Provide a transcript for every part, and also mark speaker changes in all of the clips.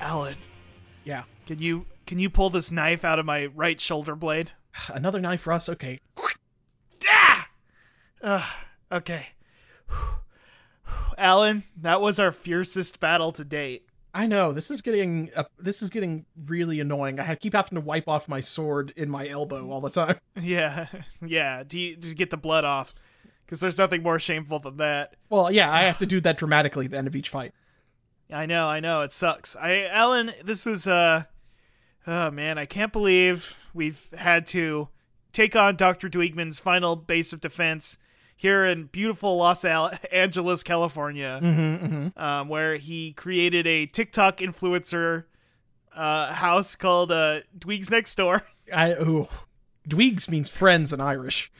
Speaker 1: Alan,
Speaker 2: Yeah.
Speaker 1: can you can you pull this knife out of my right shoulder blade?
Speaker 2: Another knife, Russ. Okay.
Speaker 1: Ah! Ugh, okay. Alan, that was our fiercest battle to date.
Speaker 2: I know this is getting uh, this is getting really annoying. I ha- keep having to wipe off my sword in my elbow all the time.
Speaker 1: Yeah, yeah. Do you, do you get the blood off? Because there's nothing more shameful than that.
Speaker 2: Well, yeah, I have to do that dramatically at the end of each fight.
Speaker 1: I know, I know. It sucks. I, Alan, this is uh, oh man, I can't believe we've had to take on Doctor Dweegman's final base of defense here in beautiful Los Al- Angeles, California.
Speaker 2: Mm-hmm, mm-hmm.
Speaker 1: um, where he created a TikTok influencer uh, house called uh, Dweeg's Next Door.
Speaker 2: I ooh, Dweegs means friends in Irish.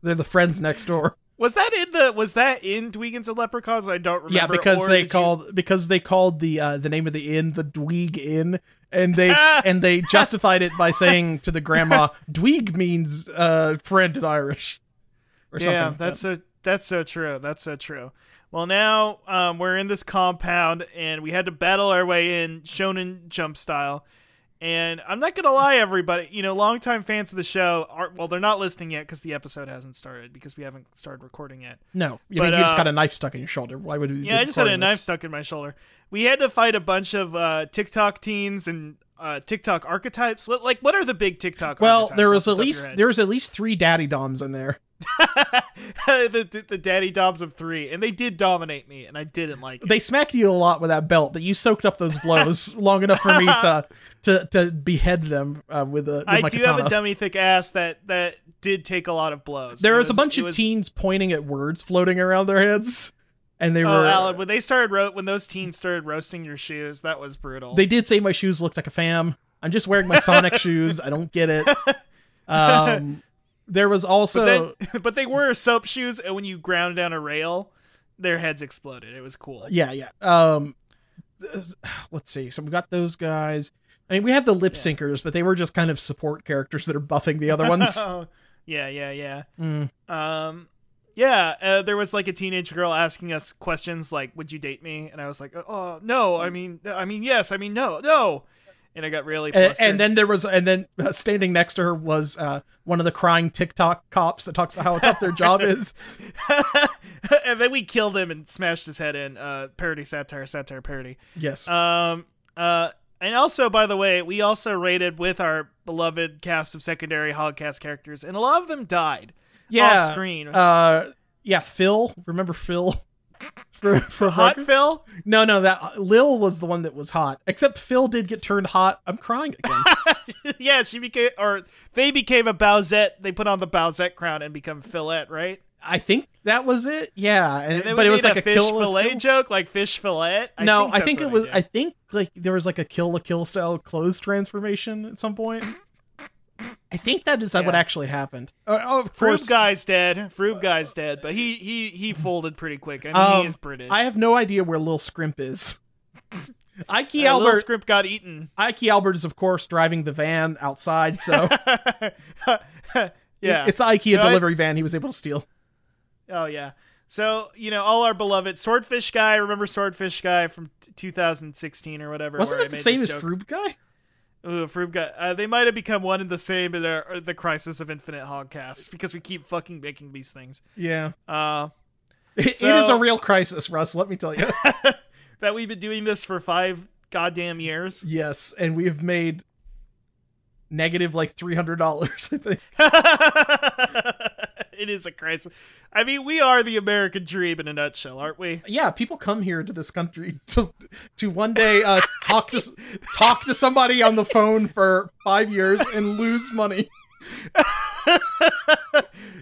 Speaker 2: They're the friends next door.
Speaker 1: Was that in the? Was that in Dweegans and Leprechauns? I don't remember.
Speaker 2: yeah, because
Speaker 1: Or
Speaker 2: they
Speaker 1: did you-
Speaker 2: called because they called the uh, the name of the inn the Dweeg Inn, and they and they justified it by saying to the grandma, "Dweeg means uh, friend in Irish." Or
Speaker 1: yeah,
Speaker 2: something.
Speaker 1: that's so that's so true. That's so true. Well, now um, we're in this compound, and we had to battle our way in Shonen Jump style. And I'm not gonna lie, everybody, you know, longtime fans of the show are well, they're not listening yet because the episode hasn't started because we haven't started recording yet.
Speaker 2: no. I mean,
Speaker 1: but,
Speaker 2: you just
Speaker 1: uh,
Speaker 2: got a knife stuck in your shoulder. Why would we? be
Speaker 1: Yeah, I just had a
Speaker 2: recording this?
Speaker 1: knife stuck in my shoulder. We had to fight a bunch of uh, TikTok teens and uh, TikTok archetypes. What, like, what are the big TikTok?
Speaker 2: Well,
Speaker 1: archetypes
Speaker 2: there
Speaker 1: off
Speaker 2: was
Speaker 1: the
Speaker 2: at
Speaker 1: top of your
Speaker 2: least
Speaker 1: head?
Speaker 2: there was at least three daddy doms in there.
Speaker 1: the, the the daddy doms of three, and they did dominate me, and I didn't like it.
Speaker 2: They smacked you a lot with that belt, but you soaked up those blows long enough for me to to, to behead them uh, with a. With
Speaker 1: I
Speaker 2: my
Speaker 1: do
Speaker 2: katana.
Speaker 1: have a dummy thick ass that that did take a lot of blows.
Speaker 2: There
Speaker 1: It
Speaker 2: was, a bunch
Speaker 1: it
Speaker 2: of
Speaker 1: was-
Speaker 2: teens pointing at words floating around their heads, and they
Speaker 1: Oh,
Speaker 2: were.
Speaker 1: Alan, when they started ro- when those teens started roasting your shoes, that was brutal.
Speaker 2: They did say my shoes looked like a fam. I'm just wearing my Sonic shoes. I don't get it. Um, there was also
Speaker 1: but, then, but they were soap shoes, and when you ground down a rail, their heads exploded. It was cool.
Speaker 2: yeah, yeah. Um, this- let's see. So we got those guys. I mean, we have the lip syncers, but they were just kind of support characters that are buffing the other ones.
Speaker 1: yeah, yeah, yeah.
Speaker 2: Mm.
Speaker 1: Um, yeah, uh, there was like a teenage girl asking us questions like, "Would you date me?" And I was like, "Oh no, I mean, I mean yes, I mean no, no." And I got really
Speaker 2: And,
Speaker 1: flustered.
Speaker 2: and then there was, and then uh, standing next to her was uh, one of the crying TikTok cops that talks about how tough their job is.
Speaker 1: and then we killed him and smashed his head in. Uh, parody, satire, satire, parody.
Speaker 2: Yes.
Speaker 1: Um, uh, and also, by the way, we also rated with our beloved cast of secondary Hogcast characters, and a lot of them died
Speaker 2: yeah.
Speaker 1: off screen.
Speaker 2: Uh, yeah, Phil. Remember Phil? For, for
Speaker 1: Hot Phil.
Speaker 2: No, no, that Lil was the one that was hot. Except Phil did get turned hot. I'm crying again.
Speaker 1: yeah, she became, or they became a Bowsette. They put on the Bowsette crown and become Fillet, right?
Speaker 2: I think that was it. Yeah, and,
Speaker 1: And then
Speaker 2: but
Speaker 1: we
Speaker 2: it was
Speaker 1: made
Speaker 2: like a,
Speaker 1: a fish
Speaker 2: kill. la
Speaker 1: fillet
Speaker 2: kill.
Speaker 1: joke, like fish fillet.
Speaker 2: no, I
Speaker 1: that's
Speaker 2: think it
Speaker 1: what
Speaker 2: was.
Speaker 1: did.
Speaker 2: I, think like there was like a kill a kill style clothes transformation at some point. I think that is what
Speaker 1: Yeah.
Speaker 2: actually happened. Oh, oh, of course,
Speaker 1: Froob guy's dead. Froob guy's dead, but he he he folded pretty quick. I mean,
Speaker 2: Um,
Speaker 1: he is British.
Speaker 2: I have no idea where Lil Scrimp is. Ike
Speaker 1: uh, Lil
Speaker 2: Albert.
Speaker 1: Scrimp got eaten.
Speaker 2: Ike Albert is of course driving the van outside. So
Speaker 1: yeah.
Speaker 2: it's the IKEA
Speaker 1: So I-
Speaker 2: delivery van he was able to steal.
Speaker 1: oh yeah. So you know, all our beloved swordfish guy. Remember swordfish guy from t- 2016 or whatever.
Speaker 2: Wasn't
Speaker 1: where I
Speaker 2: that the
Speaker 1: made
Speaker 2: same
Speaker 1: this
Speaker 2: as
Speaker 1: joke.
Speaker 2: Froob guy?
Speaker 1: Ooh, Froob got. Uh, they might have become one and the same in our, the Crisis of Infinite Hogcasts because we keep fucking making these things.
Speaker 2: Yeah.
Speaker 1: Uh,
Speaker 2: It-
Speaker 1: So-
Speaker 2: it is a real crisis, Russ. Let me tell you.
Speaker 1: that we've been doing this for five goddamn years.
Speaker 2: yes, and we have made negative like three hundred dollars. I think.
Speaker 1: it is a crisis. I mean, we are the American dream in a nutshell, aren't we?
Speaker 2: Yeah, people come here to this country to to one day uh, talk to s- talk to somebody on the phone for five years and lose money,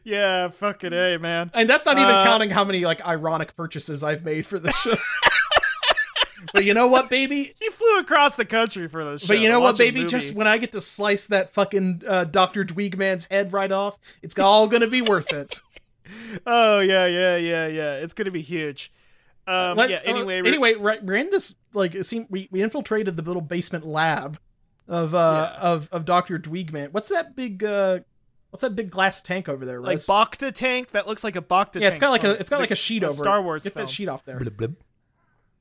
Speaker 1: Yeah, fucking a man.
Speaker 2: and that's not even
Speaker 1: Uh,
Speaker 2: counting how many like ironic purchases I've made for this show. but you know what, baby.
Speaker 1: He flew across the country for this show.
Speaker 2: But you
Speaker 1: to
Speaker 2: know what,
Speaker 1: watch a
Speaker 2: baby?
Speaker 1: movie.
Speaker 2: Just when I get to slice that fucking uh, Doctor Dweeg man's head right off, it's all gonna be worth it.
Speaker 1: oh yeah, yeah, yeah, yeah. It's gonna be huge. Um,
Speaker 2: Let-
Speaker 1: yeah.
Speaker 2: uh,
Speaker 1: Anyway, we're-
Speaker 2: anyway, right, we're in this like it seemed we, we infiltrated the little basement lab of uh
Speaker 1: Yeah.
Speaker 2: of of Doctor Dweegman. What's that big uh what's that big glass tank over there?
Speaker 1: like
Speaker 2: Russ?
Speaker 1: Bokta tank that looks like a Bokta.
Speaker 2: yeah, it's
Speaker 1: tank
Speaker 2: got like a
Speaker 1: from
Speaker 2: it's got
Speaker 1: the-
Speaker 2: like a sheet
Speaker 1: the
Speaker 2: over it.
Speaker 1: Star Wars
Speaker 2: Get
Speaker 1: film. Uh,
Speaker 2: that sheet off there.
Speaker 3: Blub, blub.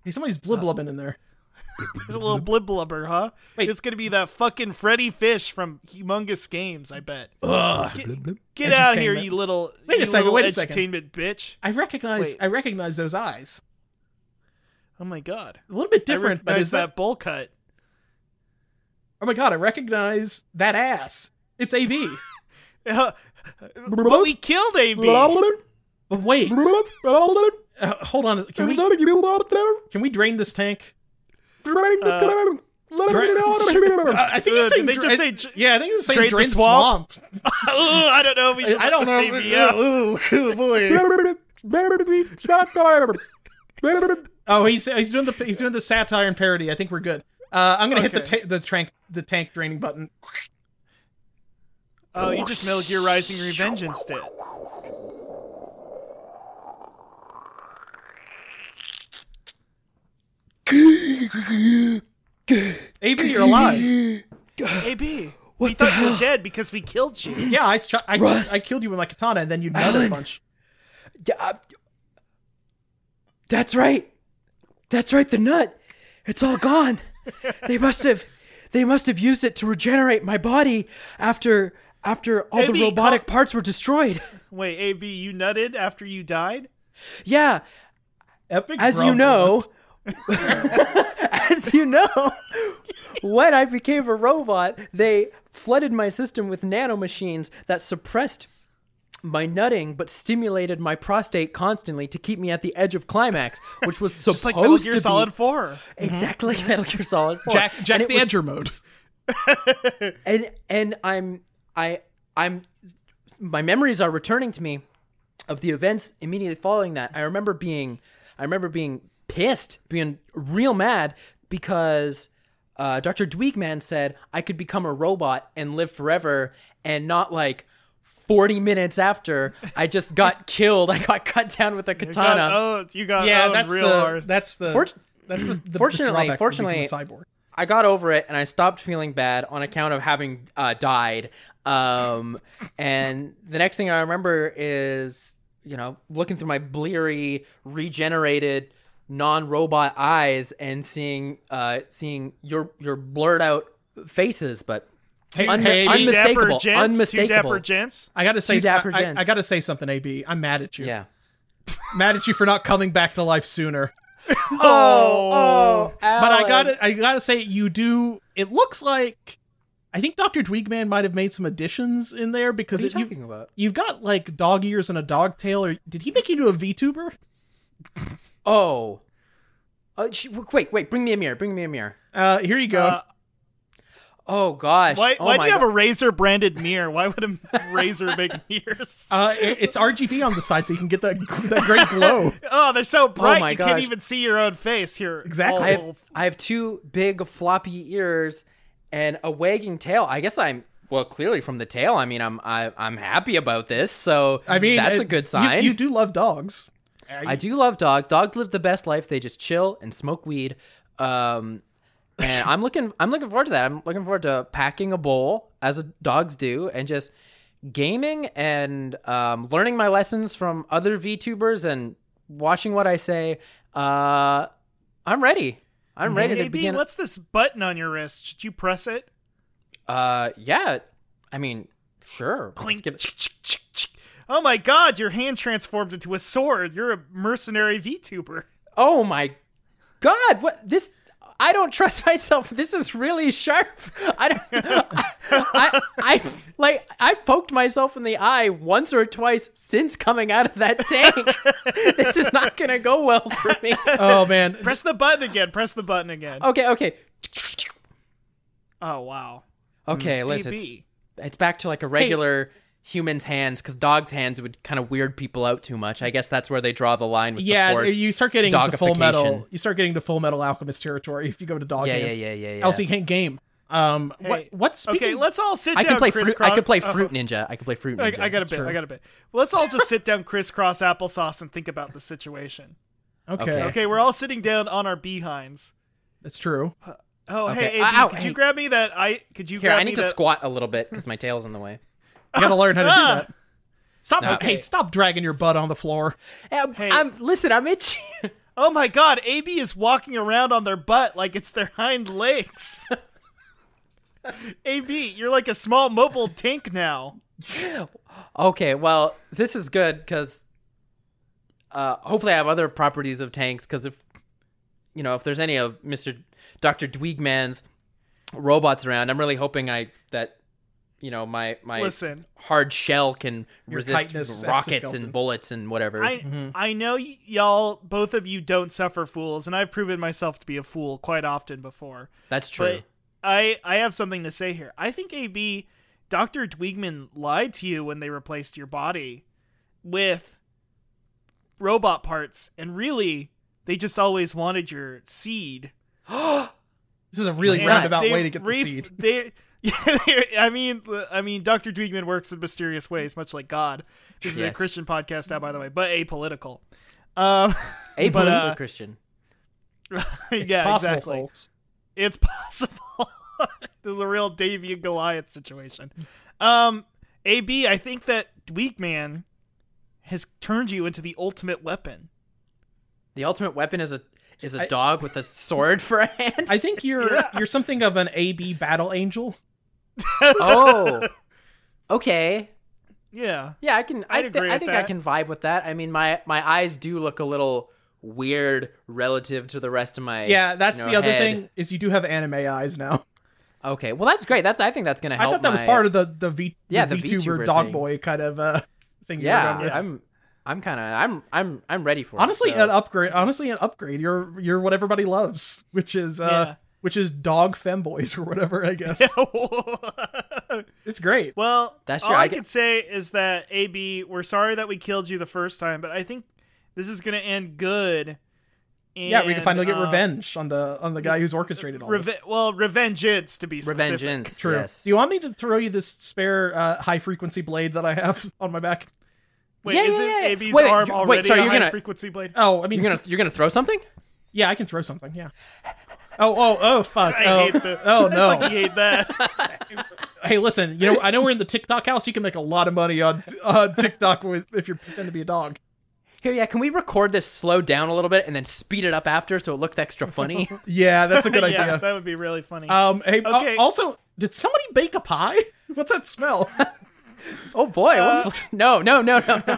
Speaker 2: Hey, somebody's bliblubbing in there.
Speaker 1: There's a little blib blubber, huh?
Speaker 2: Wait.
Speaker 1: It's gonna be that fucking Freddy Fish from Humongous Games, I bet.
Speaker 2: Ugh.
Speaker 1: Get, get out of here,
Speaker 2: Edutainment.
Speaker 1: you little
Speaker 2: Wait a
Speaker 1: you
Speaker 2: second,
Speaker 1: little
Speaker 2: wait a second.
Speaker 1: edutainment bitch.
Speaker 2: I recognize
Speaker 1: Wait.
Speaker 2: I recognize those eyes.
Speaker 1: Oh my god.
Speaker 2: A little bit
Speaker 1: I
Speaker 2: different, but
Speaker 1: recognize
Speaker 2: is that,
Speaker 1: that bowl cut.
Speaker 2: Oh my god, I recognize that ass. It's AB.
Speaker 1: but we killed AB.
Speaker 2: But wait, uh, hold on. Can we can we drain this tank? Uh, I think
Speaker 1: Uh,
Speaker 2: it's saying
Speaker 1: did they
Speaker 2: dra-
Speaker 1: just say dr-
Speaker 2: yeah. I think it's saying
Speaker 1: drain
Speaker 2: drain,
Speaker 1: the
Speaker 2: swamp.
Speaker 1: swamp? Ooh, I don't know. If we should
Speaker 2: I don't
Speaker 1: let this
Speaker 2: know.
Speaker 1: AB out.
Speaker 2: Ooh, boy. Oh, he's he's doing the he's doing the satire and parody. I think we're good. Uh, I'm gonna hit the
Speaker 1: Okay.
Speaker 2: ta- the tank the tank draining button.
Speaker 1: Oh, you just Metal Gear Rising Revengeance did.
Speaker 2: AB, you're alive.
Speaker 1: AB, we thought you were dead because we killed you.
Speaker 2: Yeah, I ch- I,
Speaker 3: Russ.
Speaker 2: I killed you with my katana, and then you another
Speaker 3: Alan.
Speaker 2: punch.
Speaker 3: Yeah, I- that's right. That's right. The nut. It's all gone. they must have. They must have used it to regenerate my body after after all
Speaker 1: Maybe
Speaker 3: the
Speaker 1: you
Speaker 3: robotic
Speaker 1: can't-
Speaker 3: parts were destroyed.
Speaker 1: Wait, AB, you nutted after you died?
Speaker 3: Yeah,
Speaker 2: Epic.
Speaker 3: as you
Speaker 2: Rumble.
Speaker 3: know, as you know, when I became a robot, they flooded my system with nanomachines that suppressed my nutting but stimulated my prostate constantly to keep me at the edge of climax, which was supposed
Speaker 1: It's like Metal
Speaker 3: to
Speaker 1: Gear
Speaker 3: be
Speaker 1: Solid 4.
Speaker 3: exactly Metal Gear Solid 4.
Speaker 2: Jack Jack
Speaker 3: and it
Speaker 2: the
Speaker 3: was-
Speaker 2: Edger mode.
Speaker 3: and and I'm I I'm my memories are returning to me of the events immediately following that. I remember being I remember being pissed, being real mad because uh, Dr. Dweegman said I could become a robot and live forever and not like 40 minutes after I just got killed. I got cut down with a
Speaker 1: God,
Speaker 3: katana.
Speaker 1: oh, you got
Speaker 2: Yeah,
Speaker 1: owned
Speaker 2: that's
Speaker 1: real
Speaker 2: the,
Speaker 1: hard.
Speaker 2: that's the
Speaker 3: Fort-
Speaker 2: that's the, the
Speaker 3: Fortunately-
Speaker 2: the drawback of
Speaker 3: fortunately-
Speaker 2: becoming a cyborg.
Speaker 3: I got over it and I stopped feeling bad on account of having uh, died. Um, and the next thing I remember is, you know, looking through my bleary, regenerated, non-robot eyes and seeing, uh, seeing your your blurred out faces, but unmi-
Speaker 2: hey, two
Speaker 1: Two dapper
Speaker 3: unmistakable,
Speaker 1: gents, Two
Speaker 3: unmistakable.
Speaker 1: dapper gents.
Speaker 2: I gotta say,
Speaker 3: Two dapper
Speaker 2: I, I,
Speaker 3: gents.
Speaker 2: I gotta say something, AB. I'm mad at you.
Speaker 3: yeah.
Speaker 2: mad at you for not coming back to life sooner.
Speaker 1: Oh,
Speaker 2: But I
Speaker 3: Alan.
Speaker 2: gotta, I gotta say, you do. It looks like, I think Doctor Dweegman might have made some additions in there because
Speaker 3: What are you
Speaker 2: it,
Speaker 3: talking
Speaker 2: have
Speaker 3: about?
Speaker 2: you've got like dog ears and a dog tail. Or did he make you do a VTuber?
Speaker 3: Oh, uh, sh- wait, wait. Bring me a mirror. Bring me a mirror.
Speaker 2: Uh, here you go.
Speaker 1: Uh,
Speaker 3: Oh gosh.
Speaker 1: why,
Speaker 3: oh
Speaker 1: why do
Speaker 3: my
Speaker 1: you have
Speaker 3: go-
Speaker 1: a razor branded mirror? Why would a razor make mirrors?
Speaker 2: Uh, it- it's RGB on the side, so you can get that that great glow.
Speaker 1: oh, they're so bright
Speaker 3: my
Speaker 1: you
Speaker 3: gosh.
Speaker 1: can't even see your own face here.
Speaker 2: Exactly.
Speaker 1: Oh,
Speaker 3: I have, I have two big floppy ears and a wagging tail. I guess I'm well, clearly from the tail. I mean, I'm I, I'm happy about this. So
Speaker 2: I mean,
Speaker 3: that's
Speaker 2: it-
Speaker 3: a good
Speaker 2: you-
Speaker 3: sign.
Speaker 2: You, do love dogs.
Speaker 3: I do love dogs. Dogs live the best life. They just chill and smoke weed. Um, and I'm looking I'm looking forward to that. I'm looking forward to packing a bowl as dogs do and just gaming and um, learning my lessons from other VTubers and watching what I say. Uh, I'm ready. I'm ready to
Speaker 1: Hey, B,
Speaker 3: begin.
Speaker 1: what's this button on your wrist? Should you press it?
Speaker 3: Uh, yeah. I mean, sure. Let's
Speaker 1: Clink.
Speaker 3: give it-
Speaker 1: Ch-ch-ch-ch-ch. Oh my god, your hand transformed into a sword. You're a mercenary VTuber.
Speaker 3: Oh my god! What this? I don't trust myself. This is really sharp. I don't. I, I, I like I poked myself in the eye once or twice since coming out of that tank. this is not gonna go well for me.
Speaker 2: Oh man,
Speaker 1: Press the button again. Press the button again.
Speaker 3: Okay, okay,
Speaker 1: Oh wow. Mm,
Speaker 3: okay. Listen, it's,
Speaker 1: AB.
Speaker 3: it's back to like a regular. Humans' hands, because dogs' hands would kind of weird people out too much. I guess that's where they draw the line with
Speaker 2: yeah,
Speaker 3: the force.
Speaker 2: you start getting into full metal.
Speaker 3: Dogification.
Speaker 2: You start getting to full metal alchemist territory if you go to dog
Speaker 3: yeah, yeah,
Speaker 2: hands.
Speaker 3: yeah, yeah, yeah.
Speaker 2: Else you can't game. Um, what
Speaker 1: Hey,
Speaker 2: what's speaking?
Speaker 1: Okay, let's all sit
Speaker 3: I
Speaker 1: down.
Speaker 3: can play
Speaker 1: crisscross.
Speaker 3: fruit. I could play
Speaker 1: Oh,
Speaker 3: fruit ninja. I could play fruit
Speaker 1: I,
Speaker 3: ninja.
Speaker 1: I got a bit. I got a bit. Well, let's all just sit down, crisscross applesauce, and think about the situation.
Speaker 2: okay,
Speaker 3: okay.
Speaker 1: Okay, we're all sitting down on our behinds.
Speaker 2: that's true.
Speaker 1: Oh,
Speaker 3: Okay.
Speaker 1: hey, AB,
Speaker 3: Ow, ow,
Speaker 1: could
Speaker 3: hey.
Speaker 1: you grab me that? I could you
Speaker 3: Here,
Speaker 1: grab
Speaker 3: I
Speaker 1: me
Speaker 3: need to
Speaker 1: that-
Speaker 3: squat a little bit because my tail's in the way.
Speaker 2: You gotta learn how to
Speaker 1: Ah.
Speaker 2: do that. Stop,
Speaker 3: No.
Speaker 2: okay. stop dragging your butt on the floor.
Speaker 3: Um, I'm,
Speaker 1: Hey.
Speaker 3: I'm- listen. I'm itchy.
Speaker 1: Oh my god, AB is walking around on their butt like it's their hind legs. AB, you're like a small mobile tank now.
Speaker 3: Okay, well, this is good because uh, hopefully I have other properties of tanks. Because if you know, if there's any of Mister Doctor Dweegman's robots around, I'm really hoping I that you know my my
Speaker 1: Listen,
Speaker 3: hard shell can
Speaker 2: Your chitinous
Speaker 3: resist rockets
Speaker 2: exoskeleton.
Speaker 3: and bullets and whatever.
Speaker 1: I I know y- y'all both of you don't suffer fools, and I've proven myself to be a fool quite often before.
Speaker 3: That's true.
Speaker 1: But I I have something to say here. I think AB Dr. Dweegman lied to you when they replaced your body with robot parts and really they just always wanted your seed.
Speaker 2: This is a really
Speaker 1: And
Speaker 2: roundabout
Speaker 1: they
Speaker 2: way to get
Speaker 1: re-
Speaker 2: the seed.
Speaker 1: They yeah, they- I mean, I mean, Doctor Dweegman works in mysterious ways, much like God. This is a
Speaker 3: Yes.
Speaker 1: Christian podcast now, by the way, but apolitical. Um,
Speaker 3: Apolitical
Speaker 1: but, uh,
Speaker 3: Christian.
Speaker 2: It's
Speaker 1: yeah,
Speaker 2: possible,
Speaker 1: exactly.
Speaker 2: folks.
Speaker 1: It's possible. this is a real Davy and Goliath situation. Um, AB, I think that Dweekman has turned you into the ultimate weapon.
Speaker 3: The ultimate weapon is a is a
Speaker 2: I-
Speaker 3: dog with a sword for a hand.
Speaker 2: I think you're you're something of an AB battle angel.
Speaker 3: oh, okay.
Speaker 1: Yeah.
Speaker 3: Yeah, I can. I,
Speaker 1: I'd
Speaker 3: th-
Speaker 1: agree
Speaker 3: I
Speaker 1: with
Speaker 3: think I
Speaker 1: that.
Speaker 3: can vibe with that. I mean, my my eyes do look a little weird relative to the rest of my.
Speaker 2: Yeah, that's
Speaker 3: you know,
Speaker 2: the other
Speaker 3: head.
Speaker 2: thing is you do have anime eyes now.
Speaker 3: Okay, well that's great. That's I think that's gonna
Speaker 2: I
Speaker 3: help.
Speaker 2: thought that was
Speaker 3: my-
Speaker 2: part of the the, v-
Speaker 3: Yeah,
Speaker 2: the
Speaker 3: the
Speaker 2: VTuber,
Speaker 3: VTuber
Speaker 2: dog
Speaker 3: thing.
Speaker 2: boy kind of uh, thing. you were
Speaker 3: Yeah,
Speaker 2: going with.
Speaker 3: I'm I'm kind of I'm I'm I'm ready for
Speaker 2: honestly uh,
Speaker 3: it.
Speaker 2: an
Speaker 3: so-
Speaker 2: upgrade. Honestly, an upgrade. You're you're what everybody loves, which is uh,
Speaker 1: Yeah.
Speaker 2: which is dog femboys or whatever. I guess it's great.
Speaker 1: well,
Speaker 3: That's
Speaker 1: all
Speaker 3: true.
Speaker 1: I,
Speaker 3: I get-
Speaker 1: could say is that AB, we're sorry that we killed you the first time, but I think this is going to end good. And,
Speaker 2: yeah, we can finally get
Speaker 1: uh,
Speaker 2: revenge on the on the guy who's orchestrated all this.
Speaker 1: Reve- well, revengeance to be specific.
Speaker 3: revengeance.
Speaker 2: True.
Speaker 3: Yes.
Speaker 2: Do you want me to throw you this spare uh, high frequency blade that I have on my back?
Speaker 1: Wait,
Speaker 3: Yeah,
Speaker 1: isn't
Speaker 3: yeah, yeah.
Speaker 1: AB's
Speaker 3: Wait,
Speaker 1: arm
Speaker 3: you- wait,
Speaker 1: already
Speaker 3: so
Speaker 1: a
Speaker 3: you're gonna-
Speaker 1: high frequency blade?
Speaker 2: Oh, I mean,
Speaker 3: You're gonna you're gonna throw something?
Speaker 2: yeah, I can throw something. Yeah. Oh, oh, oh, fuck.
Speaker 1: I
Speaker 2: oh,
Speaker 1: hate the-
Speaker 2: oh no.
Speaker 1: I hate that.
Speaker 2: hey, listen, you know, I know we're in the TikTok house. You can make a lot of money on on TikTok with, if you're pretending to be a dog.
Speaker 3: Here, yeah. Can we record this slow down a little bit and then speed it up after so it looks extra funny?
Speaker 2: Yeah, that's a good
Speaker 1: yeah,
Speaker 2: idea.
Speaker 1: that would be really funny.
Speaker 2: Um, hey, uh,
Speaker 1: Okay.
Speaker 2: also, did somebody bake a pie? What's that smell?
Speaker 3: oh boy! what fl- no, no, no, no, no.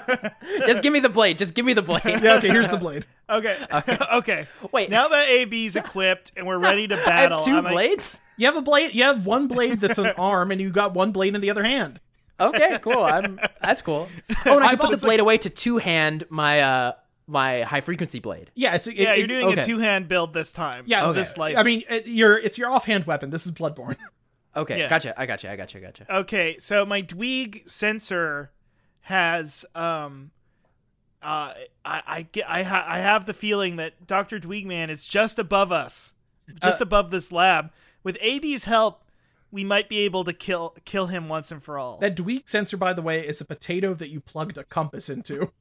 Speaker 3: Just give me the blade. Just give me the blade.
Speaker 2: yeah, okay, here's the blade.
Speaker 1: okay, okay.
Speaker 3: Wait.
Speaker 1: now that AB's equipped and we're ready to
Speaker 3: I
Speaker 1: battle,
Speaker 3: have 2
Speaker 1: I'm like,
Speaker 3: blades.
Speaker 2: You have a blade. You have one blade that's an arm, and you got one blade in the other hand.
Speaker 3: Okay, cool. I'm that's cool. Oh, and
Speaker 2: I
Speaker 3: I can
Speaker 2: thought
Speaker 3: put the
Speaker 2: it's
Speaker 3: blade away to two hand my uh my high frequency blade.
Speaker 2: Yeah, it's it,
Speaker 1: yeah,
Speaker 2: it- oh,
Speaker 1: you're doing a
Speaker 3: okay.
Speaker 1: two-hand build this time.
Speaker 2: yeah.
Speaker 3: Okay.
Speaker 1: this life.
Speaker 2: I mean, it, your it's your offhand weapon. This is Bloodborne.
Speaker 3: Okay,
Speaker 1: Yeah.
Speaker 3: gotcha. I gotcha. I gotcha. I gotcha.
Speaker 1: okay, so my Dweeg sensor has um. Uh, I I get I ha- I have the feeling that Doctor Dweegman is just above us,
Speaker 2: Uh,
Speaker 1: just above this lab. With AB's help, we might be able to kill kill him once and for all.
Speaker 2: That Dweek sensor, by the way, is a potato that you plugged a compass into.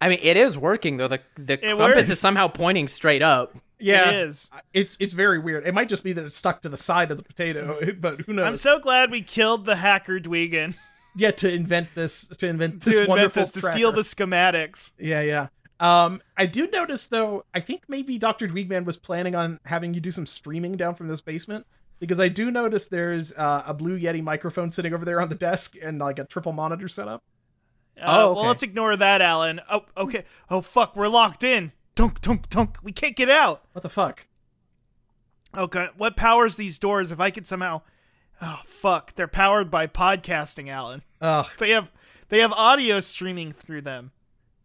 Speaker 3: I mean, it is working though. The the compass
Speaker 1: works.
Speaker 3: is somehow pointing straight up.
Speaker 2: Yeah,
Speaker 1: It is.
Speaker 2: It's it's very weird. It might just be that it's stuck to the side of the potato, but who knows?
Speaker 1: I'm so glad we killed the hacker Dweegan
Speaker 2: yeah, to invent this, to invent
Speaker 1: to
Speaker 2: this
Speaker 1: invent
Speaker 2: wonderful
Speaker 1: this, to steal
Speaker 2: tracker.
Speaker 1: the schematics.
Speaker 2: Yeah, yeah. Um, I do notice though. I think maybe Doctor Dweegman was planning on having you do some streaming down from this basement because I do notice there's uh, a Blue Yeti microphone sitting over there on the desk and like a triple monitor setup.
Speaker 1: Uh,
Speaker 3: Oh,
Speaker 1: well,
Speaker 3: okay.
Speaker 1: let's ignore that, Alan. Oh, okay. Oh, fuck, we're locked in. Dunk, dunk, dunk. We can't get out.
Speaker 2: What the fuck?
Speaker 1: Okay, what powers these doors? If I could somehow, oh fuck, they're powered by podcasting, Alan.
Speaker 2: Ugh,
Speaker 1: They have, they have audio streaming through them.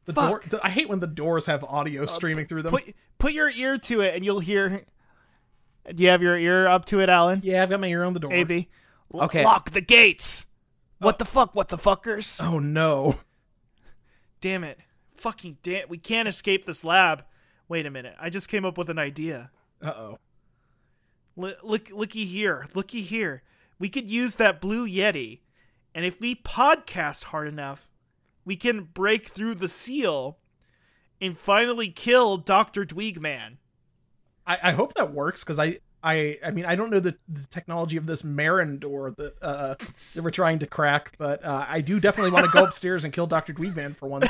Speaker 2: the
Speaker 1: Fuck. Uh,
Speaker 2: door. The, I hate when the doors have audio streaming through them.
Speaker 1: Put, put your ear to it, and you'll hear. Do you have your ear up to it, Alan?
Speaker 2: yeah, Oh. I've got my ear on the door.
Speaker 1: AB. L-
Speaker 3: Okay.
Speaker 1: Lock the gates. What the fuck? What the fuckers?
Speaker 2: Oh no.
Speaker 1: Damn it. Fucking damn. We can't escape this lab. Wait a minute. I just came up with an idea.
Speaker 2: Uh oh.
Speaker 1: L- look, looky here. Looky here. We could use that blue Yeti. And if we podcast hard enough, we can break through the seal and finally kill Dr. Dweegman.
Speaker 2: I, I hope that works because I I I mean I don't know the, the technology of this Marin door that uh, they were trying to crack, but uh, I do definitely want to go upstairs and kill Doctor Dweedman for once.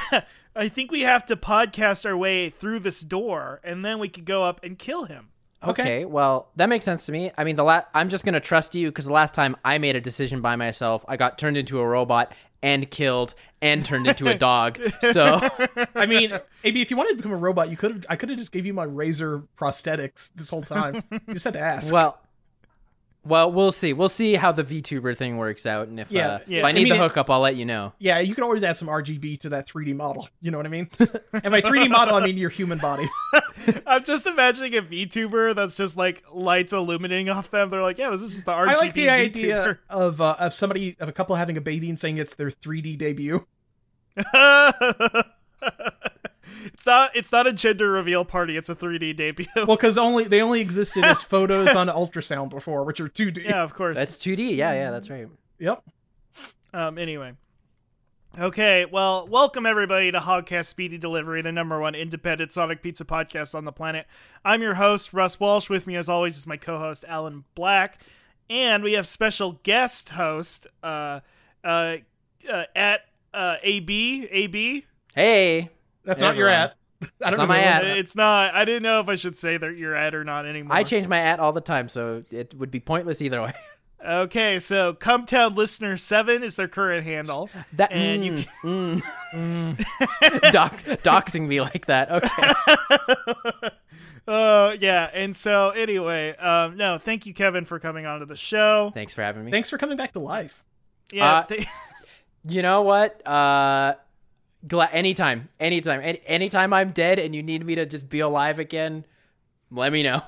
Speaker 1: I think we have to podcast our way through this door, and then we could go up and kill him.
Speaker 3: Okay. well, that makes sense to me. I mean, the la- I'm just gonna trust you because the last time I made a decision by myself, I got turned into a robot and killed and turned into a dog. So
Speaker 2: I mean, maybe if you wanted to become a robot, you could have. I could have just gave you my razor prosthetics this whole time. You just had to ask.
Speaker 3: well, well, we'll see. We'll see how the VTuber thing works out, and if
Speaker 2: Yeah,
Speaker 3: uh,
Speaker 1: yeah.
Speaker 3: if I
Speaker 1: I
Speaker 3: need
Speaker 2: mean,
Speaker 3: the
Speaker 2: it-
Speaker 3: hookup, I'll let you know.
Speaker 2: yeah, you can always add some RGB to that 3D model. You know what I mean? and by 3D model, I mean your human body.
Speaker 1: I'm just imagining a VTuber that's just like lights illuminating off them. They're like, yeah, this is just the RGB
Speaker 2: I like the
Speaker 1: VTuber.
Speaker 2: idea of uh, of somebody of a couple having a baby and saying it's their 3D debut.
Speaker 1: it's not. It's not a gender reveal party. It's a 3D debut.
Speaker 2: Well, because only they only existed as photos on ultrasound before, which are 2D.
Speaker 1: yeah, of course.
Speaker 3: That's 2D. Yeah, yeah, that's right.
Speaker 2: Yep.
Speaker 1: Um, anyway. Okay, well, welcome everybody to Hogcast Speedy Delivery, the number one independent Sonic Pizza podcast on the planet. I'm your host, Russ Walsh. With me, as always, is my co host, Alan Black. And we have special guest host uh, uh, uh, at uh, AB. AB?
Speaker 3: Hey,
Speaker 2: That's
Speaker 3: Yeah,
Speaker 2: not your
Speaker 3: everyone.
Speaker 2: ad. I don't
Speaker 3: not
Speaker 2: know
Speaker 3: my
Speaker 2: who owns
Speaker 3: ad.
Speaker 2: that.
Speaker 1: It's not. I didn't know if I should say that you're at or not anymore.
Speaker 3: I change my at all the time, so it would be pointless either way.
Speaker 1: okay, so Cumtown Listener 7 is their current handle.
Speaker 3: That
Speaker 1: And you
Speaker 3: mm, mm. Dox, doxing me like that. Okay.
Speaker 1: Uh, yeah. And so, anyway, um, no, thank you, Kevin, for coming onto the show.
Speaker 3: Thanks for having me.
Speaker 2: Thanks for coming back to life.
Speaker 1: Yeah.
Speaker 3: Uh,
Speaker 1: th-
Speaker 3: You know what? Uh gla- anytime, anytime, any- anytime I'm dead and you need me to just be alive again, let me know.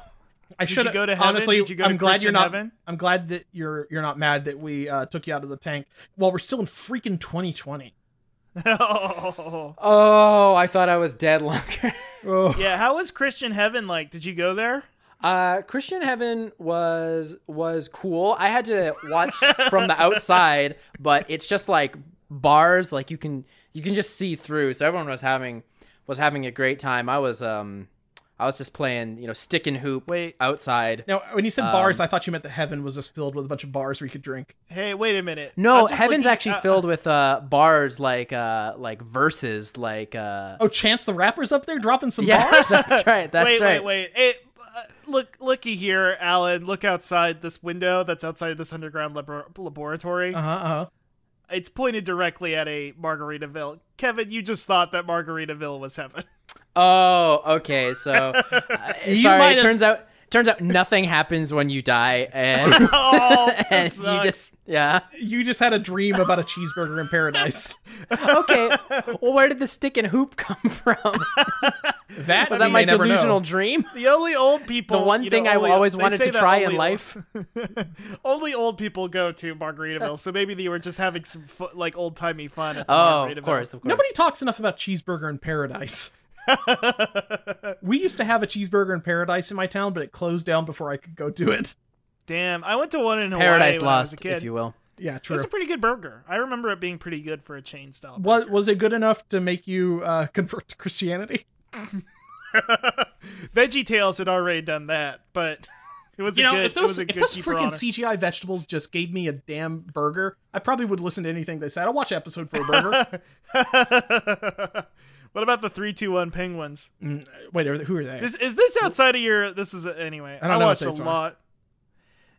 Speaker 2: I
Speaker 1: Did
Speaker 2: should
Speaker 1: you go to heaven?
Speaker 2: honestly.
Speaker 1: Did you go to
Speaker 2: I'm glad
Speaker 1: Christian
Speaker 2: you're not.
Speaker 1: heaven?
Speaker 2: I'm glad that you're you're not mad that we uh, took you out of the tank. Well, we're still in freaking 2020.
Speaker 1: oh.
Speaker 3: Oh, I thought I was dead longer.
Speaker 2: Oh,
Speaker 1: Yeah. How was Christian Heaven like? Did you go there?
Speaker 3: Uh Christian Heaven was was cool. I had to watch from the outside, but it's just like bars like you can you can just see through. So everyone was having was having a great time. I was um I was just playing, you know, stick and hoop
Speaker 1: Wait.
Speaker 3: outside.
Speaker 2: Now, when you said bars,
Speaker 3: Um,
Speaker 2: I thought you meant that heaven was just filled with a bunch of bars where you could drink.
Speaker 1: Hey, wait a minute.
Speaker 3: No,
Speaker 1: I'm just
Speaker 3: heaven's
Speaker 1: looking-
Speaker 3: actually
Speaker 1: uh,
Speaker 3: filled with uh bars like uh like verses like uh
Speaker 2: Oh, Chance the Rapper's up there dropping some
Speaker 3: yeah,
Speaker 2: bars.
Speaker 3: that's right. That's
Speaker 1: wait,
Speaker 3: right.
Speaker 1: wait, wait, Hey, uh, look, looky here, Alan. Look outside this window that's outside this underground labo- laboratory.
Speaker 2: Uh huh. Uh-huh.
Speaker 1: It's pointed directly at a Margaritaville. Kevin, you just thought that Margaritaville was heaven.
Speaker 3: Oh, okay. So uh,
Speaker 2: You
Speaker 3: sorry,
Speaker 2: might
Speaker 3: it
Speaker 2: have-
Speaker 3: turns out turns out nothing happens when you die and,
Speaker 1: oh,
Speaker 3: and
Speaker 1: this
Speaker 3: you
Speaker 1: sucks.
Speaker 3: just yeah.
Speaker 2: You just had a dream about a cheeseburger in paradise.
Speaker 3: Okay. Well, where did the stick and hoop come from?
Speaker 2: That
Speaker 3: Was that
Speaker 2: we
Speaker 3: my
Speaker 2: may never know.
Speaker 3: delusional dream?
Speaker 1: The only old people.
Speaker 3: The one
Speaker 1: you know,
Speaker 3: thing I
Speaker 1: only-
Speaker 3: always
Speaker 1: they
Speaker 3: wanted
Speaker 1: say
Speaker 3: to
Speaker 1: that
Speaker 3: try in
Speaker 1: only-
Speaker 3: life.
Speaker 1: Only old people go to Margaritaville, so maybe they were just having some fu- like old timey fun. At the
Speaker 3: Oh,
Speaker 1: Margaritaville.
Speaker 3: of course, of course.
Speaker 2: Nobody talks enough about cheeseburger in paradise. we used to have a cheeseburger in paradise in my town, but it closed down before I could go do it.
Speaker 1: Damn, I went to one in Hawaii
Speaker 3: Paradise
Speaker 1: when I was a
Speaker 3: Lost,
Speaker 1: kid.
Speaker 3: if you will.
Speaker 2: Yeah,
Speaker 1: It
Speaker 2: true.
Speaker 1: was a pretty good burger. I remember it being pretty good for a chain style.
Speaker 2: Was was it good enough to make you uh, convert to Christianity?
Speaker 1: Veggie Tales had already done that, but it was
Speaker 2: You
Speaker 1: a
Speaker 2: know,
Speaker 1: good.
Speaker 2: if
Speaker 1: it was
Speaker 2: those
Speaker 1: a
Speaker 2: if
Speaker 1: good
Speaker 2: those
Speaker 1: keeper
Speaker 2: freaking
Speaker 1: honor.
Speaker 2: CGI vegetables just gave me a damn burger, I probably would listen to anything they said. I'll watch an episode for a burger.
Speaker 1: what about the three two one penguins?
Speaker 2: Mm, Wait, are they- who are they?
Speaker 1: Is is this outside of your? This is anyway.
Speaker 2: I don't know what
Speaker 1: watched a
Speaker 2: these are.
Speaker 1: lot.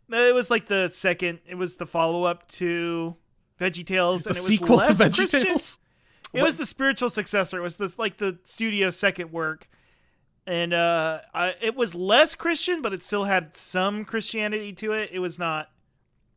Speaker 1: No, it was like the second. It was the follow up to VeggieTales,
Speaker 2: the
Speaker 1: and it was
Speaker 2: sequel to
Speaker 1: less
Speaker 2: Veggie
Speaker 1: Christian.
Speaker 2: Tales?
Speaker 1: It was the spiritual successor. It was this like the studio's second work, and uh, I, it was less Christian, but it still had some Christianity to it. It was not.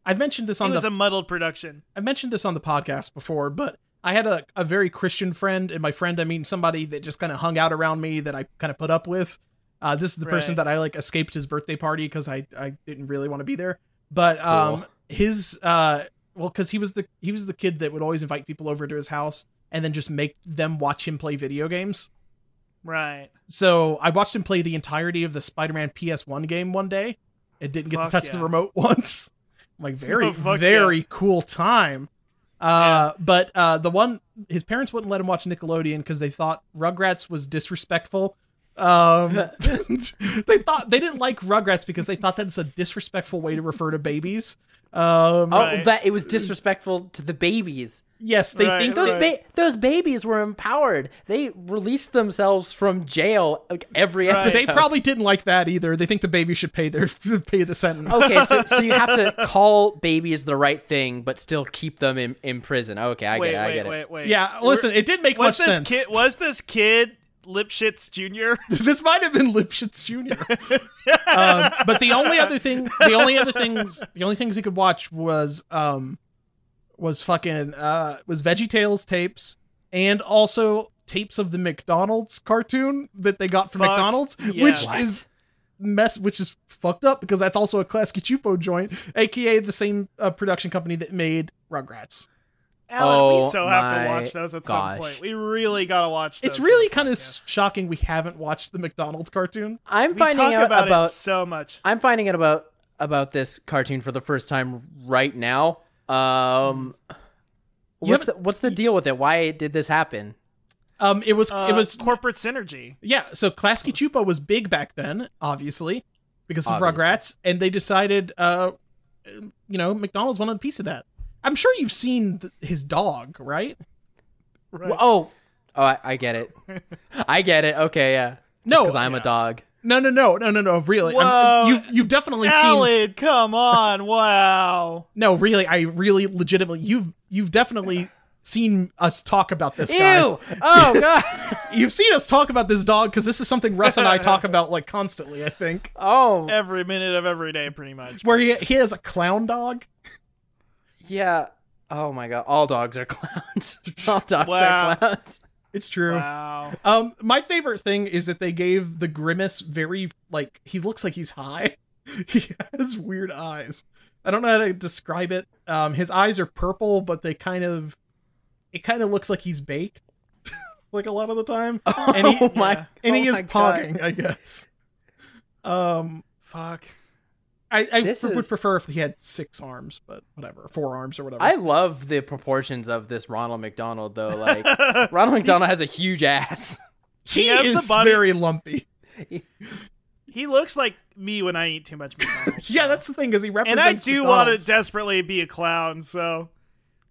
Speaker 2: I mentioned this
Speaker 1: It
Speaker 2: on
Speaker 1: was
Speaker 2: the
Speaker 1: a muddled production.
Speaker 2: I mentioned this on the podcast before, but I had a, a very Christian friend, and my friend, I mean somebody that just kind of hung out around me that I kind of put up with. Uh, this is the person
Speaker 1: Right.
Speaker 2: that I like escaped his birthday party because I, I didn't really want to be there. But um,
Speaker 3: Cool.
Speaker 2: his uh, well, because he was the he was the kid that would always invite people over to his house and then just make them watch him play video games.
Speaker 1: Right.
Speaker 2: So I watched him play the entirety of the Spider-Man PS1 game one day, and didn't get
Speaker 1: Fuck
Speaker 2: to touch the
Speaker 1: yeah.
Speaker 2: remote once. I'm like very
Speaker 1: Oh, fuck
Speaker 2: very cool time. Uh, But uh, the one his parents wouldn't let him watch Nickelodeon because they thought Rugrats was disrespectful Um, they thought they didn't like Rugrats because they thought that's a disrespectful way to refer to babies. Um,
Speaker 3: Oh,
Speaker 1: Right.
Speaker 3: that it was disrespectful to the babies.
Speaker 2: yes, they
Speaker 1: Right,
Speaker 2: think
Speaker 1: right.
Speaker 3: Those ba- those babies were empowered. They released themselves from jail like every
Speaker 1: Right.
Speaker 3: episode.
Speaker 2: they probably didn't like that either. They think the baby should pay their pay the sentence.
Speaker 3: okay, so, so you have to call babies the right thing, but still keep them in, in prison. Okay, I
Speaker 1: wait,
Speaker 3: get it. I
Speaker 1: wait,
Speaker 3: get it.
Speaker 1: wait, wait.
Speaker 2: Yeah, listen, it didn't make much
Speaker 1: was this
Speaker 2: sense.
Speaker 1: kid? Was this kid Lipschitz Jr.?
Speaker 2: this might have been Lipschitz Jr. um, but the only other thing, the only other things, the only things you could watch was um, was fucking uh, was VeggieTales tapes and also tapes of the McDonald's cartoon that they got from
Speaker 1: Fuck,
Speaker 2: McDonald's,
Speaker 1: yes.
Speaker 2: which
Speaker 1: What?
Speaker 2: is mess, which is fucked up because that's also a Klasky Chupo joint, aka the same uh, production company that made Rugrats.
Speaker 1: Alan, we
Speaker 3: Oh
Speaker 1: so have to
Speaker 3: my
Speaker 1: watch those at some
Speaker 3: gosh.
Speaker 1: point. We really gotta watch. Those
Speaker 2: It's really
Speaker 1: We
Speaker 2: kind of shocking we haven't watched the McDonald's cartoon.
Speaker 3: I'm finding
Speaker 1: talk
Speaker 3: out
Speaker 1: about,
Speaker 3: about,
Speaker 1: it so much.
Speaker 3: I'm finding out about about this cartoon for the first time right now. Um,
Speaker 2: You
Speaker 3: what's the, what's the deal with it? Why did this happen?
Speaker 2: Um, it was
Speaker 1: Uh,
Speaker 2: it was
Speaker 1: corporate synergy.
Speaker 2: Yeah, so Klasky Chupa was big back then, obviously, because of
Speaker 3: Obviously.
Speaker 2: Rugrats, and they decided, uh, you know, McDonald's wanted a piece of that. I'm sure you've seen th- his dog, right?
Speaker 1: Right.
Speaker 3: Oh, oh, I, I get it. I get it. Okay, yeah. Just
Speaker 2: No,
Speaker 3: 'cause I'm a dog.
Speaker 2: No, no, no, no, no, no. Really, I'm-
Speaker 1: Whoa.
Speaker 2: you've you've definitely seen.
Speaker 1: Alan, come on! Wow.
Speaker 2: No, really, I really legitimately you've you've definitely seen us talk about this guy.
Speaker 3: Ew! Oh god!
Speaker 2: You've seen us talk about this dog because this is something Russ and I talk about like constantly. I think
Speaker 3: Oh
Speaker 1: Every minute of every day, pretty much.
Speaker 2: where he he has a clown dog.
Speaker 3: yeah. Oh my god! All dogs are clowns. All dogs
Speaker 1: Wow.
Speaker 3: are clowns.
Speaker 2: It's true.
Speaker 1: Wow.
Speaker 2: Um, my favorite thing is that they gave the grimace very like he looks like he's high. he has weird eyes. I don't know how to describe it. Um, his eyes are purple, but they kind of it kind of looks like he's baked, like a lot of the time.
Speaker 3: Oh
Speaker 2: And he-
Speaker 3: my!
Speaker 1: yeah.
Speaker 2: And
Speaker 3: oh
Speaker 2: he is
Speaker 3: my God.
Speaker 2: pogging, I guess. Um,
Speaker 1: Fuck.
Speaker 2: I, I
Speaker 3: This
Speaker 2: would
Speaker 3: is-
Speaker 2: prefer if he had six arms, but whatever, four arms or whatever.
Speaker 3: I love the proportions of this Ronald McDonald though. Like Ronald McDonald has a huge ass.
Speaker 2: he
Speaker 1: has the
Speaker 2: is
Speaker 1: body-
Speaker 2: very lumpy.
Speaker 1: He looks like me when I eat too much McDonald's.
Speaker 2: Yeah, that's the thing, because he
Speaker 1: and
Speaker 2: represents.
Speaker 1: I do want
Speaker 2: McDonald's.
Speaker 1: to desperately be a clown. So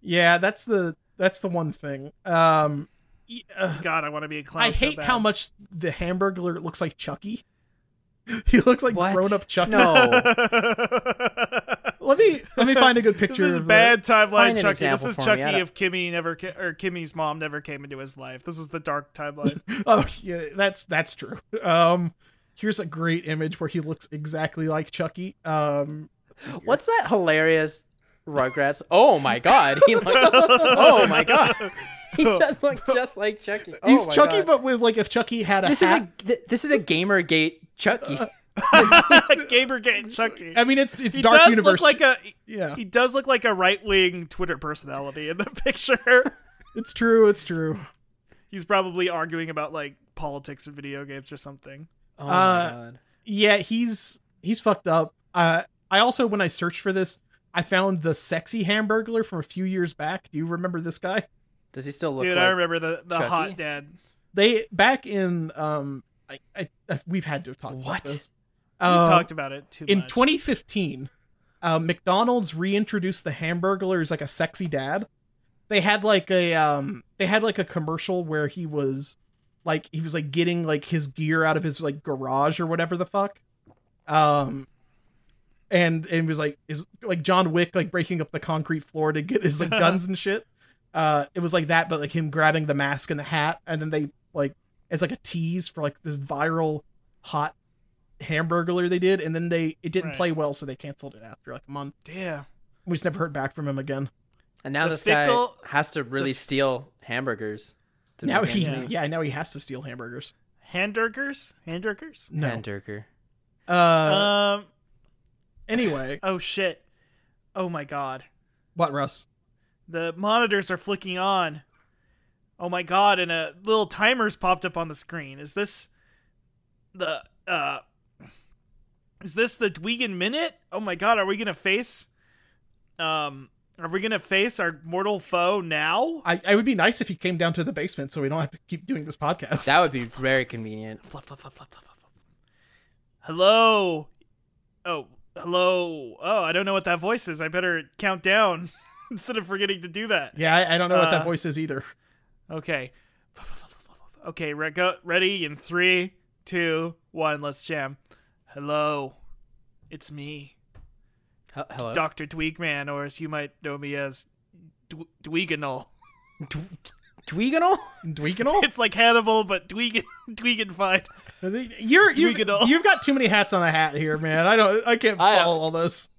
Speaker 2: Yeah, that's the that's the one thing. Um, y- uh,
Speaker 1: God, I want to be a clown.
Speaker 2: I
Speaker 1: so
Speaker 2: hate
Speaker 1: bad.
Speaker 2: how much the Hamburglar looks like Chucky. He looks like
Speaker 3: What?
Speaker 2: grown up Chucky.
Speaker 3: No.
Speaker 2: Let me let me find a good
Speaker 1: This
Speaker 2: picture.
Speaker 1: is
Speaker 2: of the-
Speaker 1: bad
Speaker 3: Find
Speaker 1: timeline
Speaker 3: an
Speaker 1: Chucky. This
Speaker 3: example
Speaker 1: is
Speaker 3: for me.
Speaker 1: Chucky
Speaker 3: I don't-
Speaker 1: if Kimmy never ca- or Kimmy's mom never came into his life. This is the dark timeline.
Speaker 2: Oh yeah, that's that's true. Um, here's a great image where he looks exactly like Chucky. Um, let's see here.
Speaker 3: What's that hilarious Rugrats? Oh my god! He like, oh my god! He just looked just like Chucky. Oh
Speaker 2: He's
Speaker 3: my
Speaker 2: Chucky,
Speaker 3: God.
Speaker 2: but with like if Chucky had a
Speaker 3: this is
Speaker 2: hat.
Speaker 3: a th- this is a GamerGate Chucky.
Speaker 1: Gamer getting Chucky.
Speaker 2: I mean, it's it's
Speaker 1: He
Speaker 2: Dark
Speaker 1: does look
Speaker 2: Universe.
Speaker 1: like a
Speaker 2: yeah,
Speaker 1: he does look like a right wing Twitter personality in the picture.
Speaker 2: it's true. It's true.
Speaker 1: He's probably arguing about like politics and video games or something.
Speaker 3: Oh
Speaker 2: Uh,
Speaker 3: my god!
Speaker 2: yeah he's he's fucked up uh i also when i searched for this i found the sexy hamburglar from a few years back do you remember this guy
Speaker 3: Does he still look?
Speaker 1: Dude,
Speaker 3: like,
Speaker 1: I remember the, the
Speaker 3: Chucky?
Speaker 1: hot dad.
Speaker 2: they back in um i, I, I we've had to have talked about
Speaker 3: What?
Speaker 2: this.
Speaker 1: We
Speaker 2: Uh,
Speaker 1: talked about it too
Speaker 2: in
Speaker 1: much.
Speaker 2: 2015 uh, mcdonald's reintroduced the hamburglar as like a sexy dad they had like a um they had like a commercial where he was like he was like getting like his gear out of his like garage or whatever the fuck um and and was like is like john wick like breaking up the concrete floor to get his like guns and shit uh it was like that but like him grabbing the mask and the hat and then they like as like a tease for like this viral hot hamburglar they did and then they it didn't
Speaker 1: Right.
Speaker 2: play well so they canceled it after like a month
Speaker 1: yeah.
Speaker 2: we just never heard back from him again
Speaker 3: And now
Speaker 1: the
Speaker 3: this
Speaker 1: fickle-
Speaker 3: guy has to really
Speaker 1: the-
Speaker 3: steal hamburgers. To
Speaker 2: now
Speaker 3: make
Speaker 2: he
Speaker 3: ends
Speaker 2: yeah.
Speaker 3: meet.
Speaker 2: now he has to steal hamburgers
Speaker 1: Handurkers? Handurkers?
Speaker 2: no
Speaker 3: Handurker.
Speaker 2: uh,
Speaker 1: um
Speaker 2: anyway
Speaker 1: oh shit. Oh my god.
Speaker 2: what russ
Speaker 1: The monitors are flicking on. Oh my god, and a little timer's popped up on the screen. Is this the uh is this the Dwegan minute? Oh my god, are we gonna face um Are we gonna face our mortal foe now?
Speaker 2: I, I would be nice if he came down to the basement so we don't have to keep doing this podcast.
Speaker 3: That would be very convenient.
Speaker 1: Fluff, fluff, fluff, fluff, fluff, fluff. Hello. Oh, hello. Oh, I don't know what that voice is. I better count down instead of forgetting to do that.
Speaker 2: yeah, I, I don't know what
Speaker 1: Uh,
Speaker 2: that voice is either.
Speaker 1: Okay. Fluff, fluff, fluff, fluff, fluff. Okay, re- go, ready in three, two, one. Let's jam. Hello. It's me,
Speaker 3: H- hello.
Speaker 1: Dr. Dweegman, or as you might know me as Dw- Dweeganol.
Speaker 3: Dweeganol?
Speaker 2: Dweeganol?
Speaker 1: It's like Hannibal, but Dweegan, Dweeganfied.
Speaker 2: You're you
Speaker 1: Dweeganol.
Speaker 2: you've got too many hats on a hat here, man. I don't I can't
Speaker 3: I
Speaker 2: follow
Speaker 3: don't-
Speaker 2: all this.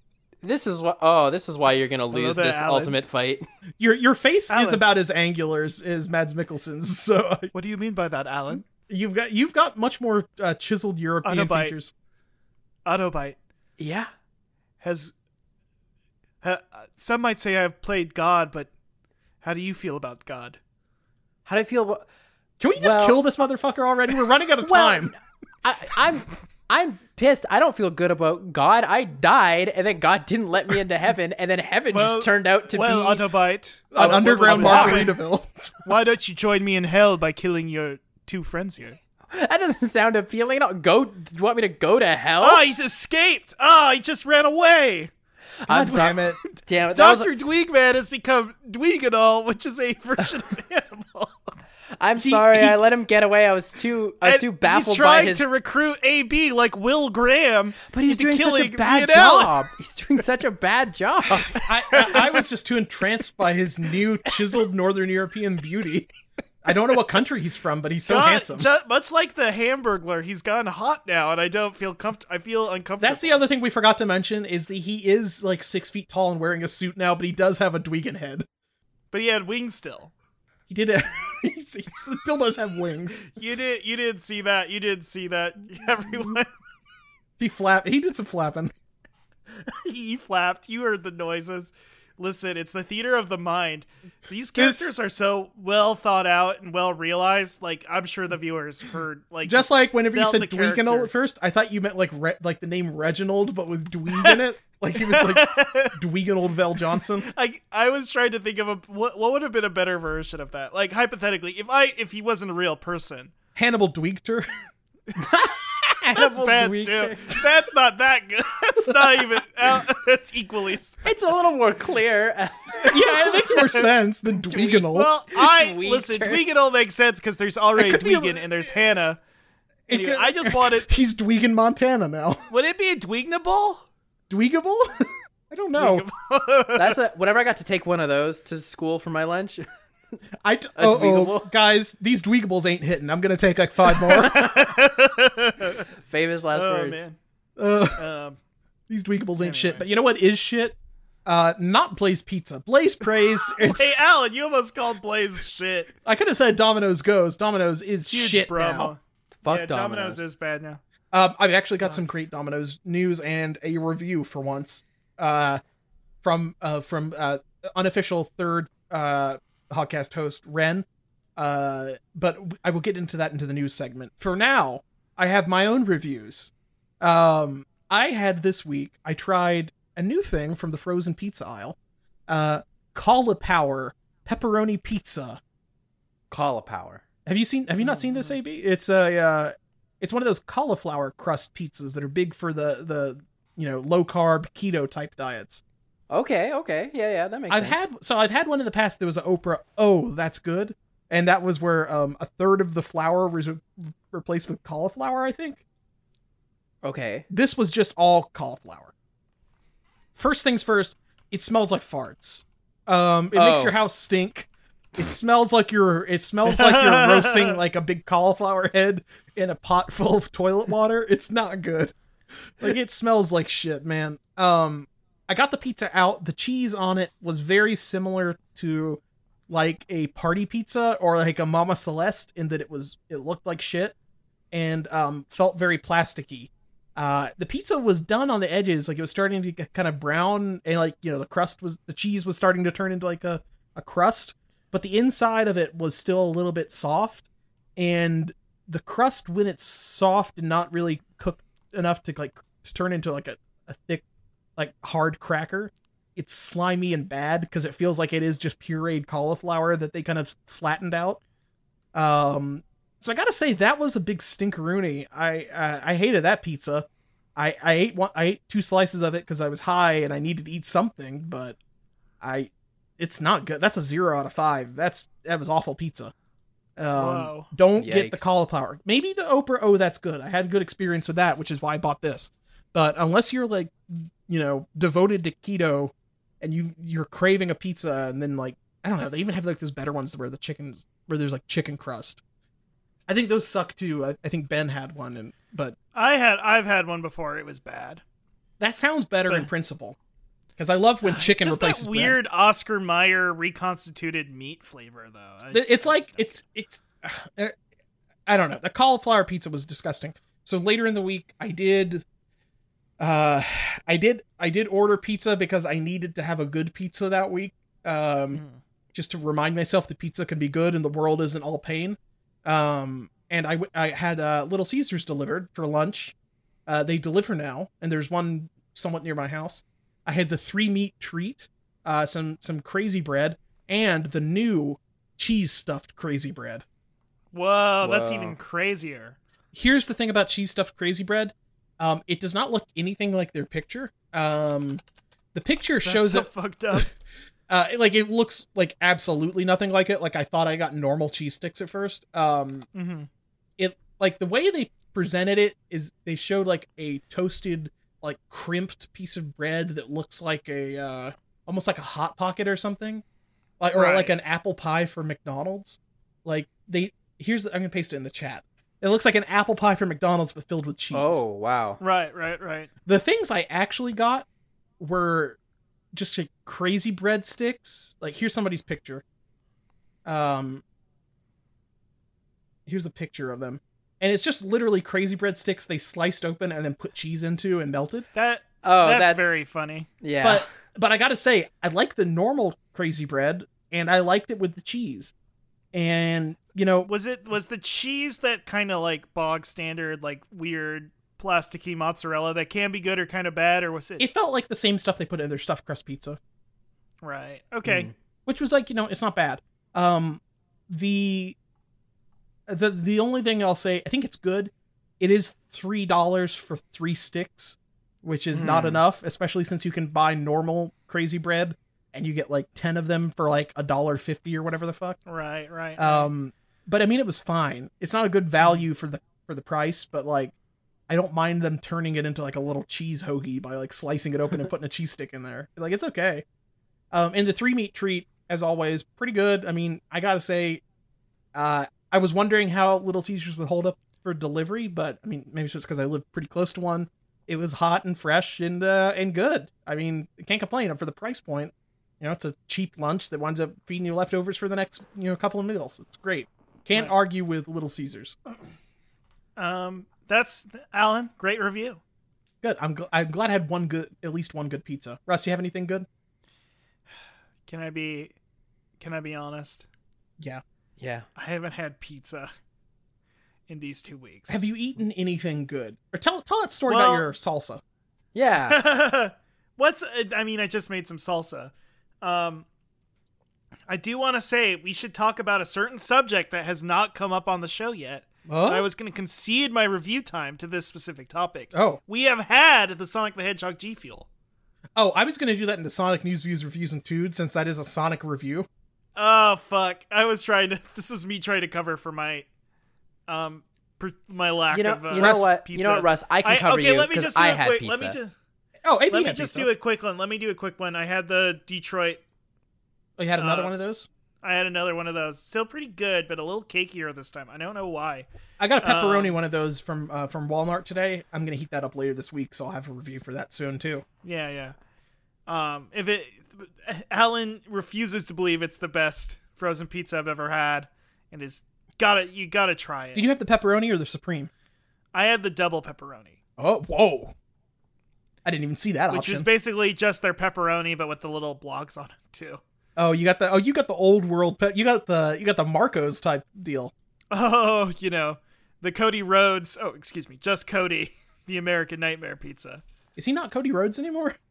Speaker 3: This is what. Oh, this is why you're gonna lose
Speaker 1: there,
Speaker 3: this
Speaker 1: Alan.
Speaker 3: ultimate fight.
Speaker 2: Your your face is
Speaker 1: Alan.
Speaker 2: about as angular as, as Mads Mikkelsen's, so I-
Speaker 1: What do you mean by that, Alan?
Speaker 2: you've got you've got much more uh, chiseled European
Speaker 1: Autobite.
Speaker 2: features.
Speaker 1: Autobite
Speaker 3: Yeah.
Speaker 1: has. Ha, some might say I've played God, but how do you feel about God?
Speaker 3: How do I feel? about-
Speaker 2: Can we just
Speaker 3: Well-
Speaker 2: kill this motherfucker already? We're running out of
Speaker 3: Well,
Speaker 2: time.
Speaker 3: I, I'm. I'm pissed. I don't feel good about God. I died, and then God didn't let me into heaven, and then heaven
Speaker 1: Well-
Speaker 3: just turned out to
Speaker 1: Oh, well,
Speaker 3: be.
Speaker 1: Autobite,
Speaker 3: Oh,
Speaker 2: An underground
Speaker 3: well,
Speaker 2: Margaritaville.
Speaker 1: why don't you join me in hell by killing your two friends here?
Speaker 3: That doesn't sound appealing. at all. Go. Do you want me to go to hell?
Speaker 1: Oh, he's escaped! Oh, he just ran away!
Speaker 3: I'm
Speaker 2: God
Speaker 3: sorry.
Speaker 2: damn it.
Speaker 3: Damn it. That was-
Speaker 1: Dr. Dweegman has become Dweeganol, which is a version of Hannibal.
Speaker 3: I'm sorry. I let him get away. I was too. I was
Speaker 1: And
Speaker 3: too baffled
Speaker 1: he's trying
Speaker 3: by his.
Speaker 1: to recruit AB like Will Graham.
Speaker 3: but he's
Speaker 1: into
Speaker 3: doing such a
Speaker 1: killing
Speaker 3: bad
Speaker 1: Ian Allen.
Speaker 3: job. He's doing such a bad job.
Speaker 2: I, I, I was just too entranced by his new chiseled Northern European beauty. I don't know what country he's from, but he's so
Speaker 1: God,
Speaker 2: handsome.
Speaker 1: ju- much like the Hamburglar, he's gone hot now, and I don't feel comfort. I feel uncomfortable.
Speaker 2: That's the other thing we forgot to mention is that he is like six feet tall and wearing a suit now, but he does have a Dweegan head.
Speaker 1: but he had wings still.
Speaker 2: He did. Have, he's- he still does have wings.
Speaker 1: You did. You did see that. You did see that. Everyone,
Speaker 2: He flap. He did some flapping.
Speaker 1: he flapped. You heard the noises. Listen, it's the theater of the mind. These characters are so well thought out and well realized. Like I'm sure the viewers heard. Like
Speaker 2: Just like whenever you
Speaker 1: Felt
Speaker 2: said
Speaker 1: the
Speaker 2: Dweeganol
Speaker 1: character.
Speaker 2: at first, I thought you meant like Re- like the name Reginald, but with Dweeg in it. Like he was like Dweeganol Val Johnson.
Speaker 1: I I was trying to think of a what what would have been a better version of that. Like hypothetically, if I if he wasn't a real person,
Speaker 2: Hannibal Dweegter.
Speaker 1: that's
Speaker 3: Animal
Speaker 1: bad
Speaker 3: Dweeter.
Speaker 1: too. That's not that good. That's not even. uh, that's equally. as-
Speaker 3: It's a little more clear.
Speaker 2: yeah, it makes more sense than Dweeganol.
Speaker 1: Well, I
Speaker 3: Dweeter.
Speaker 1: listen. Dweeganol makes sense because there's already
Speaker 2: could be a-
Speaker 1: Dweegan and there's Hannah.
Speaker 2: It
Speaker 1: Anyway,
Speaker 2: could-
Speaker 1: I just wanted.
Speaker 2: He's Dweegan Montana now.
Speaker 1: Would it be a Dweegnable?
Speaker 2: Dweegable? I don't know.
Speaker 3: That's a, whenever I got to take one of those to school for my lunch.
Speaker 2: I t- oh, oh,
Speaker 3: Dweegable?
Speaker 2: guys, these Dweegables ain't hitting. I'm gonna take like five more.
Speaker 3: Famous last
Speaker 1: Oh
Speaker 3: words.
Speaker 1: man.
Speaker 2: Uh,
Speaker 1: Um,
Speaker 2: these Dweegables ain't shit. But you know what is shit? Uh, not Blaze Pizza. Blaze Praise. It's,
Speaker 1: hey, Alan, you almost called Blaze shit.
Speaker 2: I could have said Domino's goes. Domino's is
Speaker 1: Huge
Speaker 2: shit
Speaker 1: promo.
Speaker 2: now.
Speaker 3: Fuck
Speaker 1: Yeah,
Speaker 3: Domino's.
Speaker 1: Domino's is bad now.
Speaker 2: Um, I've actually got some great Domino's news and a review for once. Uh, from uh from uh unofficial third uh podcast host Ren. Uh, but w- I will get into that into the news segment. For now, I have my own reviews. Um, I had this week. I tried a new thing from the frozen pizza aisle. Uh, Calla Power pepperoni pizza.
Speaker 3: Call a power.
Speaker 2: Have you seen? Have you not seen this,
Speaker 3: Mm.
Speaker 2: AB? It's a, uh, it's one of those cauliflower crust pizzas that are big for the the you know low carb keto type diets.
Speaker 3: Okay, okay. Yeah, yeah, that makes
Speaker 2: I've
Speaker 3: sense.
Speaker 2: had so I've had one in the past. There was an Oprah. Oh, that's good, and that was where um a third of the flour was re- replaced with cauliflower. I think
Speaker 3: Okay.
Speaker 2: this was just all cauliflower. First things first, it smells like farts. Um, it makes
Speaker 3: Oh.
Speaker 2: your house stink. It smells like you're. It smells like you're roasting like a big cauliflower head in a pot full of toilet water. It's not good. Like it smells like shit, man. Um, I got the pizza out. The cheese on it was very similar to like a party pizza or like a Mama Celeste in that it was it looked like shit and um felt very plasticky. Uh, the pizza was done on the edges, like it was starting to get kind of brown, and like you know the crust was the cheese was starting to turn into like a a crust, but the inside of it was still a little bit soft, and the crust when it's soft and not really cooked enough to like to turn into like a, a thick like hard cracker it's slimy and bad because it feels like it is just pureed cauliflower that they kind of flattened out. Um, so I gotta say that was a big stinkeroonie. I uh, I hated that pizza. I I ate one. I ate two slices of it because I was high and I needed to eat something. But I, it's not good. That's a zero out of five. That's that was awful pizza. Um,
Speaker 1: Wow.
Speaker 2: Don't get the
Speaker 3: Yikes.
Speaker 2: cauliflower. Maybe the Oprah. Oh, that's good. I had a good experience with that, which is why I bought this. But unless you're like, you know, devoted to keto, and you you're craving a pizza, and then like I don't know, they even have like those better ones where the chickens where there's like chicken crust. I think those suck too. I, I think Ben had one, and but
Speaker 1: I had I've had one before. It was bad.
Speaker 2: that sounds better in principle. Because I love when chicken
Speaker 1: it's just
Speaker 2: replaces
Speaker 1: that
Speaker 2: bread.
Speaker 1: weird Oscar Mayer reconstituted meat flavor though. I-
Speaker 2: Th- It's
Speaker 1: I
Speaker 2: like
Speaker 1: just don't-
Speaker 2: it's it's. uh, I don't know. The cauliflower pizza was disgusting. So later in the week, I did. Uh, I did I did order pizza because I needed to have a good pizza that week. Um,
Speaker 1: Mm.
Speaker 2: just to remind myself that pizza can be good and the world isn't all pain. Um, and I, w- I had uh, Little Caesars delivered for lunch. Uh, they deliver now, and there's one somewhat near my house. I had the three meat treat, uh, some some crazy bread, and the new cheese stuffed crazy bread.
Speaker 1: Whoa, that's
Speaker 3: Whoa.
Speaker 1: even crazier.
Speaker 2: Here's the thing about cheese stuffed crazy bread. Um, it does not look anything like their picture. Um, the picture
Speaker 1: That's
Speaker 2: shows
Speaker 1: so
Speaker 2: up
Speaker 1: fucked up.
Speaker 2: uh it- like it looks like absolutely nothing like it like i thought i got normal cheese sticks at first um
Speaker 1: hmm
Speaker 2: it like the way they presented it is they showed like a toasted like crimped piece of bread that looks like a uh almost like a hot pocket or something like or like
Speaker 1: Right.
Speaker 2: an apple pie for mcdonald's like they here's i'm gonna paste it in the chat it looks like an apple pie for mcdonald's but filled with cheese
Speaker 3: Oh wow.
Speaker 1: Right, right, right.
Speaker 2: the things I actually got were just like crazy breadsticks. Like here's somebody's picture. Um here's a picture of them. And it's just literally crazy breadsticks they sliced open and then put cheese into and melted.
Speaker 1: That
Speaker 3: Oh,
Speaker 1: that's
Speaker 3: that
Speaker 1: very funny.
Speaker 3: yeah.
Speaker 2: But but I gotta say, I like the normal crazy bread and I liked it with the cheese. And you know,
Speaker 1: Was it was the cheese that kind of like bog standard like weird plasticky mozzarella that can be good or kind of bad or was it,
Speaker 2: it felt like the same stuff they put in their stuffed crust pizza.
Speaker 1: right? Okay.
Speaker 3: Mm.
Speaker 2: which was like you know it's not bad um the the the only thing i'll say i think it's good it is three dollars for three sticks which is not
Speaker 3: Hmm.
Speaker 2: enough especially since you can buy normal crazy bread and you get like 10 of them for like a dollar 50 or whatever the fuck
Speaker 1: Right, right.
Speaker 2: um but i mean it was fine it's not a good value for the for the price but like i don't mind them turning it into like a little cheese hoagie by like slicing it open and putting a cheese stick in there like it's okay um and the three meat treat as always pretty good i mean i gotta say uh i was wondering how little caesars would hold up for delivery but i mean maybe it's just because i live pretty close to one it was hot and fresh and uh and good i mean can't complain for the price point you know, it's a cheap lunch that winds up feeding you leftovers for the next, you know, couple of meals. It's great. Can't
Speaker 1: Right.
Speaker 2: argue with Little Caesars.
Speaker 1: Um, that's Alan. Great review.
Speaker 2: Good. I'm gl- I'm glad I had one good, at least one good pizza. Russ, you have anything good?
Speaker 1: Can I be? Can I be honest?
Speaker 2: Yeah.
Speaker 3: yeah.
Speaker 1: I haven't had pizza in these two weeks.
Speaker 2: Have you eaten anything good? Or tell tell that story about
Speaker 1: Well-
Speaker 2: your salsa.
Speaker 3: Yeah.
Speaker 1: What's? I mean, I just made some salsa. Um, I do want to say we should talk about a certain subject that has not come up on the show yet.
Speaker 2: Oh,
Speaker 1: I was going to concede my review time to this specific topic.
Speaker 2: oh
Speaker 1: We have had the Sonic the Hedgehog G Fuel.
Speaker 2: oh, I was gonna do that in the Sonic news, views, reviews, and tudes, since that is a Sonic review.
Speaker 1: Oh fuck! I was trying to. This was me trying to cover for my, um, per, my lack
Speaker 3: You know,
Speaker 1: of. Uh,
Speaker 3: you know what?
Speaker 1: Pizza.
Speaker 3: You know what, Russ? I can cover
Speaker 1: okay,
Speaker 3: you
Speaker 1: let me
Speaker 3: 'cause
Speaker 1: just do
Speaker 3: I
Speaker 1: it
Speaker 3: had
Speaker 1: quick.
Speaker 3: pizza.
Speaker 1: Let me just
Speaker 2: Oh, AB
Speaker 1: let me
Speaker 2: had
Speaker 1: just
Speaker 2: pizza.
Speaker 1: do a quick one. Let me do a quick one. I had the Detroit.
Speaker 2: Oh, you had another
Speaker 1: uh,
Speaker 2: one of those.
Speaker 1: I had another one of those. Still pretty good, but a little cakier this time. I don't know why.
Speaker 2: I got a pepperoni
Speaker 1: um,
Speaker 2: one of those from uh, from Walmart today. I'm gonna heat that up later this week, so I'll have a review for that soon too.
Speaker 1: Yeah, yeah. Um, if it, Alan refuses to believe it's the best frozen pizza I've ever had, and is gotta you gotta try it.
Speaker 2: Did you have the pepperoni or the supreme?
Speaker 1: I had the double pepperoni.
Speaker 2: Oh, whoa! I didn't even see that
Speaker 1: which
Speaker 2: option.
Speaker 1: is basically just their pepperoni but with the little blocks on it too
Speaker 2: oh, you got the oh, you got the old world. Pe- you got the you got the Marcos type deal.
Speaker 1: oh you know the cody rhodes oh excuse me just cody the american nightmare pizza
Speaker 2: Is he not Cody Rhodes anymore?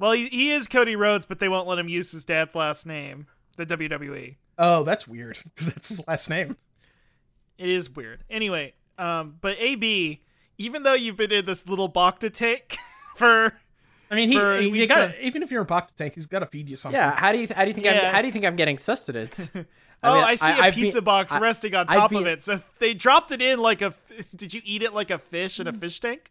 Speaker 1: Well, he, he is Cody Rhodes, but they won't let him use his dad's last name. The E. WWE.
Speaker 2: Oh, that's weird. that's his last name.
Speaker 1: It is weird. Anyway, um, but AB, even though you've been in this little Bokta tank for,
Speaker 2: I mean, he,
Speaker 1: For
Speaker 2: he- you
Speaker 1: weeks
Speaker 2: gotta- even if you're in Bacta tank, he's got to feed you something.
Speaker 3: Yeah, how do you how do you think
Speaker 1: Yeah.
Speaker 3: I'm how do you think I'm getting sustenance? I
Speaker 1: oh, I
Speaker 3: mean,
Speaker 1: see a
Speaker 3: I've been-
Speaker 1: pizza box
Speaker 3: I-
Speaker 1: resting on
Speaker 3: I've
Speaker 1: top of
Speaker 3: been-
Speaker 1: it. So they dropped it in like a. f- Did you eat it like a fish in
Speaker 3: Mm.
Speaker 1: a fish tank?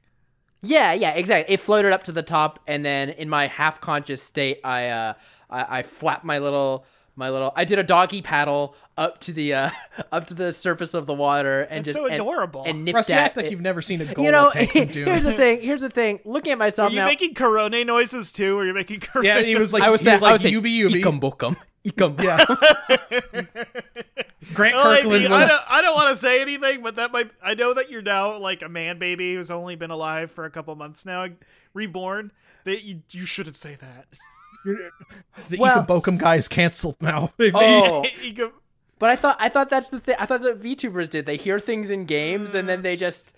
Speaker 3: Yeah, yeah, exactly. It floated up to the top, and then in my half-conscious state, I uh, I, I flapped my little my little. I did a doggy paddle up to the uh, up to the surface of the water, and
Speaker 1: It's
Speaker 3: just
Speaker 1: so
Speaker 3: and-
Speaker 1: adorable.
Speaker 3: And, nipped
Speaker 2: Russ, you
Speaker 3: at
Speaker 2: act like
Speaker 3: it.
Speaker 2: you've never seen a goal
Speaker 3: You know,
Speaker 2: tank from
Speaker 3: here's
Speaker 2: Doom.
Speaker 3: the thing. Here's the thing. Looking at myself
Speaker 1: Are you
Speaker 3: now,
Speaker 1: making corone noises too? Were you making corone?
Speaker 2: yeah, he was like,
Speaker 3: I was
Speaker 2: he
Speaker 3: saying,
Speaker 2: was like,
Speaker 3: I was saying,
Speaker 2: "Yubi, yubi."
Speaker 3: "Ikambokum, ikambokum."
Speaker 2: Yeah. Grant
Speaker 1: Well, AB,
Speaker 2: Kirkland
Speaker 1: I
Speaker 2: was.
Speaker 1: don't, I don't want to say anything, but that might. I know that you're now like a man baby who's only been alive for a couple months now, reborn. That you, you shouldn't say that.
Speaker 2: The
Speaker 3: Well-
Speaker 2: Ikambokum guy is canceled now.
Speaker 3: Oh,
Speaker 1: You go-
Speaker 3: but I thought I thought that's the thing. I thought that's what VTubers did. They hear things in games, and then they just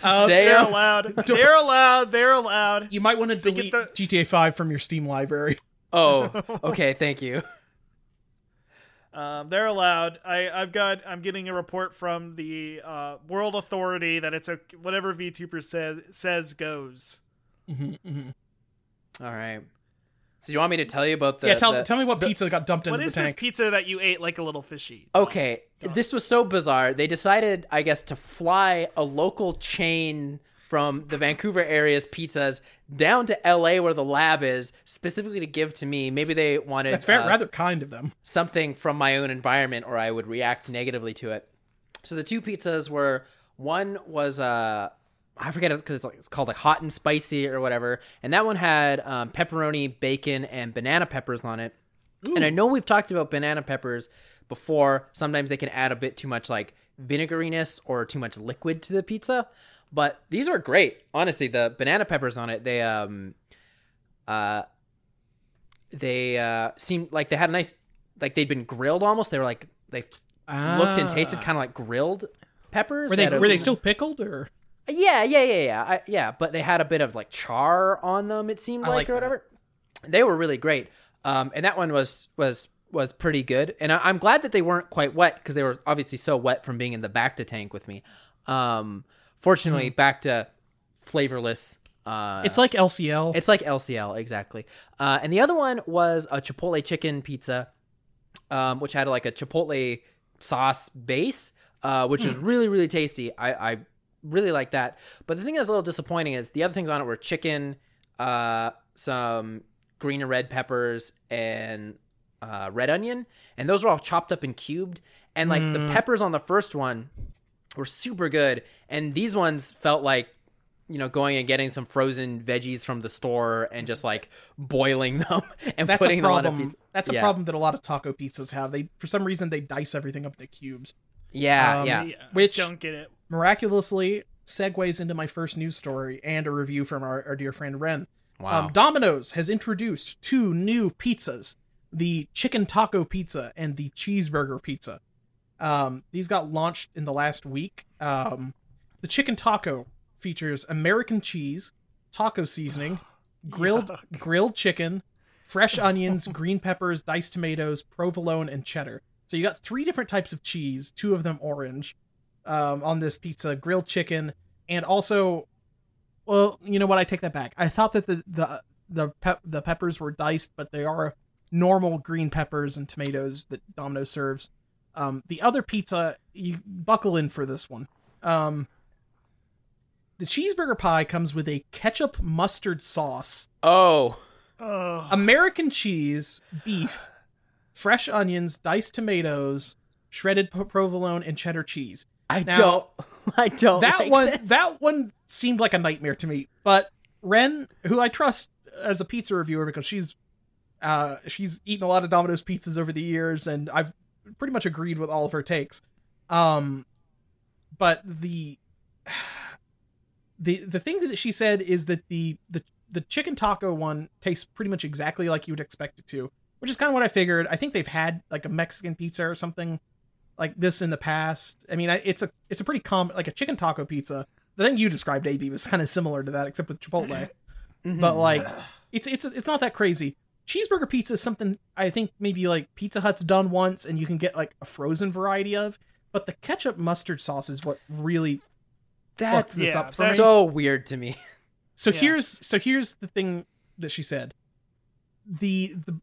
Speaker 3: say
Speaker 1: they're
Speaker 3: 'em.
Speaker 1: allowed. They're allowed. They're allowed.
Speaker 2: Uh, you might want to delete
Speaker 1: the-
Speaker 2: GTA 5 from your Steam library.
Speaker 3: "Oh, okay, thank you."
Speaker 1: Um, they're allowed. I, I've got. I'm getting a report from the uh, World Authority that it's a whatever VTuber says says goes.
Speaker 3: All right. So you want me to tell you about the?
Speaker 2: yeah, tell,
Speaker 3: the-
Speaker 2: tell me what pizza got dumped
Speaker 1: What
Speaker 2: into
Speaker 1: is
Speaker 2: the
Speaker 1: this
Speaker 2: tank.
Speaker 1: pizza that you ate like a little fishy?
Speaker 3: Okay, this was so bizarre. They decided, I guess, to fly a local chain from the Vancouver area's pizzas down to LA where the lab is, specifically to give to me. Maybe they wanted
Speaker 2: That's fair,
Speaker 3: uh,
Speaker 2: rather kind of them.
Speaker 3: something from my own environment or I would react negatively to it. So the two pizzas were one was uh I forget it because it's, like, it's called like hot and spicy or whatever, and that one had um, pepperoni, bacon, and banana peppers on it. And I know we've talked about banana peppers before. Sometimes they can add a bit too much like vinegariness or too much liquid to the pizza, but these were great. Honestly, the banana peppers on it they um uh they uh seemed like they had a nice like they'd been grilled almost. They were like they looked and tasted kind of like grilled peppers.
Speaker 2: Ah. Were they,
Speaker 3: had a-
Speaker 2: were they still pickled or?
Speaker 3: Yeah, yeah, yeah, yeah, I, yeah. But they had a bit of like char on them. It seemed
Speaker 2: I
Speaker 3: like,
Speaker 2: like
Speaker 3: or
Speaker 2: that.
Speaker 3: whatever. They were really great. Um, and that one was was was pretty good. And I, I'm glad that they weren't quite wet because they were obviously so wet from being in the back to tank with me. Um, fortunately,
Speaker 2: Hmm.
Speaker 3: back to flavorless. Uh,
Speaker 2: It's like LCL.
Speaker 3: it's like LCL, exactly. Uh, and the other one was a Chipotle chicken pizza, um, which had like a Chipotle sauce base, uh, which was really, really tasty. I, I really like that. But the thing that's a little disappointing is the other things on it were chicken, uh, some green and red peppers, and uh, red onion. And those were all chopped up and cubed. And like
Speaker 2: Hmm.
Speaker 3: the peppers on the first one were super good. And these ones felt like you know, going and getting some frozen veggies from the store and just like boiling them and
Speaker 2: that's
Speaker 3: putting
Speaker 2: a
Speaker 3: them on a
Speaker 2: problem.
Speaker 3: pizza.
Speaker 2: That's a
Speaker 3: Yeah.
Speaker 2: problem that a lot of taco pizzas have. They for some reason they dice everything up into cubes.
Speaker 3: Yeah,
Speaker 2: Um,
Speaker 3: yeah.
Speaker 2: Which-
Speaker 1: don't get it.
Speaker 2: Miraculously segues into my first news story and a review from our, our dear friend Ren.
Speaker 3: Wow.
Speaker 2: Um, Domino's has introduced two new pizzas: the chicken taco pizza and the cheeseburger pizza. Um, these got launched in the last week. Um, the chicken taco features American cheese, taco seasoning, grilled grilled chicken, fresh onions, green peppers, diced tomatoes, provolone, and cheddar. So you got three different types of cheese, two of them orange, um, on this pizza: grilled chicken and also well, you know what? I take that back. I thought that the the the pep- the peppers were diced, but they are normal green peppers and tomatoes that Domino serves. Um, the other pizza, you buckle in for this one. Um, the cheeseburger pie comes with a ketchup mustard sauce,
Speaker 3: oh,
Speaker 1: Oh,
Speaker 2: American cheese, beef, fresh onions, diced tomatoes, shredded po- provolone, and cheddar cheese
Speaker 3: I
Speaker 2: Now-
Speaker 3: don't, I don't.
Speaker 2: that
Speaker 3: like
Speaker 2: one
Speaker 3: this.
Speaker 2: that one seemed like a nightmare to me but ren who i trust as a pizza reviewer because she's uh she's eaten a lot of domino's pizzas over the years and i've pretty much agreed with all of her takes um but the the the thing that she said is that the the the chicken taco one tastes pretty much exactly like you would expect it to which is kind of what i figured i think they've had like a mexican pizza or something like this in the past. I mean, I- it's a it's a pretty common like a chicken taco pizza. The thing you described, AB, was kind of similar to that, except with Chipotle. but
Speaker 3: Mm-hmm.
Speaker 2: like it's it's it's not that crazy. Cheeseburger pizza is something I think maybe like Pizza Hut's done once, and you can get like a frozen variety of. But the ketchup mustard sauce is what really fucks
Speaker 3: That's
Speaker 2: this
Speaker 1: Yeah,
Speaker 2: up for me.
Speaker 1: that's-
Speaker 3: so weird to me.
Speaker 2: So
Speaker 1: Yeah.
Speaker 2: here's so here's the thing that she said. The the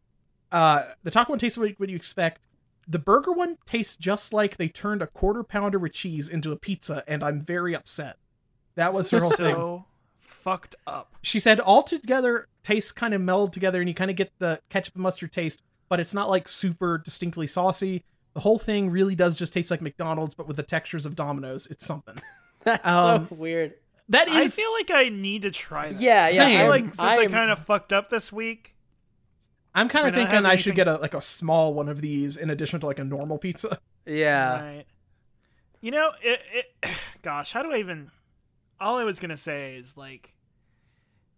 Speaker 2: uh the taco one tastes like what you expect. The burger one tastes just like they turned a quarter pounder with cheese into a pizza, and I'm very upset. That was her whole thing.
Speaker 1: so fucked up.
Speaker 2: She said all together tastes kind of meld together, and you kind of get the ketchup and mustard taste, but it's not like super distinctly saucy. The whole thing really does just taste like McDonald's, but with the textures of Domino's. It's something.
Speaker 3: That's
Speaker 2: Um,
Speaker 3: so weird.
Speaker 2: That
Speaker 1: I
Speaker 2: is
Speaker 1: feel like I need to try this.
Speaker 3: Yeah,
Speaker 2: yeah,
Speaker 1: I
Speaker 2: I'm-
Speaker 1: like since i
Speaker 3: I'm-
Speaker 1: kind of fucked up this week.
Speaker 2: I'm kind
Speaker 1: We're
Speaker 2: of
Speaker 1: not
Speaker 2: thinking
Speaker 1: having
Speaker 2: I should
Speaker 1: anything-
Speaker 2: get a like a small one of these in addition to like a normal pizza.
Speaker 3: Yeah.
Speaker 1: Right. You know, it, it. Gosh, how do I even? All I was gonna say is like,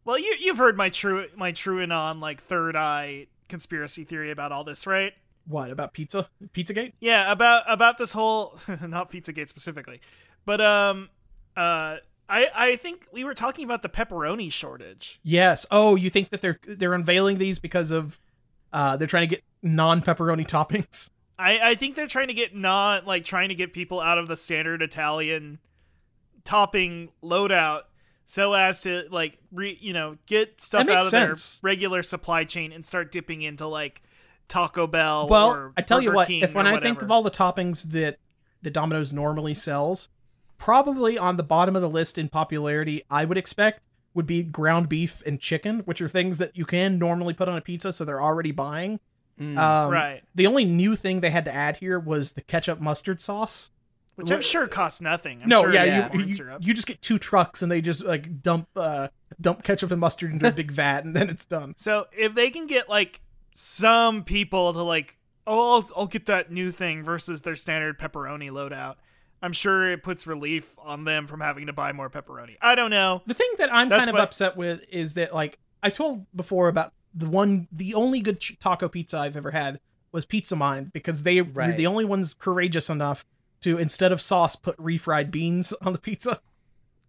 Speaker 1: well, you you've heard my true my true and on like third eye conspiracy theory about all this, right?
Speaker 2: What about pizza? Pizzagate?
Speaker 1: Yeah, about about this whole not Pizzagate specifically, but um, uh, I I think we were talking about the pepperoni shortage.
Speaker 2: Yes. Oh, you think that they're they're unveiling these because of uh they're trying to get non pepperoni toppings?
Speaker 1: I, I think they're trying to get not like trying to get people out of the standard Italian topping loadout so as to like re, you know get stuff
Speaker 2: makes
Speaker 1: out of
Speaker 2: sense.
Speaker 1: their regular supply chain and start dipping into like Taco Bell
Speaker 2: Well,
Speaker 1: or
Speaker 2: I tell you
Speaker 1: Burger
Speaker 2: what,
Speaker 1: King
Speaker 2: if when
Speaker 1: or
Speaker 2: I think
Speaker 1: whatever.
Speaker 2: of all the toppings that the Domino's normally sells, probably on the bottom of the list in popularity, I would expect would be ground beef and chicken, which are things that you can normally put on a pizza, so they're already buying.
Speaker 1: Hmm.
Speaker 3: Mm.
Speaker 2: Um,
Speaker 1: right,
Speaker 2: The only new thing they had to add here was the ketchup mustard sauce.
Speaker 1: which I'm sure costs nothing. I'm
Speaker 2: no,
Speaker 1: sure
Speaker 2: yeah,
Speaker 1: it's
Speaker 2: you-
Speaker 1: just corn
Speaker 2: you,
Speaker 1: syrup.
Speaker 2: you just get two trucks and they just like dump uh, dump ketchup and mustard into a big vat and then it's done.
Speaker 1: So if they can get like some people to like, oh, I'll, I'll get that new thing versus their standard pepperoni loadout, I'm sure it puts relief on them from having to buy more pepperoni. I don't know.
Speaker 2: The thing that I'm
Speaker 1: That's
Speaker 2: kind of
Speaker 1: what-
Speaker 2: upset with is that like I told before about the one the only good ch- taco pizza I've ever had was Pizza Mind because they were
Speaker 3: Right.
Speaker 2: the only ones courageous enough to instead of sauce put refried beans on the pizza.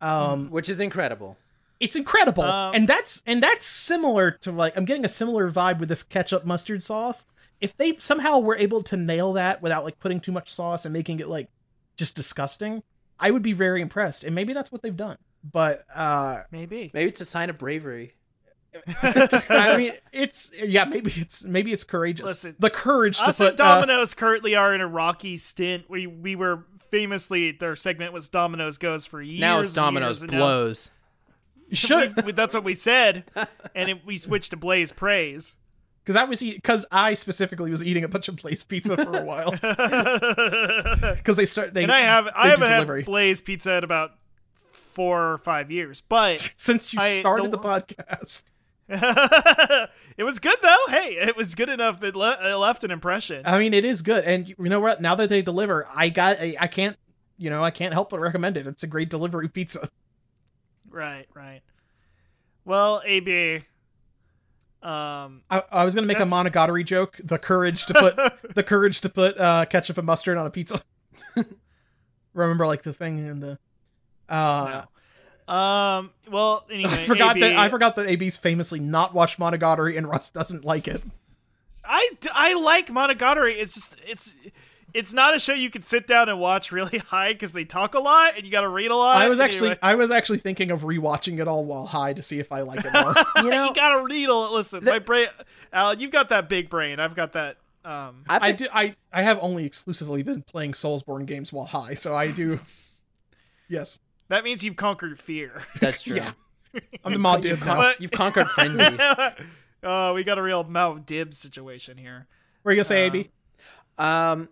Speaker 2: Um,
Speaker 3: Which is incredible.
Speaker 2: it's incredible
Speaker 1: Um,
Speaker 2: and that's and that's similar to like i'm getting a similar vibe with this ketchup mustard sauce if they somehow were able to nail that without like putting too much sauce and making it like just disgusting i would be very impressed and maybe that's what they've done but uh
Speaker 1: Maybe.
Speaker 3: Maybe it's a sign of bravery.
Speaker 2: i mean it's yeah maybe it's maybe it's courageous
Speaker 1: Listen,
Speaker 2: the courage to
Speaker 1: Us
Speaker 2: put
Speaker 1: and
Speaker 2: uh,
Speaker 1: Domino's currently are in a rocky stint. We we were famously their segment was Domino's goes for years.
Speaker 3: now it's
Speaker 1: and
Speaker 3: Domino's
Speaker 1: years, and now-
Speaker 3: blows.
Speaker 2: should
Speaker 1: We- we- that's what we said, and it, we switched to Blaze praise.
Speaker 2: because i was because i specifically was eating a bunch of place pizza for a while
Speaker 1: and
Speaker 2: because they start they
Speaker 1: I have
Speaker 2: they
Speaker 1: I
Speaker 2: do
Speaker 1: haven't
Speaker 2: delivery.
Speaker 1: had Blaze pizza in about four or five years, but
Speaker 2: since you
Speaker 1: I- the
Speaker 2: started the
Speaker 1: one-
Speaker 2: podcast
Speaker 1: it was good though. Hey, it was good enough that le- it left an impression.
Speaker 2: I mean, it is good, and you know what? Now that they deliver, I got, I, I can't, you know, I can't help but recommend it. It's a great delivery pizza.
Speaker 1: right, right. Well, AB, um,
Speaker 2: I, I was gonna make a
Speaker 1: That's-
Speaker 2: monogatari joke. The courage to put the courage to put uh, ketchup and mustard on a pizza. Remember, like the thing in the. Uh,
Speaker 1: um, well, anyway,
Speaker 2: I forgot
Speaker 1: AB,
Speaker 2: that I forgot that AB's famously not watched Monogatari and Russ doesn't like it.
Speaker 1: I I like Monogatari. It's just it's. It's not a show you can sit down and watch really high because they talk a lot and you got to read a lot.
Speaker 2: I was actually
Speaker 1: Anyway,
Speaker 2: I was actually thinking of rewatching it all while high to see if I like it more.
Speaker 3: You know,
Speaker 1: you got to read a lot. Listen, my brain, Alan, you've got that big brain. I've got that. Um,
Speaker 3: I
Speaker 2: I
Speaker 3: think
Speaker 2: do I I have only exclusively been playing Soulsborne games while high, so I do. Yes.
Speaker 1: that means you've conquered fear.
Speaker 3: that's true.
Speaker 2: Yeah. I'm the mod
Speaker 3: You've,
Speaker 2: dude
Speaker 3: con-
Speaker 2: now.
Speaker 1: But-
Speaker 3: you've conquered frenzy.
Speaker 1: uh, we got a real Mount Dib situation here.
Speaker 2: Where you gonna say, AB?
Speaker 3: Um,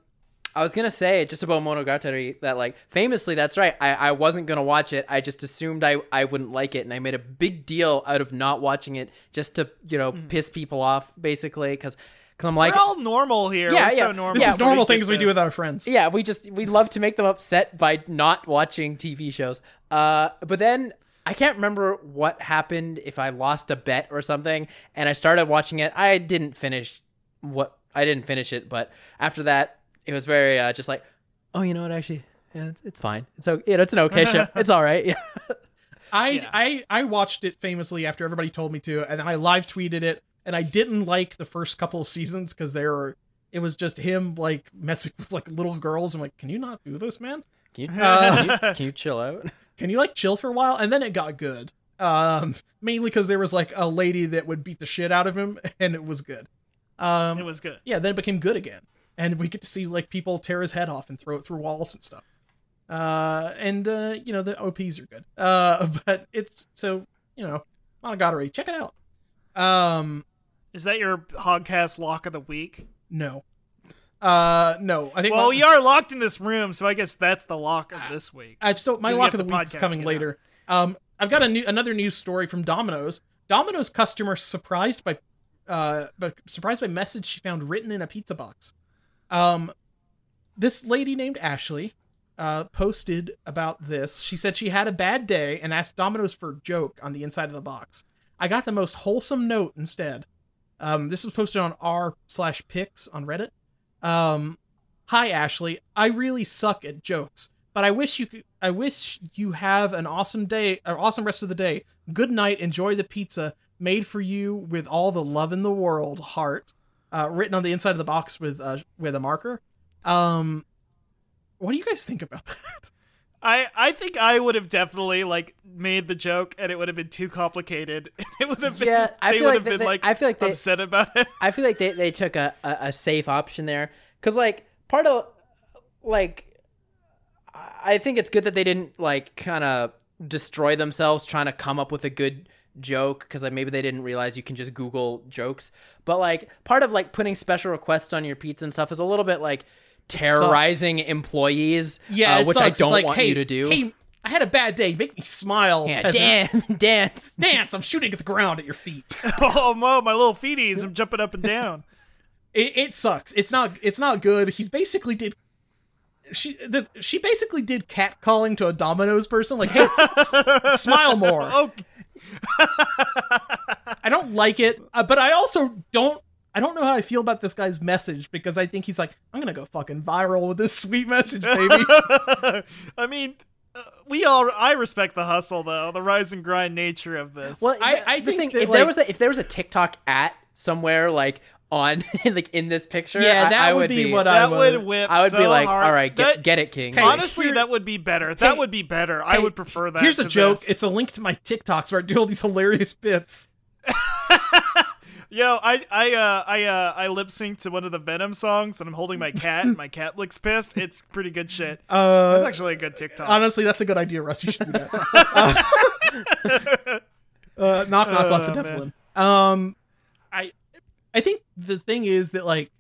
Speaker 3: I was gonna say just about Monogatari that like famously, that's right. I, I wasn't gonna watch it. I just assumed I I wouldn't like it, and I made a big deal out of not watching it just to you know
Speaker 1: Mm-hmm.
Speaker 3: piss people off basically because because I'm like
Speaker 1: We're all normal here.
Speaker 3: Yeah,
Speaker 1: We're so
Speaker 3: yeah.
Speaker 1: normal.
Speaker 2: This
Speaker 3: Yeah,
Speaker 2: is
Speaker 1: so
Speaker 2: normal
Speaker 1: get
Speaker 2: things we do
Speaker 1: this.
Speaker 2: with our friends.
Speaker 3: yeah we just we love to make them upset by not watching tv shows uh but then i can't remember what happened if i lost a bet or something and i started watching it i didn't finish what i didn't finish it but after that it was very uh, just like oh you know what actually yeah, it's, it's fine it's okay you know, it's an okay show it's all right yeah
Speaker 2: I,
Speaker 1: Yeah.
Speaker 2: I I watched it famously after everybody told me to, and then I live tweeted it. And I didn't like the first couple of seasons because they were it was just him like messing with like little girls. I'm like, can you not do this, man?
Speaker 3: Can you,
Speaker 2: Uh,
Speaker 3: can you, can you chill out?
Speaker 2: Can you like chill for a while? And then it got good. Um, mainly because there was like a lady that would beat the shit out of him, and it was good. Um,
Speaker 1: It was good.
Speaker 2: yeah, then it became good again, and we get to see like people tear his head off and throw it through walls and stuff. Uh, and uh, you know the OPs are good. Uh, but it's so you know Monogatari, check it out. Um,
Speaker 1: Is that your Hogcast lock of the week?
Speaker 2: no, uh, no, I think
Speaker 1: Well,
Speaker 2: my-
Speaker 1: we are locked in this room, so I guess that's the lock of this week.
Speaker 2: I've still my
Speaker 1: Because we
Speaker 2: lock
Speaker 1: have
Speaker 2: of the
Speaker 1: the
Speaker 2: week's
Speaker 1: podcast
Speaker 2: coming
Speaker 1: to get
Speaker 2: later. Um, I've got a new another news story from Domino's. Domino's customer surprised by, uh, but surprised by message she found written in a pizza box. Um, this lady named Ashley, uh, posted about this. She said she had a bad day and asked Domino's for a joke on the inside of the box. I got the most wholesome note instead. Um, this was posted on r slash pics on Reddit. Um, Hi Ashley, I really suck at jokes, but I wish you could, I wish you have an awesome day, or awesome rest of the day. Good night. Enjoy the pizza made for you with all the love in the world. Heart, uh, written on the inside of the box with uh, with a marker. Um, what do you guys think about that?
Speaker 1: I, I think I would have definitely like made the joke, and it would have been too complicated. It would have been.
Speaker 3: Yeah, I
Speaker 1: they
Speaker 3: feel
Speaker 1: would
Speaker 3: like
Speaker 1: have
Speaker 3: they-
Speaker 1: been
Speaker 3: they-
Speaker 1: like.
Speaker 3: I feel like they-
Speaker 1: upset about it.
Speaker 3: I feel like they, they took a, a, a safe option there. Because, like, part of, like, I I think it's good that they didn't, like, kind of destroy themselves trying to come up with a good joke. Because, like, maybe they didn't realize you can just Google jokes. But, like, part of, like, putting special requests on your pizza and stuff is a little bit, like, terrorizing employees. uh,
Speaker 2: it
Speaker 3: which
Speaker 2: sucks.
Speaker 3: I
Speaker 2: It's
Speaker 3: don't
Speaker 2: like,
Speaker 3: want
Speaker 2: hey,
Speaker 3: you to do.
Speaker 2: Hey, I had a bad day. Make me smile.
Speaker 3: yeah,
Speaker 2: peasant.
Speaker 3: damn, dance.
Speaker 2: Dance! I'm shooting at the ground at your feet.
Speaker 1: oh, whoa, my little feeties! I'm jumping up and down.
Speaker 2: it, it sucks. It's not it's not good. He's basically did she the, she basically did catcalling to a Domino's person like hey s- smile more.
Speaker 1: Oh,
Speaker 2: I don't like it, uh, but I also don't I don't know how I feel about this guy's message because I think he's like I'm going to go fucking viral with this sweet message baby.
Speaker 1: I mean, uh, we all. I respect the hustle, though, the rise and grind nature of this.
Speaker 3: Well,
Speaker 2: I-
Speaker 3: the,
Speaker 2: I
Speaker 3: the
Speaker 2: think
Speaker 3: thing,
Speaker 2: that,
Speaker 3: if there
Speaker 2: like-
Speaker 3: was a, if there was a TikTok at somewhere like on like in this picture,
Speaker 2: yeah,
Speaker 3: I-
Speaker 2: that
Speaker 3: I
Speaker 2: would be, what I
Speaker 1: that
Speaker 2: would,
Speaker 1: would whip.
Speaker 3: I would be
Speaker 1: so
Speaker 3: like,
Speaker 1: hard.
Speaker 3: all right, get,
Speaker 1: That-
Speaker 3: get it, King.
Speaker 2: Hey,
Speaker 1: Honestly,
Speaker 2: here-
Speaker 1: that would be better.
Speaker 2: Hey,
Speaker 1: That would be better. I
Speaker 2: hey,
Speaker 1: would prefer that.
Speaker 2: Here's a
Speaker 1: to
Speaker 2: joke.
Speaker 1: this.
Speaker 2: It's a link to my TikToks where I do all these hilarious bits.
Speaker 1: Yo, I I uh I uh I lip sync to one of the Venom songs, and I'm holding my cat, and my cat looks pissed. It's pretty good shit.
Speaker 2: Uh,
Speaker 1: That's actually a good TikTok.
Speaker 2: Honestly, that's a good idea, Russ. You should do that. uh, uh, knock, knock,
Speaker 1: Oh,
Speaker 2: Lefty Devlin. Um, I, I think the thing is that like,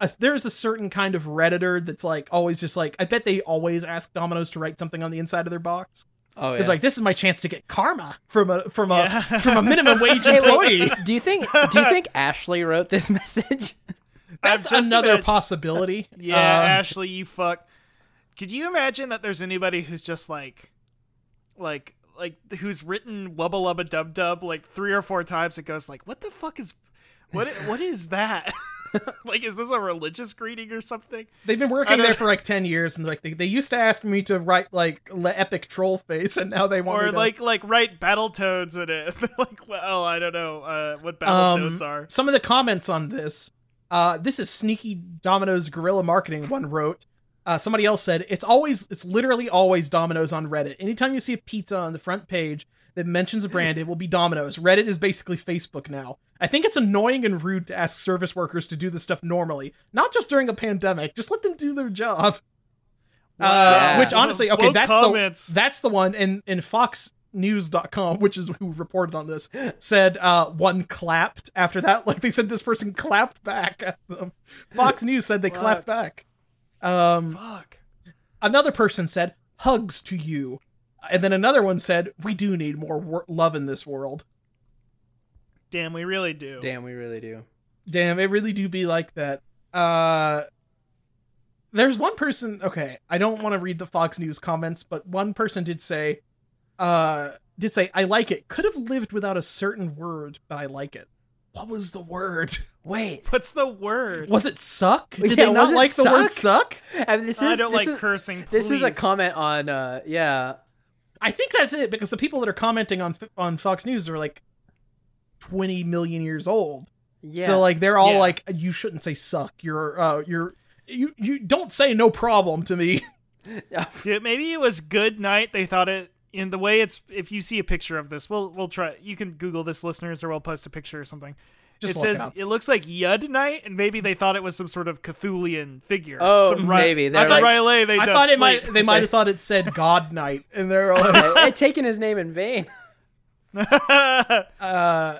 Speaker 2: a, there's a certain kind of redditor that's like always just like I bet they always ask Domino's to write something on the inside of their box.
Speaker 3: oh yeah.
Speaker 2: It's like this is my chance to get karma from a from a
Speaker 1: Yeah.
Speaker 2: from a minimum wage
Speaker 3: Hey,
Speaker 2: employee.
Speaker 3: wait, do you think do you think Ashley wrote this message?
Speaker 1: I've
Speaker 2: That's
Speaker 1: just
Speaker 2: another
Speaker 1: imagine-
Speaker 2: possibility.
Speaker 1: yeah,
Speaker 2: Um,
Speaker 1: Ashley, you fuck. Could you imagine that there's anybody who's just like, like, like who's written wubba lubba dub dub like three or four times? It goes like, what the fuck is, what i- what is that? like, is this a religious greeting or something?
Speaker 2: They've been
Speaker 1: I
Speaker 2: working
Speaker 1: don't-
Speaker 2: there for like ten years, and like they, they used to ask me to write like le- epic troll face, and now they want me
Speaker 1: Or
Speaker 2: to-
Speaker 1: like, like write battle toads in it? They're like, well, I don't know uh, what battle toads
Speaker 2: Um,
Speaker 1: are.
Speaker 2: Some of the comments on this. Uh, this is sneaky Domino's guerrilla marketing. One wrote. Uh, somebody else said it's always it's literally always Domino's on Reddit. Anytime you see a pizza on the front page that mentions a brand, it will be Domino's. Reddit is basically Facebook now. I think it's annoying and rude to ask service workers to do this stuff normally, not just during a pandemic. Just let them do their job. Uh,
Speaker 3: Yeah.
Speaker 2: Which honestly, okay,
Speaker 1: Woke
Speaker 2: that's
Speaker 1: comments.
Speaker 2: the that's the one. And and FoxNews.com, which is who reported on this, said uh, one clapped after that. Like they said, this person clapped back at them. Fox News said they clapped back. Um,
Speaker 1: Fuck.
Speaker 2: another person said hugs to you, and then another one said we do need more wor- love in this world.
Speaker 1: Damn, we really do.
Speaker 3: Damn, we really do.
Speaker 2: Damn, it really do be like that. Uh there's one person okay, I don't want to read the Fox News comments, but one person did say uh did say I like it. Could have lived without a certain word, but I like it. What was the word?
Speaker 3: Wait,
Speaker 1: What's the word?
Speaker 2: Was it suck? Did
Speaker 3: Yeah,
Speaker 2: they
Speaker 3: was
Speaker 2: not
Speaker 3: it
Speaker 2: like the word
Speaker 3: suck?
Speaker 2: suck?
Speaker 3: I mean, this is
Speaker 1: I don't
Speaker 3: this
Speaker 1: like
Speaker 3: is,
Speaker 1: cursing.
Speaker 3: this is a
Speaker 1: please.
Speaker 3: comment on uh yeah
Speaker 2: I think that's it because the people that are commenting on on Fox News are like 20 million years old.
Speaker 3: Yeah.
Speaker 2: So like they're all
Speaker 1: Yeah.
Speaker 2: like you shouldn't say suck. You're uh you're you you don't say no problem to me.
Speaker 1: Dude, maybe it was good night. They thought it in the way it's. If you see a picture of this, we'll we'll try. You can Google this, listeners, or we'll post a picture or something. it
Speaker 2: Just look it
Speaker 1: says
Speaker 2: up.
Speaker 1: it, looks like Yud Knight, and maybe they thought it was some sort of Cthulian figure.
Speaker 3: Oh,
Speaker 1: some
Speaker 3: maybe. They're
Speaker 1: They're
Speaker 3: like-
Speaker 1: right away they
Speaker 2: I
Speaker 1: don't
Speaker 2: thought it
Speaker 1: sleep.
Speaker 2: might they might have thought it said God night and they're all like
Speaker 3: I, I'd taken his name in vain.
Speaker 2: uh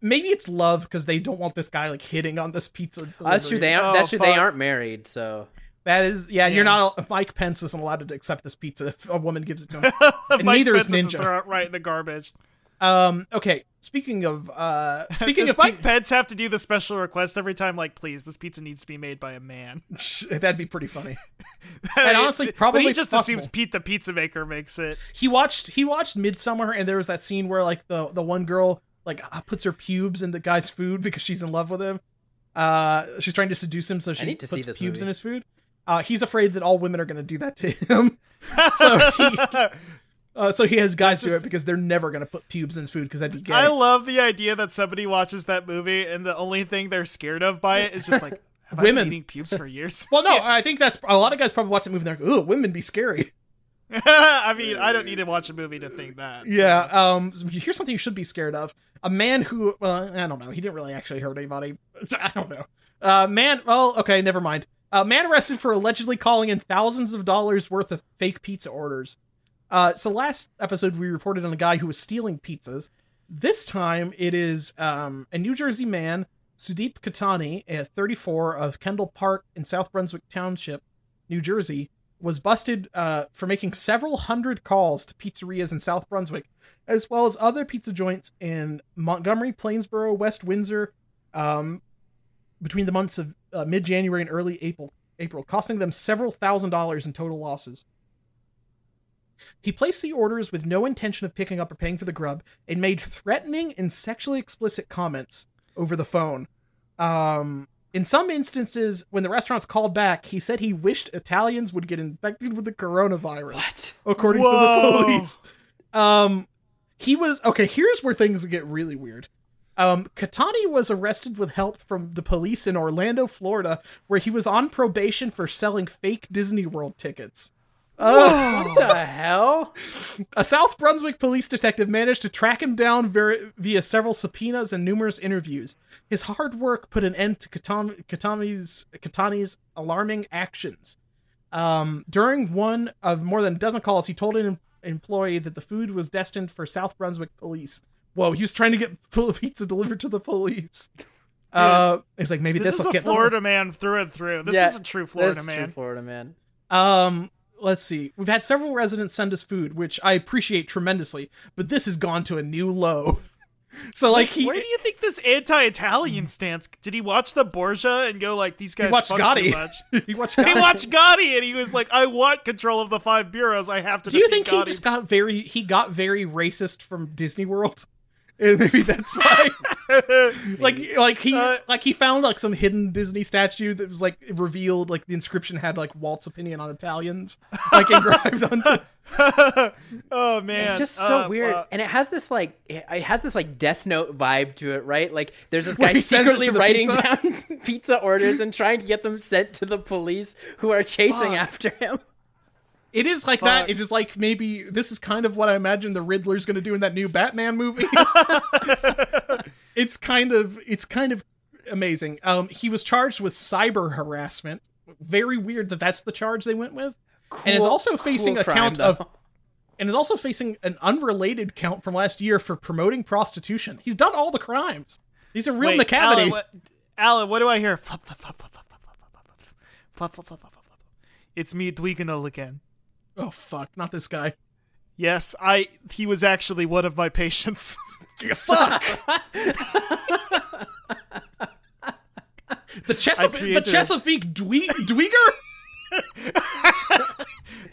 Speaker 2: maybe it's love because they don't want this guy like hitting on this pizza. Delivery.
Speaker 3: That's true. They aren't.
Speaker 1: Oh,
Speaker 3: that's true. They
Speaker 1: fuck.
Speaker 3: aren't married. So
Speaker 2: That is yeah,
Speaker 1: Yeah.
Speaker 2: you're not Mike Pence isn't allowed to accept this pizza if a woman gives it to him.
Speaker 1: Mike
Speaker 2: neither is
Speaker 1: Pence to
Speaker 2: Ninja.
Speaker 1: throw it right in the garbage.
Speaker 2: um okay, speaking of uh speaking
Speaker 1: Does
Speaker 2: of pe-
Speaker 1: Mike Pence have to do the special request every time? Like, please, this pizza needs to be made by a man.
Speaker 2: that'd be pretty funny. And honestly,
Speaker 1: but he
Speaker 2: probably
Speaker 1: just
Speaker 2: possible.
Speaker 1: assumes Pete the pizza maker makes it.
Speaker 2: he watched he watched Midsummer and there was that scene where like the the one girl like uh, puts her pubes in the guy's food because she's in love with him. Uh, she's trying to seduce him, so she
Speaker 3: need to
Speaker 2: puts
Speaker 3: see this
Speaker 2: pubes
Speaker 3: movie.
Speaker 2: in his food. Uh, he's afraid that all women are going to do that to him, so he, uh, so he has guys do
Speaker 1: just-
Speaker 2: it because they're never going to put pubes in his food because that'd be gay.
Speaker 1: I love the idea that somebody watches that movie and the only thing they're scared of by it is just like have I
Speaker 2: Women.
Speaker 1: been eating pubes for years.
Speaker 2: well, no, I think that's a lot of guys probably watch that movie. and They're like, "Ooh, women be scary."
Speaker 1: I mean, I don't need to watch a movie to think that. so.
Speaker 2: Yeah. Um. Here's something you should be scared of: a man who, well, I don't know. He didn't really actually hurt anybody. I don't know. Uh, man. Well, okay, never mind. A man arrested for allegedly calling in thousands of dollars worth of fake pizza orders. Uh, so last episode we reported on a guy who was stealing pizzas. This time it is um, a New Jersey man, Sudeep Katani, uh, 34 of Kendall Park in South Brunswick Township, New Jersey, was busted uh, for making several hundred calls to pizzerias in South Brunswick, as well as other pizza joints in Montgomery, Plainsboro, West Windsor, um, between the months of uh, mid-January and early April, April, costing them several thousand dollars in total losses. He placed the orders with no intention of picking up or paying for the grub and made threatening and sexually explicit comments over the phone. Um, in some instances, when the restaurants called back, he said he wished Italians would get infected with the coronavirus
Speaker 3: what?
Speaker 2: according
Speaker 1: Whoa.
Speaker 2: to the police. Um, he was okay. Here's where things get really weird. Um, Katani was arrested with help from the police in Orlando, Florida, where he was on probation for selling fake Disney World tickets.
Speaker 3: What the hell?
Speaker 2: A South Brunswick police detective managed to track him down ver- via several subpoenas and numerous interviews. His hard work put an end to Katam- Katami's, Katani's alarming actions. Um, during one of more than a dozen calls, he told an em- employee that the food was destined for South Brunswick police. Whoa, he was trying to get pol- pizza delivered to the police. Uh, he's like, maybe
Speaker 1: This
Speaker 2: this,
Speaker 1: is
Speaker 2: will
Speaker 1: a
Speaker 2: get them.
Speaker 1: Florida man through and through. This
Speaker 3: Yeah,
Speaker 1: is a true
Speaker 3: There's
Speaker 1: Florida
Speaker 3: true
Speaker 1: man.
Speaker 3: Florida man.
Speaker 2: Um, let's see. We've had several residents send us food, which I appreciate tremendously, but this has gone to a new low. so like he,
Speaker 1: Where do you think this anti-Italian stance? Did he watch the Borgia and go like these guys
Speaker 2: watched
Speaker 1: fuck too
Speaker 2: Gotti.
Speaker 1: much?
Speaker 2: he watched.
Speaker 1: He watched Gotti and he was like, "I want control of the five bureaus. I have to."
Speaker 2: Do you
Speaker 1: defeat
Speaker 2: think he
Speaker 1: Gotti."
Speaker 2: just got very he got very racist from Disney World? And maybe that's why. like like he
Speaker 1: Uh,
Speaker 2: like he found like some hidden Disney statue that was like revealed like the inscription had like Walt's opinion on Italians like engraved onto
Speaker 1: oh man,
Speaker 3: It's just so
Speaker 2: Um,
Speaker 1: Uh,
Speaker 3: weird,
Speaker 1: uh,
Speaker 3: and it has this like it it has this like Death Note vibe to it, right? Like there's this
Speaker 2: Where
Speaker 3: guy
Speaker 2: he sends it
Speaker 3: secretly
Speaker 2: to the
Speaker 3: writing
Speaker 2: pizza.
Speaker 3: down pizza orders and trying to get them sent to the police, who are chasing after him.
Speaker 2: It is like
Speaker 1: Fuck.
Speaker 2: that. It is like maybe this is kind of what I imagine the Riddler's going to do in that new Batman movie. it's kind of it's kind of amazing. Um, he was charged with cyber harassment. Very weird that that's the charge they went with, and is
Speaker 3: Cool-
Speaker 2: also facing
Speaker 3: cool
Speaker 2: a
Speaker 3: crime,
Speaker 2: count
Speaker 3: though.
Speaker 2: of and is also facing an unrelated count from last year for promoting prostitution. He's done all the crimes. He's a real
Speaker 1: wait,
Speaker 2: McCavity.
Speaker 1: Alan, what, Alan, what do I hear? Flop, flop, flop, flop, flop, flop, flop, flop, flop, flop. Flop, flop, flop, flop, flop, flop. It's me, Dweeganol again.
Speaker 2: Oh fuck, not this guy.
Speaker 1: Yes, I. He was actually one of my patients.
Speaker 2: Fuck. the
Speaker 1: I
Speaker 2: Chesapeake, the
Speaker 1: created it.
Speaker 2: Chesapeake Dwe- Dweeger.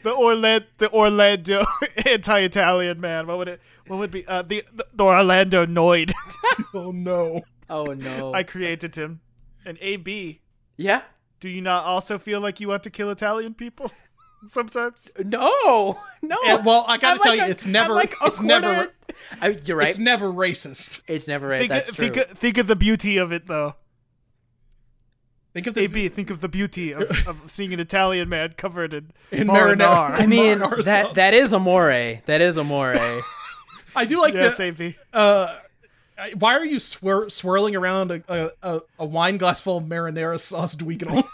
Speaker 1: the Orlando, the Orlando anti-Italian man. What would it? What would be uh, the, the the Orlando Noid?
Speaker 2: Oh no.
Speaker 3: Oh no!
Speaker 1: I created him. An AB.
Speaker 3: yeah,
Speaker 1: Do you not also feel like you want to kill Italian people? sometimes?
Speaker 3: No, no.
Speaker 2: And, well, I gotta
Speaker 3: I'm like
Speaker 2: tell you,
Speaker 3: a-
Speaker 2: it's never-
Speaker 3: I'm like a
Speaker 2: it's never-
Speaker 3: quarter- I, you're right.
Speaker 2: It's never racist.
Speaker 3: It's never right.
Speaker 1: think,
Speaker 3: That's true.
Speaker 1: think, think of the beauty of it, though.
Speaker 2: Think of the
Speaker 1: AB, think of the beauty of, of seeing an Italian man covered in,
Speaker 2: In
Speaker 1: marinara.
Speaker 2: marinara.
Speaker 3: I mean,
Speaker 2: Among
Speaker 3: that
Speaker 2: ourselves.
Speaker 3: that is amore. That is amore.
Speaker 2: I do like
Speaker 1: yes,
Speaker 2: the,
Speaker 1: AB.
Speaker 2: uh I- why are you swir- swirling around a, a, a, a wine glass full of marinara sauce dweegle?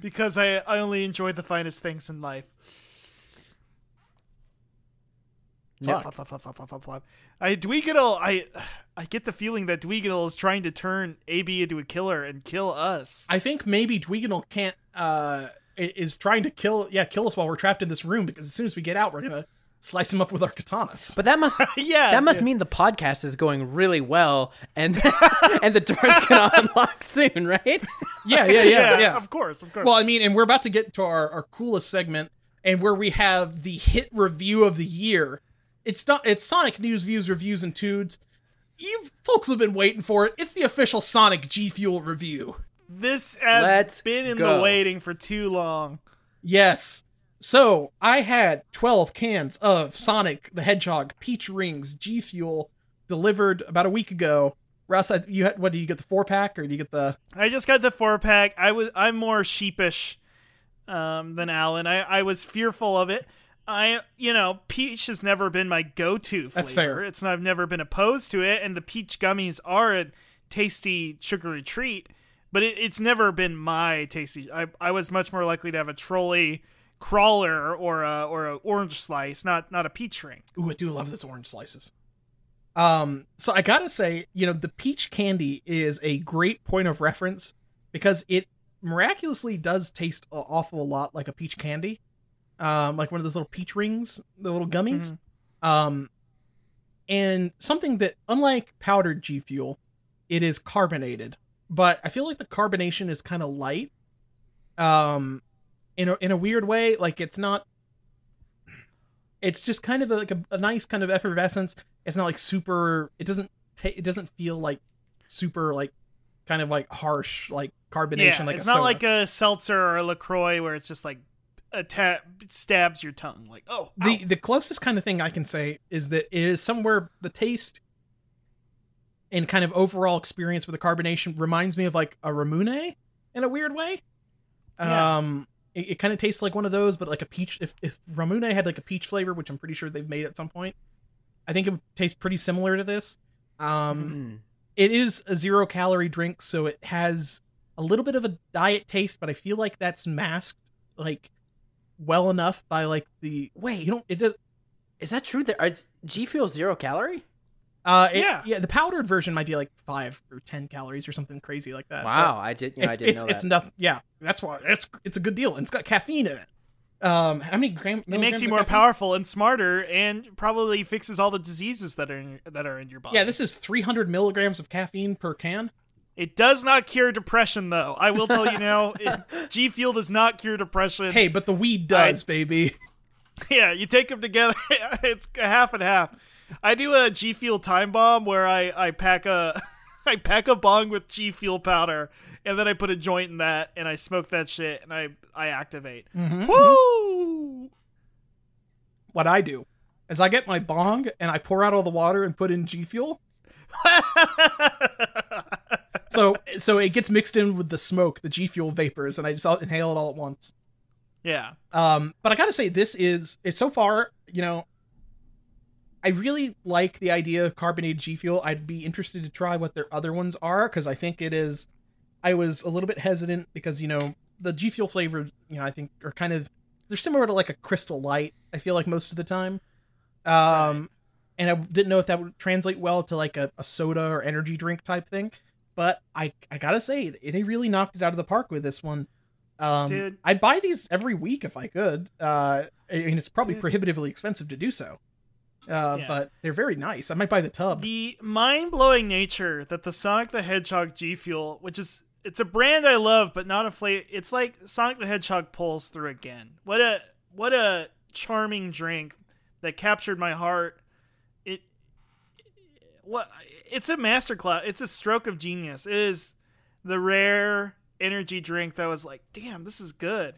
Speaker 1: Because I, I only enjoy the finest things in life.
Speaker 3: Fuck.
Speaker 1: Plop, plop, plop, plop, plop, plop, plop. I Dweeginal, I I get the feeling that Dweeginal is trying to turn AB into a killer and kill us.
Speaker 2: I think maybe Dweeganal can't uh i- is trying to kill yeah kill us while we're trapped in this room because as soon as we get out we're gonna slice him up with our katanas.
Speaker 3: But that must
Speaker 1: Yeah,
Speaker 3: that must
Speaker 1: yeah.
Speaker 3: mean the podcast is going really well, and and the door's gonna unlock soon, right?
Speaker 2: yeah, yeah, yeah, yeah.
Speaker 1: Of course, of course.
Speaker 2: Well, I mean, and we're about to get to our, our coolest segment and where we have the hit review of the year. It's not it's Sonic News Views Reviews and Tudes. You folks have been waiting for it. It's the official Sonic G Fuel review.
Speaker 1: this has
Speaker 3: Let's
Speaker 1: been in
Speaker 3: go.
Speaker 1: the waiting for too long.
Speaker 2: Yes. So I had 12 cans of Sonic the Hedgehog Peach Rings G Fuel delivered about a week ago. Russ, I, you had, what do you get the four pack or do you get the?
Speaker 1: I just got the four pack. I was I'm more sheepish um, than Alan. I, I was fearful of it. I you know peach has never been my go-to flavor.
Speaker 2: That's fair.
Speaker 1: It's not, I've never been opposed to it, and the peach gummies are a tasty sugary treat. But it, it's never been my tasty. I, I was much more likely to have a trolley crawler or a or a orange slice, not not a peach ring.
Speaker 2: Ooh, I do love those orange slices. Um, so I gotta say, you know, the peach candy is a great point of reference because it miraculously does taste an awful lot like a peach candy, um, like one of those little peach rings, the little gummies.
Speaker 1: Mm-hmm.
Speaker 2: Um, and something that, unlike powdered G Fuel, it is carbonated, but I feel like the carbonation is kind of light. Um, in a, in a weird way, like it's not it's just kind of a, like a, a nice kind of effervescence. It's not like super. It doesn't. Ta- it doesn't feel like super like kind of like harsh like carbonation.
Speaker 1: Yeah,
Speaker 2: like
Speaker 1: it's
Speaker 2: a
Speaker 1: not
Speaker 2: soda.
Speaker 1: like a seltzer or a Lacroix where it's just like a tap stabs your tongue like oh ow.
Speaker 2: the the closest kind of thing I can say is that it is somewhere the taste and kind of overall experience with the carbonation reminds me of like a Ramune in a weird way.
Speaker 1: Yeah.
Speaker 2: Um it, it kind of tastes like one of those, but like a peach if, if Ramune had like a peach flavor, which I'm pretty sure they've made at some point, I think it would taste pretty similar to this. Um
Speaker 1: Mm-hmm.
Speaker 3: Mm.
Speaker 2: it is a zero calorie drink, so it has a little bit of a diet taste, but I feel like that's masked like well enough by like the
Speaker 3: Wait,
Speaker 2: you don't it does
Speaker 3: Hmm. is that true? That is G Fuel zero calorie?
Speaker 2: Uh, it-
Speaker 1: Yeah.
Speaker 2: yeah, The powdered version might be like five or ten calories or something crazy like that.
Speaker 3: Wow, I did.
Speaker 2: but
Speaker 3: You know, I
Speaker 2: Uh, it's
Speaker 3: didn't
Speaker 2: it's,
Speaker 3: know
Speaker 2: it's
Speaker 3: that.
Speaker 2: nothing. Yeah, that's why it's it's a good deal, and it's got caffeine in it. Um, how many gram?
Speaker 1: It makes you more powerful and smarter, and probably fixes all the diseases that are in, that are in your body.
Speaker 2: Yeah, this is 300 milligrams of caffeine per can.
Speaker 1: it does not cure depression, though. I will tell you now, it, G Fuel does not cure depression.
Speaker 2: Hey, but the weed does, baby.
Speaker 1: Yeah, you take them together, it's a half and half. I do a G Fuel time bomb where I I pack a I pack a bong with G Fuel powder, and then I put a joint in that, and I smoke that shit, and I I activate. Woo!
Speaker 2: Mm-hmm. What I do is I get my bong and I pour out all the water and put in G fuel. So so it gets mixed in with the smoke, the G fuel vapors, and I just all inhale it all at once.
Speaker 1: yeah,
Speaker 2: Um, but I gotta say, this is it's so far, you know, I really like the idea of carbonated G Fuel. I'd be interested to try what their other ones are because I think it is. I was a little bit hesitant because you know the G Fuel flavors, you know, I think are kind of they're similar to like a Crystal Light. I feel like most of the time, um, and I didn't know if that would translate well to like a, a soda or energy drink type thing. But I I gotta say they really knocked it out of the park with this one. Um,
Speaker 1: Dude.
Speaker 2: I'd buy these every week if I could. Uh, I mean, it's probably
Speaker 1: Dude.
Speaker 2: prohibitively expensive to do so. Uh,
Speaker 1: Yeah.
Speaker 2: but they're very nice. I might buy the tub.
Speaker 1: the mind-blowing nature that the Sonic the Hedgehog G Fuel, which is it's a brand I love, but not a flavor. It's like Sonic the Hedgehog pulls through again. What a what a charming drink that captured my heart. It what it's a masterclass. It's a stroke of genius. It is the rare energy drink that was like, damn, this is good.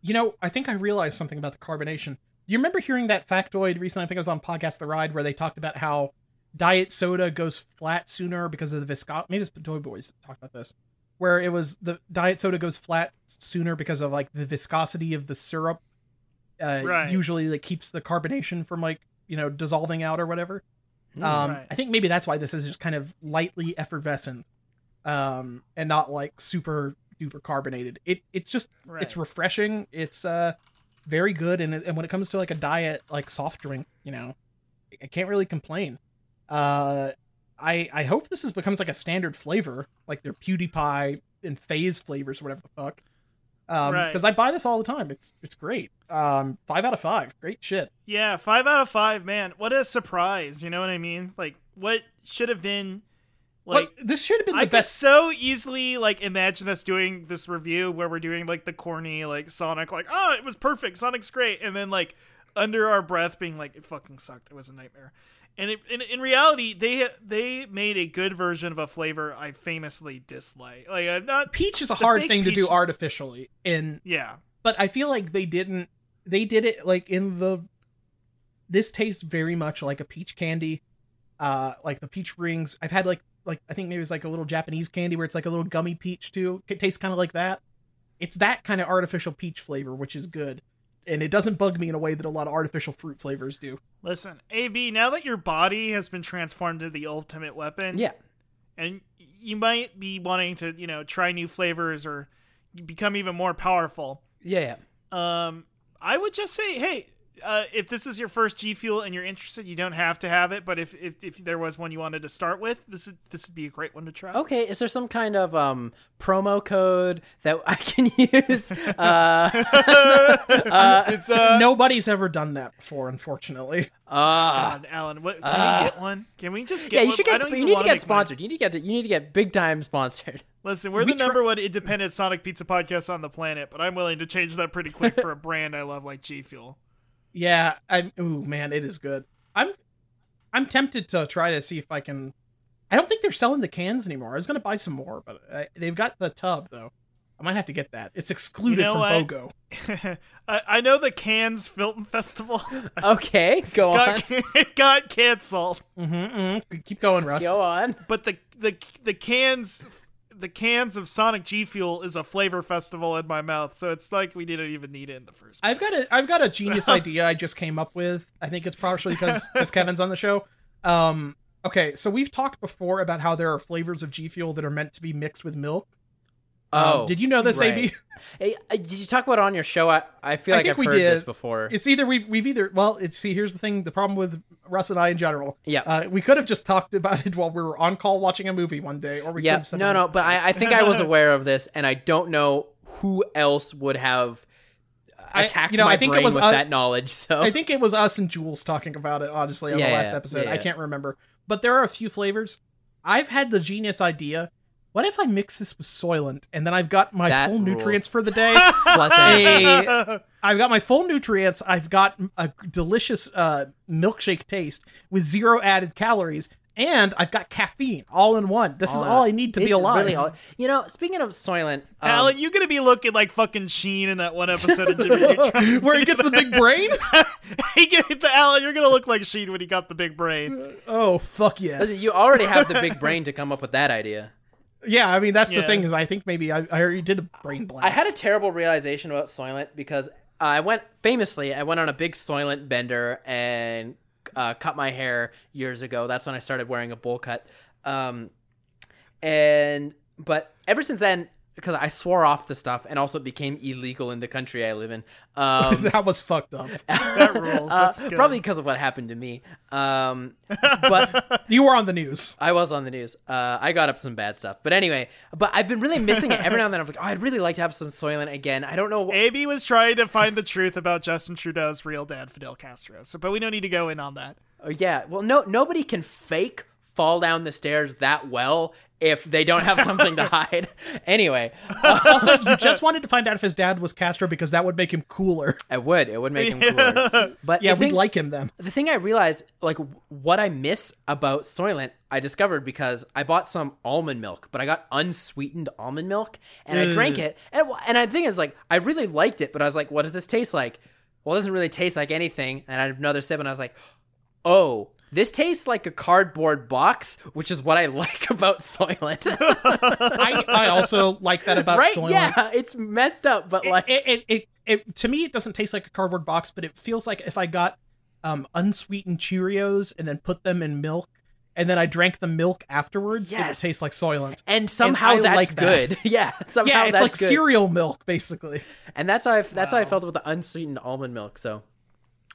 Speaker 2: you know, I think I realized something about the carbonation. You remember hearing that factoid recently? I think it was on podcast The Ride where they talked about how diet soda goes flat sooner because of the viscosity. Maybe it's Toy Boys talked about this, where it was the diet soda goes flat sooner because of like the viscosity of the syrup. Uh,
Speaker 1: Right.
Speaker 2: Usually, that keeps the carbonation from like you know dissolving out or whatever.
Speaker 3: Hmm.
Speaker 2: Um,
Speaker 1: Right.
Speaker 2: I think maybe that's why this is just kind of lightly effervescent, um, and not like super duper carbonated. It it's just
Speaker 1: Right.
Speaker 2: it's refreshing. It's uh very good, and it- and when it comes to like a diet like soft drink, you know, I- I can't really complain. Uh, I I hope this is becomes like a standard flavor, like their PewDiePie and Phase flavors, or whatever the fuck. Um,
Speaker 1: Right.
Speaker 2: because I buy this all the time. It's it's great. Um, five out of five. Great shit.
Speaker 1: Yeah, five out of five, man. What a surprise. You know what I mean? Like, what should have been like.
Speaker 2: What- this should have been the
Speaker 1: I could
Speaker 2: best.
Speaker 1: so easily like imagine us doing this review where we're doing like the corny like Sonic like oh it was perfect Sonic's great and then like under our breath being like it fucking sucked it was a nightmare and it, in in reality they they made a good version of a flavor I famously dislike like I'm not
Speaker 2: Peach is a
Speaker 1: the
Speaker 2: hard
Speaker 1: fake
Speaker 2: thing to do
Speaker 1: peach-
Speaker 2: artificially, and
Speaker 1: yeah
Speaker 2: but I feel like they didn't. They did it like in the. This tastes very much like a peach candy, uh, like the peach rings. I've had like like I think maybe it's like a little Japanese candy where it's like a little gummy peach too. It tastes kind of like that. It's that kind of artificial peach flavor, which is good, and it doesn't bug me in a way that a lot of artificial fruit flavors do.
Speaker 1: listen AB now that your body has been transformed into the ultimate weapon
Speaker 3: yeah.
Speaker 1: and you might be wanting to you know try new flavors or become even more powerful
Speaker 3: Yeah. Yeah.
Speaker 1: um, I would just say, hey, uh, if this is your first G Fuel and you're interested, you don't have to have it. But if if, if there was one you wanted to start with, this would this would be a great one to try.
Speaker 3: Okay, is there some kind of um, promo code that I can use? Uh, uh,
Speaker 1: it's uh,
Speaker 2: Nobody's ever done that before, unfortunately.
Speaker 3: uh,
Speaker 1: God, Alan, what, can
Speaker 3: Uh.
Speaker 1: we get one? Can we just get?
Speaker 3: yeah, you
Speaker 1: one?
Speaker 3: should
Speaker 1: I
Speaker 3: get.
Speaker 1: don't
Speaker 3: Sp- you
Speaker 1: even
Speaker 3: need to
Speaker 1: wanna
Speaker 3: get
Speaker 1: make
Speaker 3: sponsored. You need to get. The, you need to get big time sponsored.
Speaker 1: money. Listen, we're
Speaker 2: We
Speaker 1: the
Speaker 2: try-
Speaker 1: number one independent Sonic Pizza podcast on the planet, but I'm willing to change that pretty quick for a brand I love like G Fuel.
Speaker 2: Yeah, I'm. Ooh, man, it is good. I'm, I'm tempted to try to see if I can. I don't think they're selling the cans anymore. I was gonna buy some more, but I, they've got the tub though. I might have to get that. It's excluded
Speaker 1: know
Speaker 2: from
Speaker 1: what?
Speaker 2: BOGO.
Speaker 1: I, I know the Cannes Film Festival
Speaker 3: Okay, go on.
Speaker 1: got got canceled.
Speaker 2: Mm-hmm, Keep going, Russ.
Speaker 3: Go on.
Speaker 1: but the the the cans the cans of Sonic G Fuel is a flavor festival in my mouth, so it's like we didn't even need it in the first. place.
Speaker 2: I've got a I've got a genius idea I just came up with. I think it's partially because because Kevin's on the show. Um, okay, so we've talked before about how there are flavors of G Fuel that are meant to be mixed with milk. Um, did you know this,
Speaker 3: Oh, right.
Speaker 2: AB?
Speaker 3: Hey, uh, did you talk about it on your show? I, I feel
Speaker 2: I
Speaker 3: like
Speaker 2: think
Speaker 3: I've
Speaker 2: we
Speaker 3: heard
Speaker 2: did.
Speaker 3: this before.
Speaker 2: It's either we've we've either well, it's see here's the thing, the problem with Russ and I in general.
Speaker 3: Yeah.
Speaker 2: Uh, we could have just talked about it while we were on call watching a movie one day, or we could
Speaker 3: yeah,
Speaker 2: have said
Speaker 3: no, no, but I, I think I was aware of this, and I don't know who else would have
Speaker 2: I-
Speaker 3: attacked
Speaker 2: you know,
Speaker 3: my
Speaker 2: I think it
Speaker 3: brain
Speaker 2: was
Speaker 3: with
Speaker 2: us-
Speaker 3: that knowledge. So
Speaker 2: I think it was us and Jules talking about it, honestly, on
Speaker 3: Yeah,
Speaker 2: the last
Speaker 3: yeah,
Speaker 2: episode.
Speaker 3: yeah,
Speaker 2: I
Speaker 3: yeah.
Speaker 2: can't remember. But there are a few flavors. I've had the genius idea. What if I mix this with Soylent and then I've got my
Speaker 3: That
Speaker 2: full
Speaker 3: rules.
Speaker 2: nutrients for the day?
Speaker 3: Bless it.
Speaker 2: a, I've got my full nutrients. I've got a delicious uh, milkshake taste with zero added calories, and I've got caffeine all in one. This is
Speaker 3: Uh,
Speaker 2: all I need to be
Speaker 3: it's
Speaker 2: alive.
Speaker 3: really all- you know, speaking of Soylent, um,
Speaker 1: Alan, you're gonna be looking like fucking Sheen in that one episode of Jimmy Neutron.
Speaker 2: Where he gets the big brain?
Speaker 1: He get- the Alan, you're gonna look like Sheen when he got the big brain.
Speaker 2: Oh fuck yes!
Speaker 3: listen, um, you already have the big brain to come up with that idea.
Speaker 2: yeah, I mean that's
Speaker 1: Yeah.
Speaker 2: the thing is I think maybe I, I already did a brain blast.
Speaker 3: I had a terrible realization about Soylent because I went famously, I went on a big Soylent bender and uh, cut my hair years ago. That's when I started wearing a bowl cut. Um, and but ever since then, because I swore off the stuff, and also it became illegal in the country I live in. Um,
Speaker 2: that was fucked up.
Speaker 1: That rules.
Speaker 3: uh,
Speaker 1: That's good.
Speaker 3: probably because of what happened to me. Um, but
Speaker 2: You were on the news.
Speaker 3: I was on the news. Uh, I got up some bad stuff, but anyway. But I've been really missing it. Every now and then, I'm like, oh, I'd really like to have some Soylent again. I don't know.
Speaker 1: AB was trying to find the truth about Justin Trudeau's real dad, Fidel Castro. So, but we don't need to go in on that.
Speaker 3: Oh, yeah. Well, no, nobody can fake fall down the stairs that well if they don't have something to hide. Anyway, uh,
Speaker 2: also, you just wanted to find out if his dad was Castro because that would make him cooler.
Speaker 3: it would it would make him cooler. But
Speaker 2: Yeah,
Speaker 3: the
Speaker 2: we'd
Speaker 3: thing-
Speaker 2: like him then.
Speaker 3: the thing I realized, like w- what I miss about Soylent, I discovered because I bought some almond milk, but I got unsweetened almond milk and I
Speaker 2: Mm.
Speaker 3: drank it. And, wh- and I think it's like I really liked it, but I was like, what does this taste like? Well, it doesn't really taste like anything. And I had another sip, and I was like, oh, this tastes like a cardboard box, which is what I like about Soylent.
Speaker 2: I, I also like that about
Speaker 3: right?
Speaker 2: Soylent.
Speaker 3: Yeah, it's messed up, but like,
Speaker 2: it, it, it, it, to me, it doesn't taste like a cardboard box, but it feels like if I got um, unsweetened Cheerios and then put them in milk, and then I drank the milk afterwards, it would
Speaker 3: Yes.
Speaker 2: taste like Soylent.
Speaker 3: and somehow
Speaker 2: I
Speaker 3: that's
Speaker 2: like that.
Speaker 3: good. Yeah, somehow
Speaker 2: Yeah, it's
Speaker 3: that's
Speaker 2: like
Speaker 3: good.
Speaker 2: cereal milk, basically.
Speaker 3: And that's how I, that's how I felt about the unsweetened almond milk. So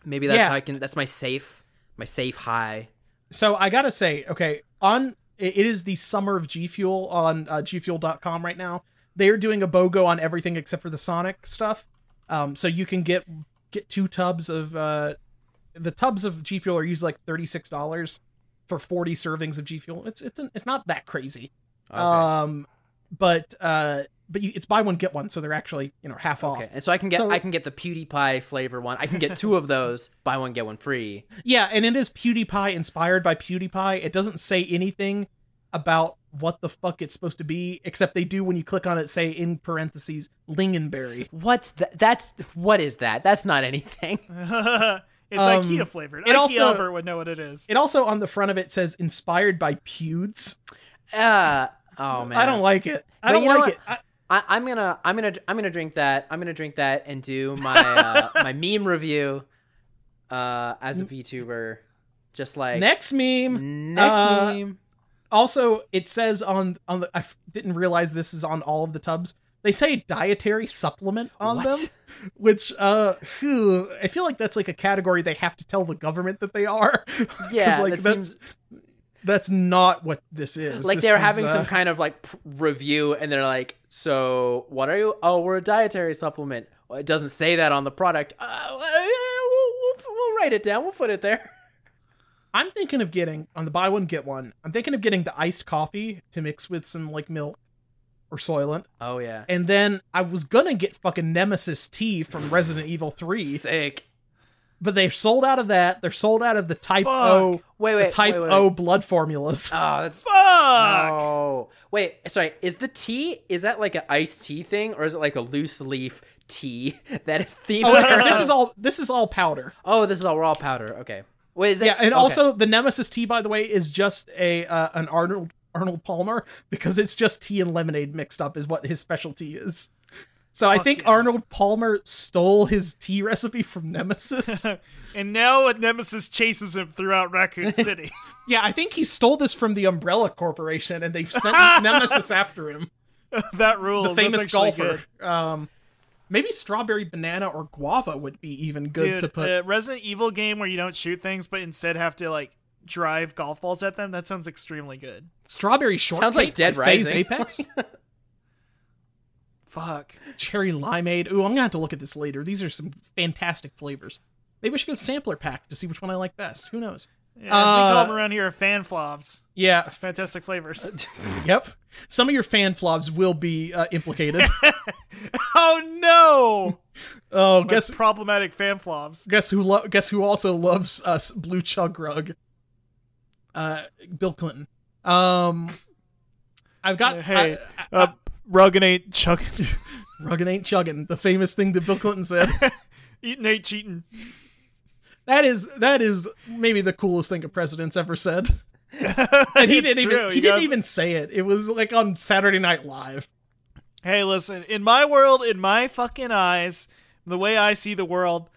Speaker 3: maybe that's
Speaker 2: Yeah.
Speaker 3: how I can. That's my safe, my safe high.
Speaker 2: So I gotta say, okay, on it it is the summer of G Fuel on uh, gfuel.com right now. They're doing a BOGO on everything except for the Sonic stuff. Um, so you can get get two tubs of uh, the tubs of G Fuel are usually like thirty six dollars for forty servings of G Fuel. It's it's an, it's not that crazy.
Speaker 3: Okay.
Speaker 2: Um, but uh, but you, it's buy one get one, so they're actually you know half off.
Speaker 3: okay. And so I can get
Speaker 2: so-
Speaker 3: I can get the PewDiePie flavor one. I can get two of those. buy one get one free.
Speaker 2: Yeah, and it is PewDiePie inspired by PewDiePie. It doesn't say anything about what the fuck it's supposed to be, except they do when you click on it say in parentheses lingonberry.
Speaker 3: What's that? That's what is that? That's not anything.
Speaker 1: it's
Speaker 2: Um,
Speaker 1: IKEA flavored.
Speaker 2: it
Speaker 1: IKEA
Speaker 2: also-
Speaker 1: Albert would know what it is.
Speaker 2: It also on the front of it says inspired by pewds.
Speaker 3: Uh, oh man.
Speaker 2: I don't like it. I
Speaker 3: But
Speaker 2: don't
Speaker 3: you know
Speaker 2: like it.
Speaker 3: what?
Speaker 2: I,
Speaker 3: I, I'm gonna I'm gonna I'm gonna drink that. I'm gonna drink that and do my uh, my meme review. Uh, as a VTuber, just like
Speaker 2: next meme.
Speaker 3: next
Speaker 2: uh,
Speaker 3: meme.
Speaker 2: Also, it says on on the I f- didn't realize this is on all of the tubs. They say dietary supplement on
Speaker 3: What?
Speaker 2: them, which uh, phew, I feel like that's like a category they have to tell the government that they are. 'Cause,
Speaker 3: Yeah,
Speaker 2: like,
Speaker 3: that
Speaker 2: that's-
Speaker 3: seems
Speaker 2: that's not what this is.
Speaker 3: like
Speaker 2: This
Speaker 3: they're
Speaker 2: is,
Speaker 3: having
Speaker 2: uh,
Speaker 3: some kind of like p- review and they're like so what are you oh we're a dietary supplement well, it doesn't say that on the product uh, uh, we'll, we'll, we'll write it down we'll put it there
Speaker 2: I'm thinking of getting on the buy one get one. I'm thinking of getting the iced coffee to mix with some like milk or Soylent,
Speaker 3: oh yeah
Speaker 2: and then I was gonna get fucking Nemesis tea from Resident Evil Three,
Speaker 3: sick
Speaker 2: but they're sold out of that. They're sold out of the Type
Speaker 1: Fuck.
Speaker 2: O,
Speaker 3: wait
Speaker 2: the
Speaker 3: wait
Speaker 2: Type
Speaker 3: wait, wait.
Speaker 2: O blood formulas.
Speaker 3: oh that's
Speaker 1: Fuck.
Speaker 3: oh wait sorry is the tea is that like an iced tea thing or is it like a loose leaf tea that is themed
Speaker 2: Oh, wait, this is all this is all powder.
Speaker 3: oh this is all raw powder okay wait is that
Speaker 2: Yeah, and
Speaker 3: okay.
Speaker 2: also the Nemesis tea, by the way, is just a uh, an Arnold Arnold Palmer because it's just tea and lemonade mixed up is what his specialty is. So I
Speaker 1: Fuck
Speaker 2: think
Speaker 1: yeah.
Speaker 2: Arnold Palmer stole his tea recipe from Nemesis.
Speaker 1: And now a nemesis chases him throughout Raccoon City.
Speaker 2: yeah, I think he stole this from the Umbrella Corporation, and they've sent Nemesis after him,
Speaker 1: that rules.
Speaker 2: the
Speaker 1: That's
Speaker 2: famous
Speaker 1: actually
Speaker 2: golfer.
Speaker 1: good.
Speaker 2: Um, maybe strawberry banana or guava would be even good
Speaker 1: Dude, uh,
Speaker 2: to put.
Speaker 1: a Resident Evil game where you don't shoot things, but instead have to like drive golf balls at them. That sounds extremely good.
Speaker 2: strawberry shortcake.
Speaker 3: like Dead
Speaker 2: by Phase
Speaker 3: Rising.
Speaker 2: Apex.
Speaker 1: Fuck.
Speaker 2: cherry limeade. Ooh, I'm gonna have to look at this later. These are some fantastic flavors. Maybe I should go sampler pack to see which one I like best. Who knows?
Speaker 1: Yeah, as we call
Speaker 2: Uh,
Speaker 1: them around here, fan flavs.
Speaker 2: Yeah.
Speaker 1: Fantastic flavors.
Speaker 2: Yep. Some of your fan flops will be uh, implicated.
Speaker 1: oh no!
Speaker 2: Oh,
Speaker 1: My
Speaker 2: guess
Speaker 1: problematic fan flavs.
Speaker 2: guess who lo- guess who also loves us blue chug rug. Uh, Bill Clinton. Um, I've got
Speaker 1: Hey,
Speaker 2: I- I-
Speaker 1: Uh, Rugged ain't chugging.
Speaker 2: rugged ain't chugging. The famous thing that Bill Clinton said.
Speaker 1: Eating ain't cheating.
Speaker 2: that is that is maybe the coolest thing a president's ever said. And he
Speaker 1: It's
Speaker 2: didn't
Speaker 1: true,
Speaker 2: even he
Speaker 1: you
Speaker 2: didn't
Speaker 1: know?
Speaker 2: even say it. It was like on Saturday Night Live.
Speaker 1: Hey, listen, in my world, in my fucking eyes, the way I see the world,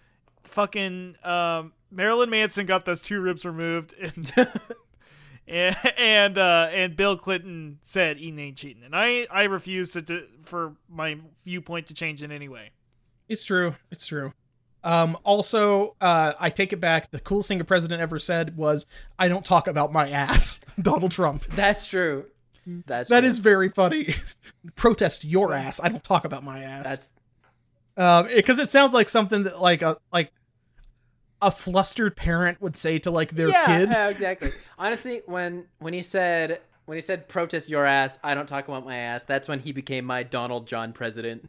Speaker 1: fucking um, Marilyn Manson got those two ribs removed, and and and, uh, and Bill Clinton said Eden ain't cheating, and I I refuse to, to for my viewpoint to change in any way.
Speaker 2: It's true. It's true. Um, also, uh, I take it back. The coolest thing a president ever said was, "I don't talk about my ass." Donald Trump.
Speaker 3: that's true that's
Speaker 2: That
Speaker 3: true.
Speaker 2: is very funny. Protest your ass. I don't talk about my ass. Um,
Speaker 3: that's
Speaker 2: because it sounds like something that like a like a flustered parent would say to like their
Speaker 3: yeah,
Speaker 2: kid.
Speaker 3: yeah, exactly. Honestly, when when he said when he said protest your ass, I don't talk about my ass. That's when he became my Donald John president.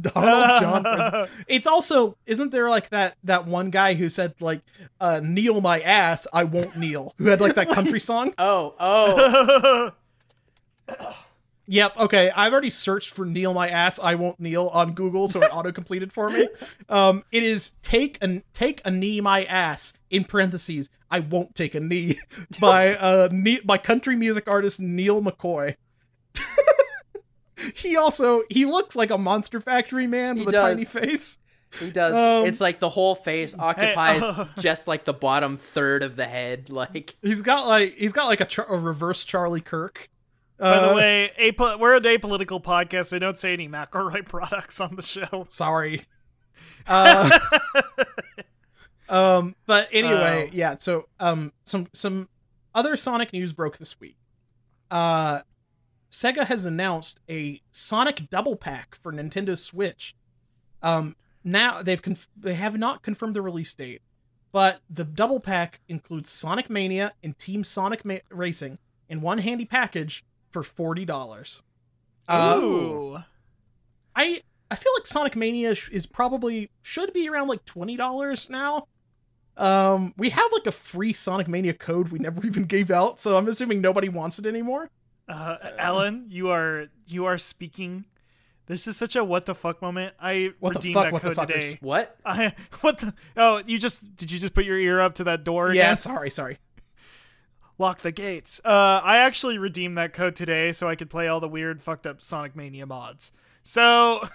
Speaker 2: Donald John. Pres- It's also isn't there like that that one guy who said like uh kneel my ass, I won't kneel. Who had like that country song?
Speaker 3: Oh, oh,
Speaker 2: Yep, okay. I've already searched for kneel my ass, I won't kneel on Google, so it auto completed for me. Um it is take a take a knee my ass in parentheses, I won't take a knee by uh ne- by country music artist Neil McCoy. he also he looks like a monster factory man
Speaker 3: He
Speaker 2: with
Speaker 3: does.
Speaker 2: a tiny face.
Speaker 3: he does.
Speaker 2: Um,
Speaker 3: it's like the whole face occupies
Speaker 1: oh.
Speaker 3: just like the bottom third of the head. Like
Speaker 2: He's got like he's got like a, char- a reverse Charlie Kirk.
Speaker 1: By the
Speaker 2: Uh,
Speaker 1: way, apo- we're an apolitical podcast. so don't say any McElroy products on the show.
Speaker 2: sorry. Uh, um, but anyway,
Speaker 1: Oh.
Speaker 2: yeah. So um, some some other Sonic news broke this week. Uh, Sega has announced a Sonic double pack for Nintendo Switch. Um, now they've conf- they have not confirmed the release date, but the double pack includes Sonic Mania and Team Sonic Ma- Racing in one handy package for forty dollars. Um,
Speaker 1: Ooh.
Speaker 2: I I feel like Sonic Mania sh- is probably should be around like twenty dollars now. Um, we have like a free Sonic Mania code we never even gave out, so I'm assuming nobody wants it anymore.
Speaker 1: Uh, Ellen, you are you are speaking. This is such a what the fuck moment. I
Speaker 2: What the
Speaker 1: redeemed
Speaker 2: fuck,
Speaker 1: that
Speaker 2: what the
Speaker 1: code
Speaker 2: fuckers.
Speaker 1: today.
Speaker 3: what?
Speaker 1: I what the oh you just did you just put your ear up to that door
Speaker 2: Yeah,
Speaker 1: again?
Speaker 2: sorry, sorry.
Speaker 1: Lock the gates. Uh, I actually redeemed that code today so I could play all the weird fucked up Sonic Mania mods. So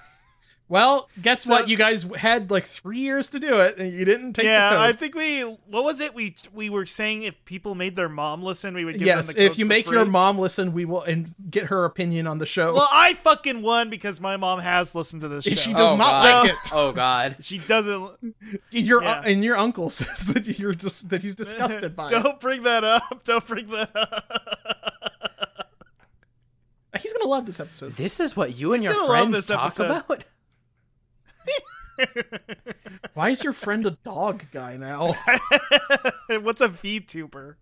Speaker 2: Well, guess
Speaker 1: So-
Speaker 2: what? You guys had like three years to do it, and you didn't take the
Speaker 1: yeah,
Speaker 2: code.
Speaker 1: I think we what was it we we were saying if people made their mom listen we would give
Speaker 2: yes,
Speaker 1: them the code
Speaker 2: if you
Speaker 1: for
Speaker 2: make your
Speaker 1: free.
Speaker 2: mom listen, we will and get her opinion on the show.
Speaker 1: Well, I fucking won because my mom has listened to this show.
Speaker 2: If she does
Speaker 3: Oh,
Speaker 2: not
Speaker 3: God.
Speaker 2: like it.
Speaker 3: Oh God.
Speaker 1: She doesn't.
Speaker 2: Your
Speaker 1: Yeah.
Speaker 2: and your uncle says that you're just that he's disgusted by it.
Speaker 1: Don't bring that up. Don't bring that up.
Speaker 2: He's gonna love this episode.
Speaker 3: This is what you and
Speaker 1: He's
Speaker 3: your
Speaker 1: gonna love
Speaker 3: friends
Speaker 1: this
Speaker 3: talk
Speaker 1: episode.
Speaker 3: about.
Speaker 2: Why is your friend a dog guy now?
Speaker 1: What's a VTuber?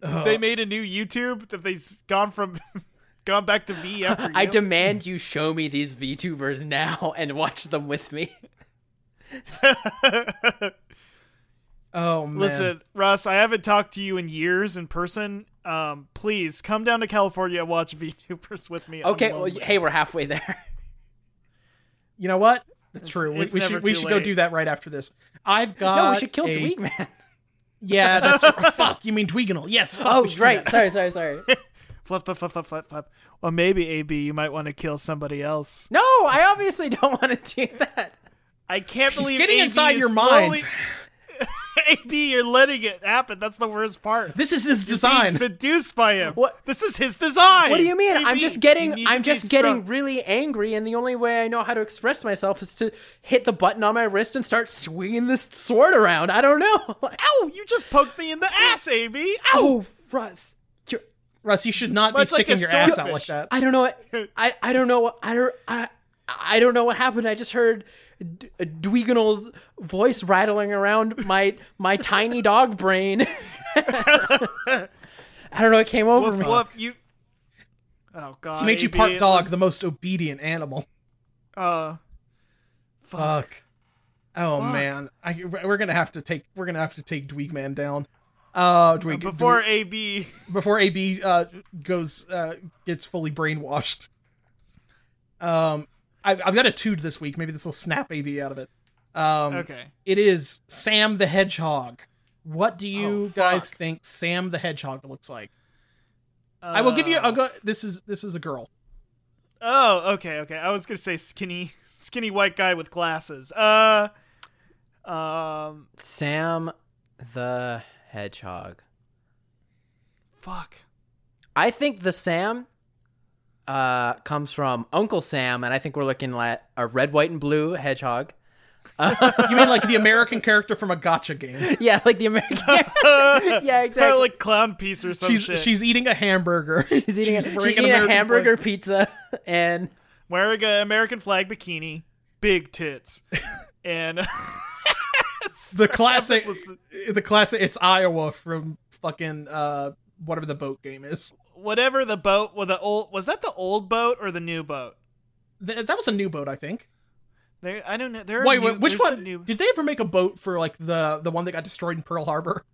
Speaker 1: They made a new YouTube that they've gone from, gone back to V after.
Speaker 3: I
Speaker 1: you.
Speaker 3: demand you show me these VTubers now and watch them with me.
Speaker 2: Oh man.
Speaker 1: Listen, Russ, I haven't talked to you in years in person. Um, please come down to California and watch VTubers with me. Um, I'm
Speaker 3: Okay, well,
Speaker 1: lonely.
Speaker 3: hey, we're halfway there.
Speaker 2: You know what? That's true. We,
Speaker 1: it's
Speaker 2: we
Speaker 1: never
Speaker 2: should we
Speaker 1: too
Speaker 2: should go
Speaker 1: late.
Speaker 2: do that right after this. I've got
Speaker 3: No, we should kill
Speaker 2: a...
Speaker 3: Dweeg Man.
Speaker 2: Yeah, that's oh, fuck. You mean Dweeganal? Yes. fuck,
Speaker 3: Oh,
Speaker 2: we should do
Speaker 3: right.
Speaker 2: that.
Speaker 3: Sorry, sorry, sorry.
Speaker 1: flip, flip, flip, flip, flip, flip. Or maybe AB, you might want to kill somebody else.
Speaker 3: No, I obviously don't want to do that.
Speaker 1: I can't
Speaker 2: He's
Speaker 1: believe
Speaker 2: getting
Speaker 1: AB
Speaker 2: inside
Speaker 1: is
Speaker 2: your
Speaker 1: slowly-
Speaker 2: mind.
Speaker 1: AB, you're letting it happen. That's the worst part.
Speaker 2: This is his
Speaker 1: Being
Speaker 2: design.
Speaker 1: seduced by him.
Speaker 3: What-
Speaker 1: This is his design.
Speaker 3: What do you mean?
Speaker 1: AB,
Speaker 3: I'm just
Speaker 1: you
Speaker 3: getting
Speaker 1: need
Speaker 3: I'm
Speaker 1: to be
Speaker 3: just getting
Speaker 1: strong.
Speaker 3: really angry and the only way I know how to express myself is to hit the button on my wrist and start swinging this sword around. I don't know. Like,
Speaker 1: Ow! You just poked me in the ass, AB. Ow!
Speaker 3: oh, Russ. You're,
Speaker 2: Russ, you should not be
Speaker 1: Much like a
Speaker 2: sticking your ass out
Speaker 1: swordfish.
Speaker 2: like that.
Speaker 3: I don't know what I, I don't know what I don't I, I don't know what happened. I just heard D- Dweeganal's voice rattling around my my tiny dog brain. I don't know. It came over
Speaker 1: Woof,
Speaker 3: me.
Speaker 1: woof, you. Oh God!
Speaker 2: He made you
Speaker 1: AB,
Speaker 2: part
Speaker 1: it
Speaker 2: dog, the most obedient animal.
Speaker 1: was- Uh, fuck.
Speaker 2: Fuck. Oh
Speaker 1: Fuck.
Speaker 2: man, I, we're gonna have to take we're gonna have to take Dweegman down. Uh, Dweeg,
Speaker 1: Before AB,
Speaker 2: before AB uh, goes uh, gets fully brainwashed. Um, I, I've got a tood this week. Maybe this will snap AB out of it. Um,
Speaker 1: okay.
Speaker 2: It is Sam the Hedgehog. What do you
Speaker 1: Oh, fuck.
Speaker 2: guys think Sam the Hedgehog looks like? I will give you. I'll go. This is this is a girl.
Speaker 1: Uh, Oh, okay, okay. I was gonna say skinny, skinny white guy with glasses. Uh, um,
Speaker 3: Sam the Hedgehog.
Speaker 1: fuck.
Speaker 3: I think the Sam uh, comes from Uncle Sam, and I think we're looking at a red, white, and blue hedgehog.
Speaker 2: You mean like the American character from a gotcha game?
Speaker 3: Yeah, like the American. yeah,
Speaker 1: Kind of
Speaker 3: exactly.
Speaker 1: like clown piece or some
Speaker 2: She's
Speaker 1: shit.
Speaker 2: she's eating a hamburger.
Speaker 3: She's eating, a, she's
Speaker 2: wearing an
Speaker 3: eating a
Speaker 2: American
Speaker 3: hamburger pizza, and
Speaker 1: wearing an American flag bikini, big tits, and
Speaker 2: the classic the classic it's Iowa from fucking uh whatever the boat game is.
Speaker 1: Whatever the boat was the old was that the old boat or the new boat?
Speaker 2: Th- that was a new boat, I think.
Speaker 1: There, I don't know. There are
Speaker 2: Wait,
Speaker 1: new-
Speaker 2: wait, which
Speaker 1: there's the
Speaker 2: one?
Speaker 1: new-
Speaker 2: Did they ever make a boat for like the the one that got destroyed in Pearl Harbor?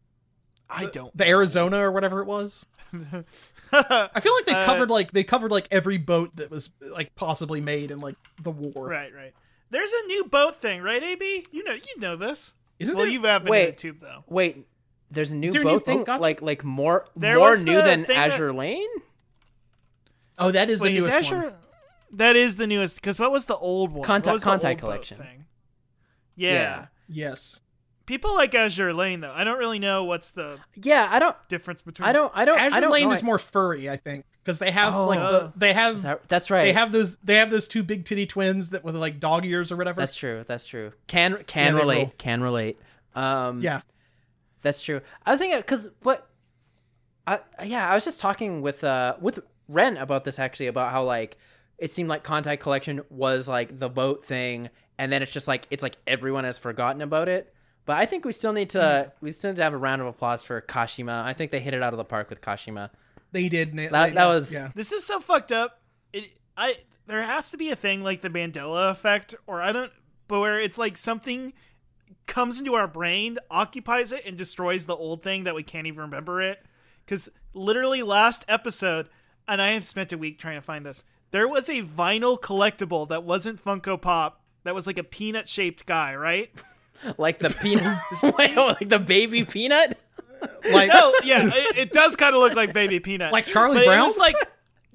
Speaker 1: I don't.
Speaker 2: The Arizona or whatever it was? I feel like they
Speaker 1: Uh,
Speaker 2: covered like they covered like every boat that was like possibly made in like the war.
Speaker 1: right, right. There's a new boat thing, right, AB? You know, you know this.
Speaker 2: Isn't
Speaker 1: well,
Speaker 2: there-
Speaker 1: you have been
Speaker 3: Wait.
Speaker 1: to YouTube though.
Speaker 3: Wait, there's a new
Speaker 2: Is there a
Speaker 3: boat
Speaker 2: new boat
Speaker 3: thing,
Speaker 2: gotcha?
Speaker 3: like like more
Speaker 1: There
Speaker 3: more
Speaker 1: was
Speaker 3: new
Speaker 1: the
Speaker 3: than
Speaker 1: thing that-
Speaker 3: Azure Lane.
Speaker 2: Oh, that is
Speaker 1: Wait,
Speaker 2: the
Speaker 1: is
Speaker 2: newest
Speaker 1: Azure-
Speaker 2: one.
Speaker 1: That is the newest. Because what was the old one? What
Speaker 3: Contact-
Speaker 1: was the
Speaker 3: Contact
Speaker 1: old boat
Speaker 3: Collection.
Speaker 1: thing? Yeah.
Speaker 3: Yeah.
Speaker 2: Yes.
Speaker 1: people like Azure Lane though. I don't really know what's the
Speaker 3: Yeah, I don't,
Speaker 1: difference between.
Speaker 3: I don't, I don't, I
Speaker 2: Azure
Speaker 3: don't
Speaker 2: Lane
Speaker 3: know.
Speaker 2: is more furry, I think, because they have
Speaker 3: Oh.
Speaker 2: like the, they have
Speaker 3: Is that- that's right.
Speaker 2: they have those they have those two big titty twins that with like dog ears or whatever.
Speaker 3: that's true. That's true. Can can
Speaker 2: they
Speaker 3: relate.
Speaker 2: rule.
Speaker 3: Can relate. Um,
Speaker 2: yeah.
Speaker 3: That's true. I was thinking because what, I yeah, I was just talking with uh with Ren about this actually about how like it seemed like Contact Collection was like the boat thing, and then it's just like it's like everyone has forgotten about it. But I think we still need to
Speaker 2: Mm.
Speaker 3: we still need to have a round of applause for Kashima. I think they hit it out of the park with Kashima.
Speaker 2: They did. na-
Speaker 3: That-
Speaker 2: they-
Speaker 3: that was-
Speaker 2: yeah.
Speaker 1: This is so fucked up. It, I there has to be a thing like the Mandela effect, or I don't, but where it's like something comes into our brain, occupies it, and destroys the old thing that we can't even remember it. Because literally last episode, and I have spent a week trying to find this. There was a vinyl collectible that wasn't Funko Pop. That was like a peanut shaped guy, right?
Speaker 3: Like the peanut, like the baby peanut.
Speaker 2: Like
Speaker 1: No, yeah, it, it does kind of look like Baby Peanut,
Speaker 2: Like Charlie
Speaker 1: But it
Speaker 2: Brown?
Speaker 1: was like,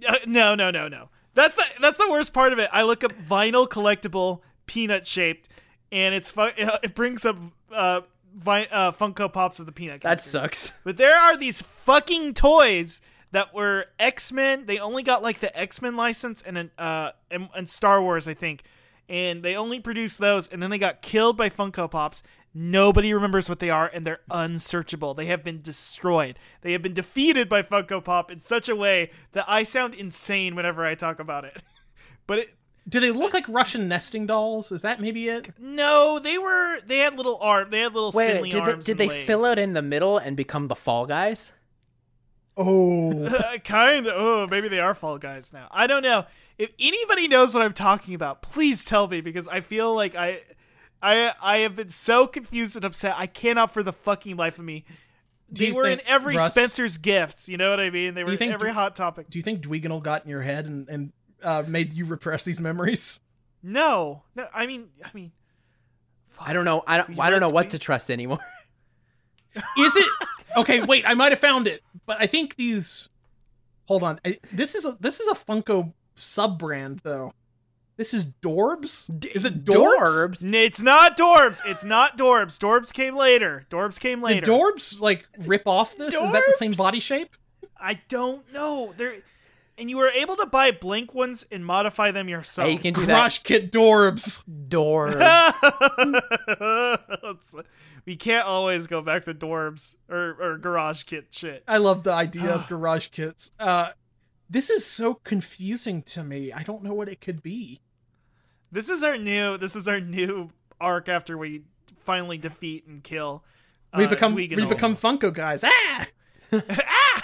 Speaker 1: uh, no, no, no, no. That's the that's the worst part of it. I look up vinyl collectible peanut shaped, and it's fu- uh, it brings up uh, vi- uh, Funko Pops of the peanut.
Speaker 3: That
Speaker 1: characters.
Speaker 3: sucks.
Speaker 1: But there are these fucking toys that were X Men. They only got like the X Men license and an, uh and, and Star Wars, I think, and they only produced those. And then they got killed by Funko Pops. Nobody remembers what they are, and they're unsearchable. They have been destroyed. They have been defeated by Funko Pop in such a way that I sound insane whenever I talk about it. but it,
Speaker 2: do they look like Russian nesting dolls? Is that maybe it?
Speaker 1: no, they were they had little arm, they had little
Speaker 3: Wait,
Speaker 1: spindly
Speaker 3: wait, did they
Speaker 1: arms.
Speaker 3: did
Speaker 1: and
Speaker 3: they
Speaker 1: legs.
Speaker 3: fill out in the middle and become the Fall Guys?
Speaker 2: Oh.
Speaker 1: Uh, kind of. Oh, maybe they are Fall Guys now. I don't know. If anybody knows what I'm talking about, please tell me because I feel like I, I, I have been so confused and upset. I cannot for the fucking life of me.
Speaker 2: Do
Speaker 1: They
Speaker 2: you
Speaker 1: were
Speaker 2: think-
Speaker 1: in every
Speaker 2: Russ-
Speaker 1: Spencer's gifts. You know what I mean? They were
Speaker 2: you
Speaker 1: in
Speaker 2: think-
Speaker 1: every hot topic.
Speaker 2: Do you think Dweeganal got in your head and and uh, made you repress these memories?
Speaker 1: No, no. I mean, I mean,
Speaker 3: I don't know. I don't. I don't know what to trust anymore.
Speaker 2: Is it okay? Wait, I might have found it, but I think these. Hold on, I, this is a this is a Funko sub brand though. This is Dorbs. Is it Dorbs?
Speaker 1: N- it's not Dorbs. It's not Dorbs. Dorbs came later. Dorbs came later.
Speaker 2: Did Dorbs like rip off this? Is that the same
Speaker 3: Dorbs?
Speaker 2: body shape?
Speaker 1: I don't know. There, and you were able to buy blank ones and modify them yourself.
Speaker 3: Hey, you can do
Speaker 2: Crush Kit Dorbs.
Speaker 3: that. Door.
Speaker 1: we can't always go back to Dorbs or, or Garage Kit shit.
Speaker 2: I love the idea of garage kits. Uh, this is so confusing to me. I don't know what it could be.
Speaker 1: This is our new this is our new arc after we finally defeat and kill.
Speaker 2: We
Speaker 1: uh,
Speaker 2: become we
Speaker 1: Dweeganol.
Speaker 2: become Funko guys. Ah!
Speaker 1: Ah!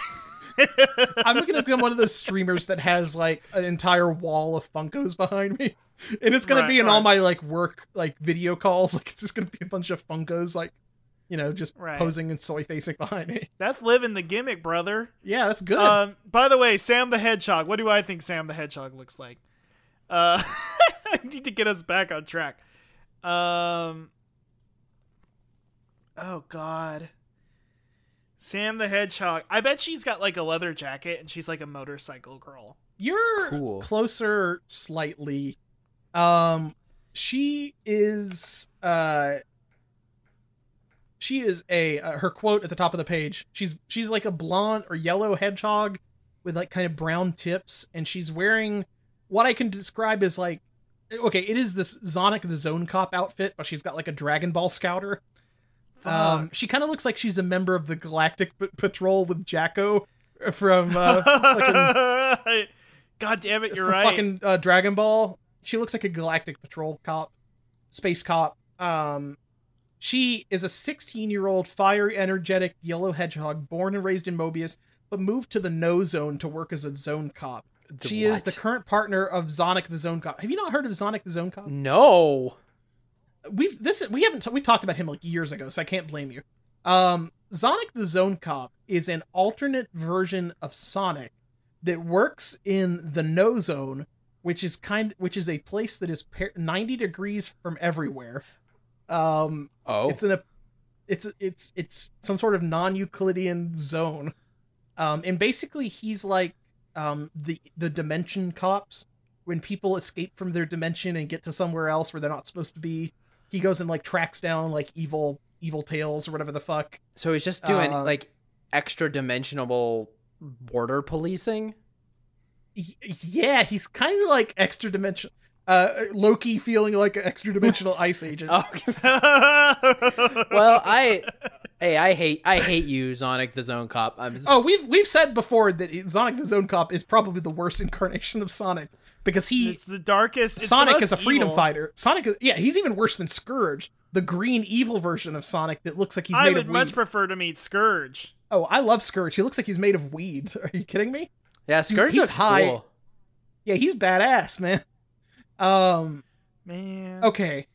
Speaker 2: I'm gonna become one of those streamers that has like an entire wall of Funkos behind me, and it's gonna
Speaker 1: Right,
Speaker 2: be in all
Speaker 1: right.
Speaker 2: my like work like video calls. Like it's just gonna be a bunch of Funkos like, you know, just
Speaker 1: Right.
Speaker 2: posing and soy facing behind me.
Speaker 1: That's living the gimmick, brother.
Speaker 2: Yeah, that's good.
Speaker 1: Um, by the way, Sam the Hedgehog. What do I think Sam the Hedgehog looks like? Uh, I need to get us back on track. Um, oh God, Sam the Hedgehog. I bet she's got like a leather jacket and she's like a motorcycle girl.
Speaker 2: You're
Speaker 3: Cool.
Speaker 2: closer slightly. Um she is uh she is a uh, her quote at the top of the page. She's she's like a blonde or yellow hedgehog with like kind of brown tips and she's wearing what I can describe as like okay, it is this Sonic the Zone Cop outfit, but she's got like a Dragon Ball scouter. Um
Speaker 1: Fuck.
Speaker 2: she kind of looks like she's a member of the Galactic P- Patrol with Jacko from uh fucking
Speaker 1: God damn it, you're
Speaker 2: from
Speaker 1: right.
Speaker 2: fucking uh, Dragon Ball. She looks like a Galactic Patrol cop, space cop. Um, She is a 16 year old fire energetic yellow hedgehog born and raised in Mobius, but moved to the no zone to work as a zone cop.
Speaker 3: The
Speaker 2: she is the
Speaker 3: what?
Speaker 2: current partner of Zonic the Zone Cop. Have you not heard of Zonic the Zone Cop?
Speaker 3: No.
Speaker 2: we've this we haven't we talked about him like years ago, so I can't blame you. Um, Sonic the Zone Cop is an alternate version of Sonic that works in the No Zone, which is kind which is a place that is par- ninety degrees from everywhere. Um,
Speaker 3: Oh.
Speaker 2: it's an it's it's it's some sort of non-Euclidean zone, um, and basically he's like um, the the dimension cops. When people escape from their dimension and get to somewhere else where they're not supposed to be, he goes and like tracks down like evil evil tales or whatever the fuck.
Speaker 3: so he's just doing
Speaker 2: uh,
Speaker 3: like extra dimensional border policing.
Speaker 2: Y- yeah, he's kind of like extra dimension. Uh, Loki feeling like an extra dimensional ice agent.
Speaker 3: Oh, well, I hey, I hate I hate you, Sonic the Zone Cop. I'm s-
Speaker 2: Oh, we've we've said before that Sonic the Zone Cop is probably the worst incarnation of Sonic because he
Speaker 1: it's the darkest. it's the
Speaker 2: Sonic
Speaker 1: most
Speaker 2: is a freedom
Speaker 1: evil.
Speaker 2: fighter. Sonic, is, yeah, he's even worse than Scourge, the green evil version of Sonic that looks like he's
Speaker 1: I
Speaker 2: made
Speaker 1: would
Speaker 2: of weed.
Speaker 1: much prefer to meet Scourge.
Speaker 2: oh, I love Scourge. He looks like he's made of weed. Are you kidding me?
Speaker 3: yeah, Scourge
Speaker 2: he's
Speaker 3: looks
Speaker 2: high.
Speaker 3: cool.
Speaker 2: Yeah, he's badass, man. Um,
Speaker 1: Man.
Speaker 2: okay.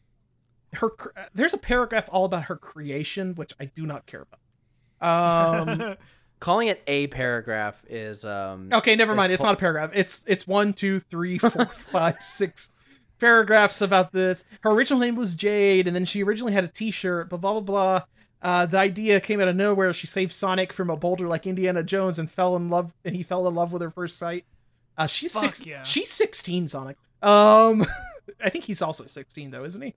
Speaker 2: Her cr- uh, there's a paragraph all about her creation, which I do not care about. Um,
Speaker 3: Calling it a paragraph is um
Speaker 2: okay, never
Speaker 3: There's
Speaker 2: mind. It's
Speaker 3: po-
Speaker 2: not a paragraph. It's it's one, two, three, four, five, six paragraphs about this. Her original name was Jade, and then she originally had a T-shirt. Blah blah blah blah. Uh, the idea came out of nowhere. She saved Sonic from a boulder like Indiana Jones and fell in love, and he fell in love with her first sight. Uh, she's
Speaker 1: Fuck
Speaker 2: six.
Speaker 1: yeah.
Speaker 2: She's sixteen, Sonic. Um, I think he's also sixteen though, isn't he?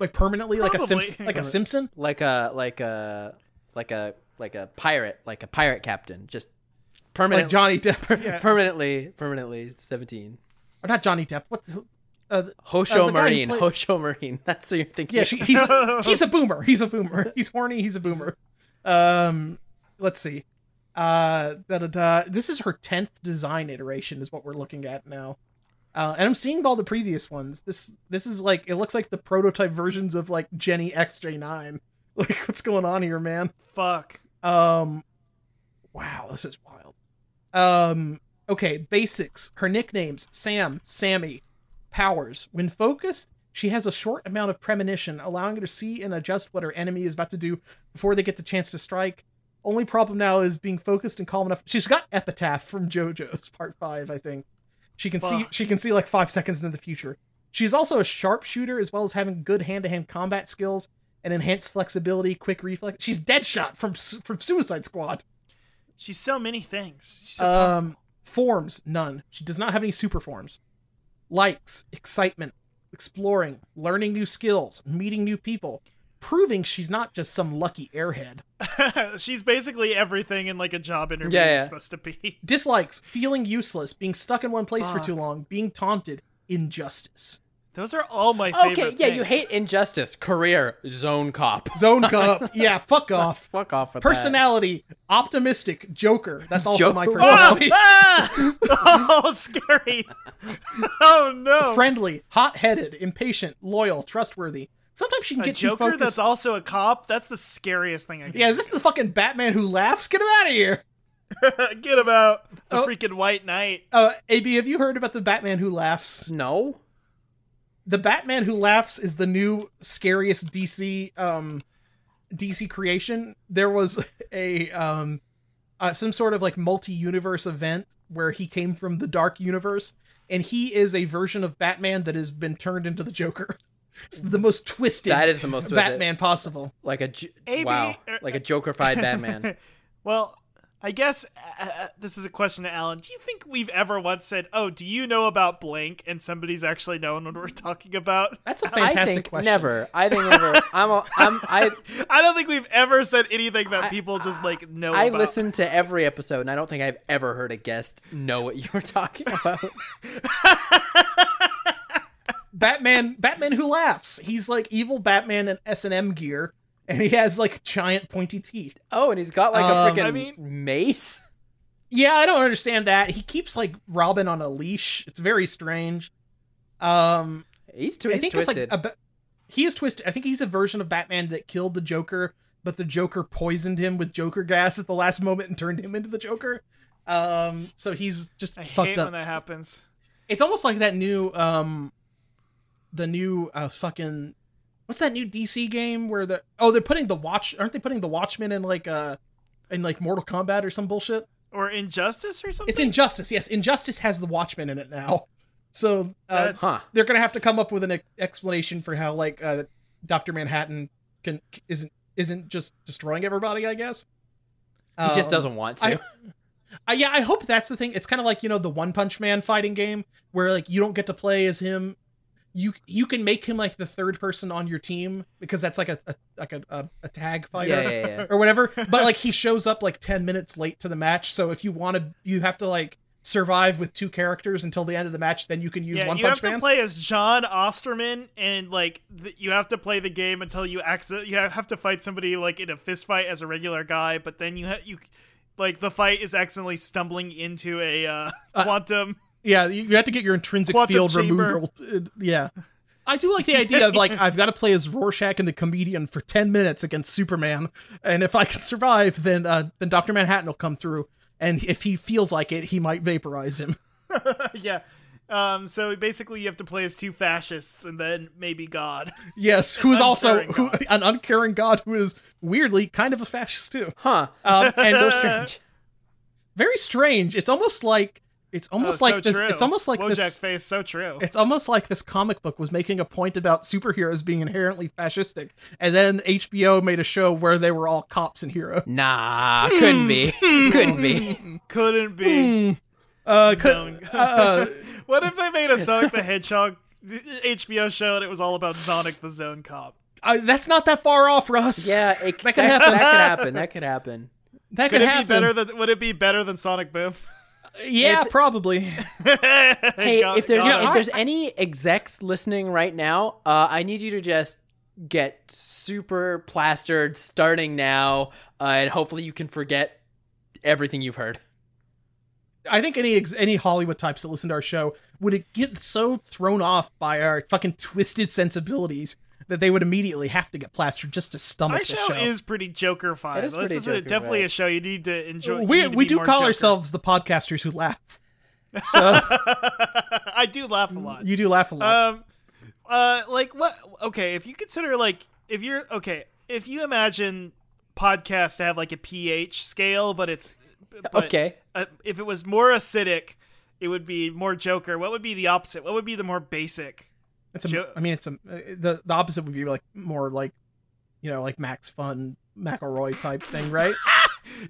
Speaker 2: Like permanently, like a
Speaker 1: Probably.
Speaker 2: Simpson, like a Simpson.
Speaker 3: like a like a like a like a pirate, like a pirate captain, just
Speaker 2: Like
Speaker 3: permanent,
Speaker 2: Johnny Depp,
Speaker 1: Yeah.
Speaker 3: permanently, permanently seventeen.
Speaker 2: or not Johnny Depp. What? who- Uh,
Speaker 3: Hosho
Speaker 2: the guy who
Speaker 3: Marine,
Speaker 2: played-
Speaker 3: Hosho Marine. That's what you're thinking.
Speaker 2: Yeah,
Speaker 3: of.
Speaker 2: she, he's he's a boomer. He's a boomer. He's horny. He's a boomer. Um, let's see. Uh, da, da, da. This is her tenth design iteration, is what we're looking at now. Uh, and I'm seeing all the previous ones. This this is like it looks like the prototype versions of like Jenny XJ9. Like what's going on here, man?
Speaker 1: Fuck.
Speaker 2: Um, wow, this is wild. Um, okay, basics. Her nicknames: Sam, Sammy, Powers. When focused, she has a short amount of premonition, allowing her to see and adjust what her enemy is about to do before they get the chance to strike. Only problem now is being focused and calm enough. She's got epitaph from JoJo's Part Five, I think. She can see
Speaker 1: Fuck.
Speaker 2: she can see like five seconds into the future. She's also a sharpshooter as well as having good hand-to-hand combat skills and enhanced flexibility, quick reflex. She's Deadshot from Su- from Suicide Squad.
Speaker 1: She's so many things. She's so
Speaker 2: Um, forms none. She does not have any super forms. Likes excitement, exploring, learning new skills, meeting new people, proving she's not just some lucky airhead.
Speaker 1: powerful. She's basically everything in like a job interview
Speaker 3: Yeah, yeah.
Speaker 1: you're supposed to be.
Speaker 2: Dislikes feeling useless, being stuck in one place for too
Speaker 1: Fuck.
Speaker 2: long, being taunted, injustice.
Speaker 1: Those are all my favorite
Speaker 3: Okay, yeah, you
Speaker 1: things.
Speaker 3: hate injustice, career, zone cop.
Speaker 2: Zone cup. yeah, fuck off.
Speaker 3: Fuck off with that.
Speaker 2: Personality, optimistic, Joker. That's also my
Speaker 3: Joker.
Speaker 1: Ah!
Speaker 2: personality.
Speaker 1: Ah! oh, scary. oh no.
Speaker 2: friendly, hot-headed, impatient, loyal, trustworthy. Sometimes she can
Speaker 1: a
Speaker 2: get you
Speaker 1: Joker
Speaker 2: focused.
Speaker 1: that's also a cop. That's the scariest thing I can.
Speaker 2: yeah, is this the fucking Batman who laughs? Get him out of here.
Speaker 1: Get him out. The
Speaker 2: Oh.
Speaker 1: freaking White Knight.
Speaker 2: Uh, AB, have you heard about the Batman who laughs?
Speaker 3: No.
Speaker 2: The Batman who laughs is the new scariest DC um DC creation. There was a um uh, some sort of like multi-universe event where he came from the dark universe and he is a version of Batman that has been turned into the Joker. It's the most twisted
Speaker 3: That is the most twisted.
Speaker 2: Batman uh, possible.
Speaker 3: Like a J-
Speaker 1: AB
Speaker 3: wow,
Speaker 1: er-
Speaker 3: like a Jokerfied Batman.
Speaker 1: Well, I guess uh, uh, this is a question to Alan. Do you think we've ever once said, "Oh, do you know about blank?" and somebody's actually known what we're talking about?
Speaker 2: That's a fantastic
Speaker 3: I think
Speaker 2: question.
Speaker 3: never. I think never. I'm a, I'm I
Speaker 1: I don't think we've ever said anything that
Speaker 3: I-
Speaker 1: people just like know.
Speaker 3: I
Speaker 1: about.
Speaker 3: listen to every episode, and I don't think I've ever heard a guest know what you were talking about.
Speaker 2: Batman Batman who laughs. He's like evil Batman in S and M gear, and he has like giant pointy teeth.
Speaker 3: Oh, and he's got like a
Speaker 2: Um,
Speaker 3: freaking
Speaker 1: I mean-
Speaker 3: mace.
Speaker 2: Yeah, I don't understand that. He keeps like Robin on a leash. It's very strange. Um,
Speaker 3: He's, twi-
Speaker 2: I
Speaker 3: he's
Speaker 2: think
Speaker 3: twisted.
Speaker 2: it's like a, he is twisted. I think he's a version of Batman that killed the Joker, but the Joker poisoned him with Joker gas at the last moment and turned him into the Joker. Um, so he's just
Speaker 1: I
Speaker 2: fucked
Speaker 1: hate
Speaker 2: up.
Speaker 1: when that happens.
Speaker 2: It's almost like that new um the new uh fucking what's that new DC game where the oh they're putting the watch aren't they putting the Watchmen in like uh in like Mortal Kombat or some bullshit?
Speaker 1: Or injustice or something.
Speaker 2: It's Injustice. Yes, Injustice has the Watchmen in it now. So uh,
Speaker 1: That's-
Speaker 3: Huh.
Speaker 2: they're going to have to come up with an ex- explanation for how like uh Dr. Manhattan can isn't isn't just destroying everybody, I guess.
Speaker 3: He just
Speaker 2: Um,
Speaker 3: doesn't want to.
Speaker 2: I- I, yeah, I hope that's the thing. It's kind of like you know the One Punch Man fighting game where like you don't get to play as him. You you can make him like the third person on your team because that's like a, a like a, a, a tag fighter
Speaker 3: yeah, yeah, yeah.
Speaker 2: or whatever. But like he shows up like ten minutes late to the match, so if you want to, you have to like survive with two characters until the end of the match. Then you can use
Speaker 1: yeah,
Speaker 2: One
Speaker 1: you
Speaker 2: Punch
Speaker 1: have
Speaker 2: Man.
Speaker 1: to play as John Osterman, and like th- you have to play the game until you accident. You have to fight somebody like in a fist fight as a regular guy, but then you ha- you like the fight is accidentally stumbling into a uh, quantum.
Speaker 2: Yeah, you, you have to get your intrinsic
Speaker 1: Quantum
Speaker 2: field
Speaker 1: chamber.
Speaker 2: removal. Uh, yeah. I do like the idea of like I've got to play as Rorschach and the comedian for ten minutes against Superman, and if I can survive, then uh, then Doctor Manhattan will come through, and if he feels like it, he might vaporize him.
Speaker 1: yeah. Um, so basically, you have to play as two fascists, and then maybe God.
Speaker 2: Yes, who is also
Speaker 1: uncaring
Speaker 2: who,
Speaker 1: god.
Speaker 2: an uncaring god who is weirdly kind of a fascist too.
Speaker 3: Huh.
Speaker 2: Um, and
Speaker 3: so strange.
Speaker 2: very strange. It's almost like it's almost
Speaker 1: Oh,
Speaker 2: like
Speaker 1: so
Speaker 2: this.
Speaker 1: true.
Speaker 2: It's almost like
Speaker 1: Wojak
Speaker 2: this.
Speaker 1: face. So true.
Speaker 2: It's almost like this comic book was making a point about superheroes being inherently fascistic, and then HBO made a show where they were all cops and heroes.
Speaker 3: Nah,
Speaker 2: hmm,
Speaker 3: couldn't be. couldn't be.
Speaker 1: Couldn't be.
Speaker 2: Uh, could-
Speaker 1: Zone.
Speaker 2: uh, uh,
Speaker 1: What if they made a Sonic the Hedgehog HBO show and it was all about Sonic the Zone Cop?
Speaker 2: uh, that's not that far off, Russ.
Speaker 3: Yeah,
Speaker 2: That
Speaker 3: it, that,
Speaker 2: could
Speaker 3: could
Speaker 2: happen.
Speaker 3: that could happen. That could happen.
Speaker 2: that could
Speaker 1: Could it
Speaker 2: happen.
Speaker 1: be better than? Would it be better than Sonic Boom?
Speaker 2: yeah,
Speaker 3: If-
Speaker 2: probably.
Speaker 3: Hey,
Speaker 1: hey,
Speaker 3: if there's
Speaker 2: got it.
Speaker 3: if there's any execs listening right now, uh, I need you to just get super plastered starting now, uh, and hopefully you can forget everything you've heard.
Speaker 2: I think any ex- any Hollywood types that listen to our show would get so thrown off by our fucking twisted sensibilities that they would immediately have to get plastered just to stomach
Speaker 1: my show
Speaker 2: the
Speaker 1: is pretty Joker
Speaker 3: It
Speaker 1: five.
Speaker 3: is
Speaker 1: This
Speaker 3: pretty
Speaker 1: is a,
Speaker 3: Joker-fied.
Speaker 1: definitely a show you need to enjoy. you
Speaker 2: we
Speaker 1: need to
Speaker 2: we
Speaker 1: be
Speaker 2: do
Speaker 1: more
Speaker 2: call
Speaker 1: Joker.
Speaker 2: ourselves the podcasters who laugh. So
Speaker 1: I do laugh a lot.
Speaker 2: you do laugh a lot.
Speaker 1: um, uh, like what? Okay, if you consider like if you're okay, if you imagine podcasts to have like a pH scale, but it's but,
Speaker 3: okay.
Speaker 1: uh, if it was more acidic, it would be more Joker. What would be the opposite? What would be the more basic?
Speaker 2: it's a,
Speaker 1: Jo-
Speaker 2: I mean, it's a uh, the the opposite would be like more like you know like Max Fun McElroy type thing, right?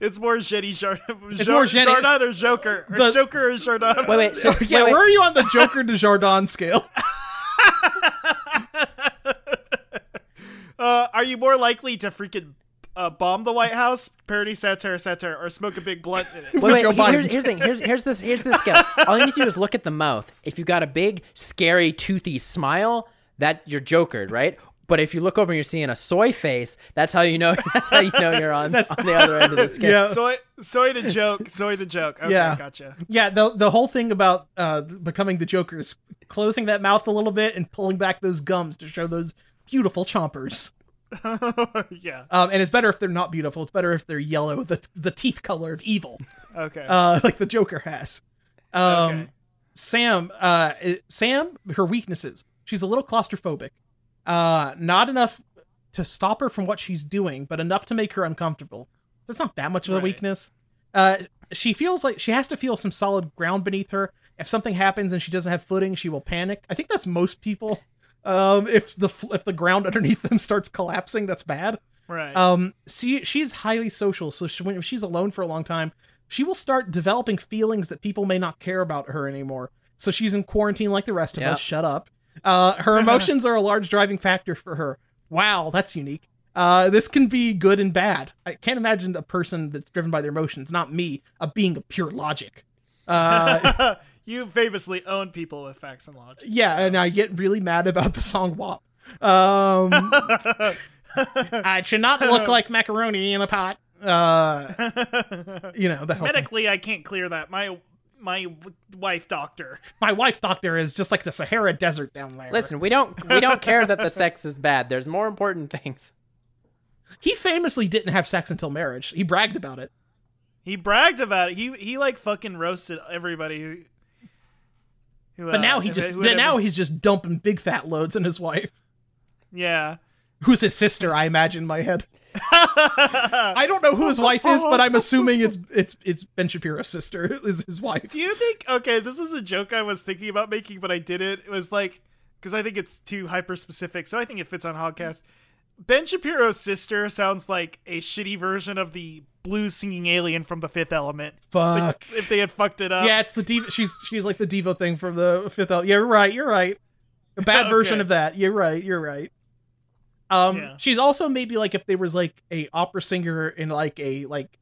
Speaker 1: It's more shitty Jar-
Speaker 2: It's
Speaker 1: Jar-
Speaker 2: more shitty-
Speaker 1: Jardin or Joker. Or
Speaker 2: The-
Speaker 1: Joker or Jardin.
Speaker 3: Wait, wait. So
Speaker 2: yeah,
Speaker 3: wait, wait.
Speaker 2: where are you on the Joker to Jardin scale?
Speaker 1: uh, are you more likely to freaking uh, bomb the White House, parody satire, satire, or smoke a big blunt in it?
Speaker 3: Wait, wait,
Speaker 2: Joe Biden.
Speaker 3: here's, here's the thing. Here's, here's this. Here's this scale. All you need to do is look at the mouth. If you got a big, scary, toothy smile, that you're jokered, right? But if you look over and you're seeing a soy face, that's how you know. That's how you know you're on,
Speaker 2: That's-
Speaker 3: on the other end of the scale.
Speaker 2: Yeah.
Speaker 1: Soy, soy the joke, soy the joke. Okay,
Speaker 2: Yeah.
Speaker 1: gotcha.
Speaker 2: Yeah, the the whole thing about uh becoming the Joker is closing that mouth a little bit and pulling back those gums to show those beautiful chompers.
Speaker 1: yeah.
Speaker 2: Um, and it's better if they're not beautiful. It's better if they're yellow, the the teeth color of evil,
Speaker 1: Okay.
Speaker 2: uh, like the Joker has. Um,
Speaker 1: Okay.
Speaker 2: Sam, uh, it- Sam, her weaknesses. She's a little claustrophobic. Uh, not enough to stop her from what she's doing, but enough to make her uncomfortable. That's not that much of a
Speaker 1: Right.
Speaker 2: weakness. Uh, she feels like she has to feel some solid ground beneath her. If something happens and she doesn't have footing, she will panic. I think that's most people. Um, if the f- if the ground underneath them starts collapsing, that's bad.
Speaker 1: right.
Speaker 2: Um, she she's highly social, so she, when she's alone for a long time, she will start developing feelings that people may not care about her anymore. So she's in quarantine like the rest of
Speaker 3: Yeah.
Speaker 2: us. Shut up. Uh, her emotions are a large driving factor for her. Wow, that's unique. Uh, this can be good and bad. I can't imagine a person that's driven by their emotions, not me, a being of pure logic. Uh,
Speaker 1: you famously own people with facts and logic.
Speaker 2: yeah, and I get really mad about the song WAP. Um, I should not look like macaroni in a pot. Uh, you know, that whole thing.
Speaker 1: Medically, I can't clear that. My my w- wife doctor.
Speaker 2: My wife doctor is just like the Sahara Desert down there.
Speaker 3: Listen, we don't we don't care that the sex is bad. There's more important things.
Speaker 2: he famously didn't have sex until marriage. He bragged about it.
Speaker 1: He bragged about it. He he like fucking roasted everybody who. who
Speaker 2: But now he just but now he's just dumping big fat loads on his wife,
Speaker 1: yeah.
Speaker 2: who's his sister, I imagine in my head. I don't know who his wife is, but I'm assuming it's it's it's Ben Shapiro's sister is his wife.
Speaker 1: Do you think? Okay, this is a joke I was thinking about making, but I did it. It was like because I think it's too hyper specific, so I think it fits on Hogcast. Ben Shapiro's sister sounds like a shitty version of the blues singing alien from The Fifth Element.
Speaker 2: Fuck.
Speaker 1: If they had fucked it up,
Speaker 2: Yeah, it's the diva. She's she's like the diva thing from the fifth. El- yeah, you're right. You're right. A bad
Speaker 1: Okay.
Speaker 2: version of that. You're right. You're right. Um,
Speaker 1: Yeah.
Speaker 2: she's also maybe like if there was like a opera singer in like a like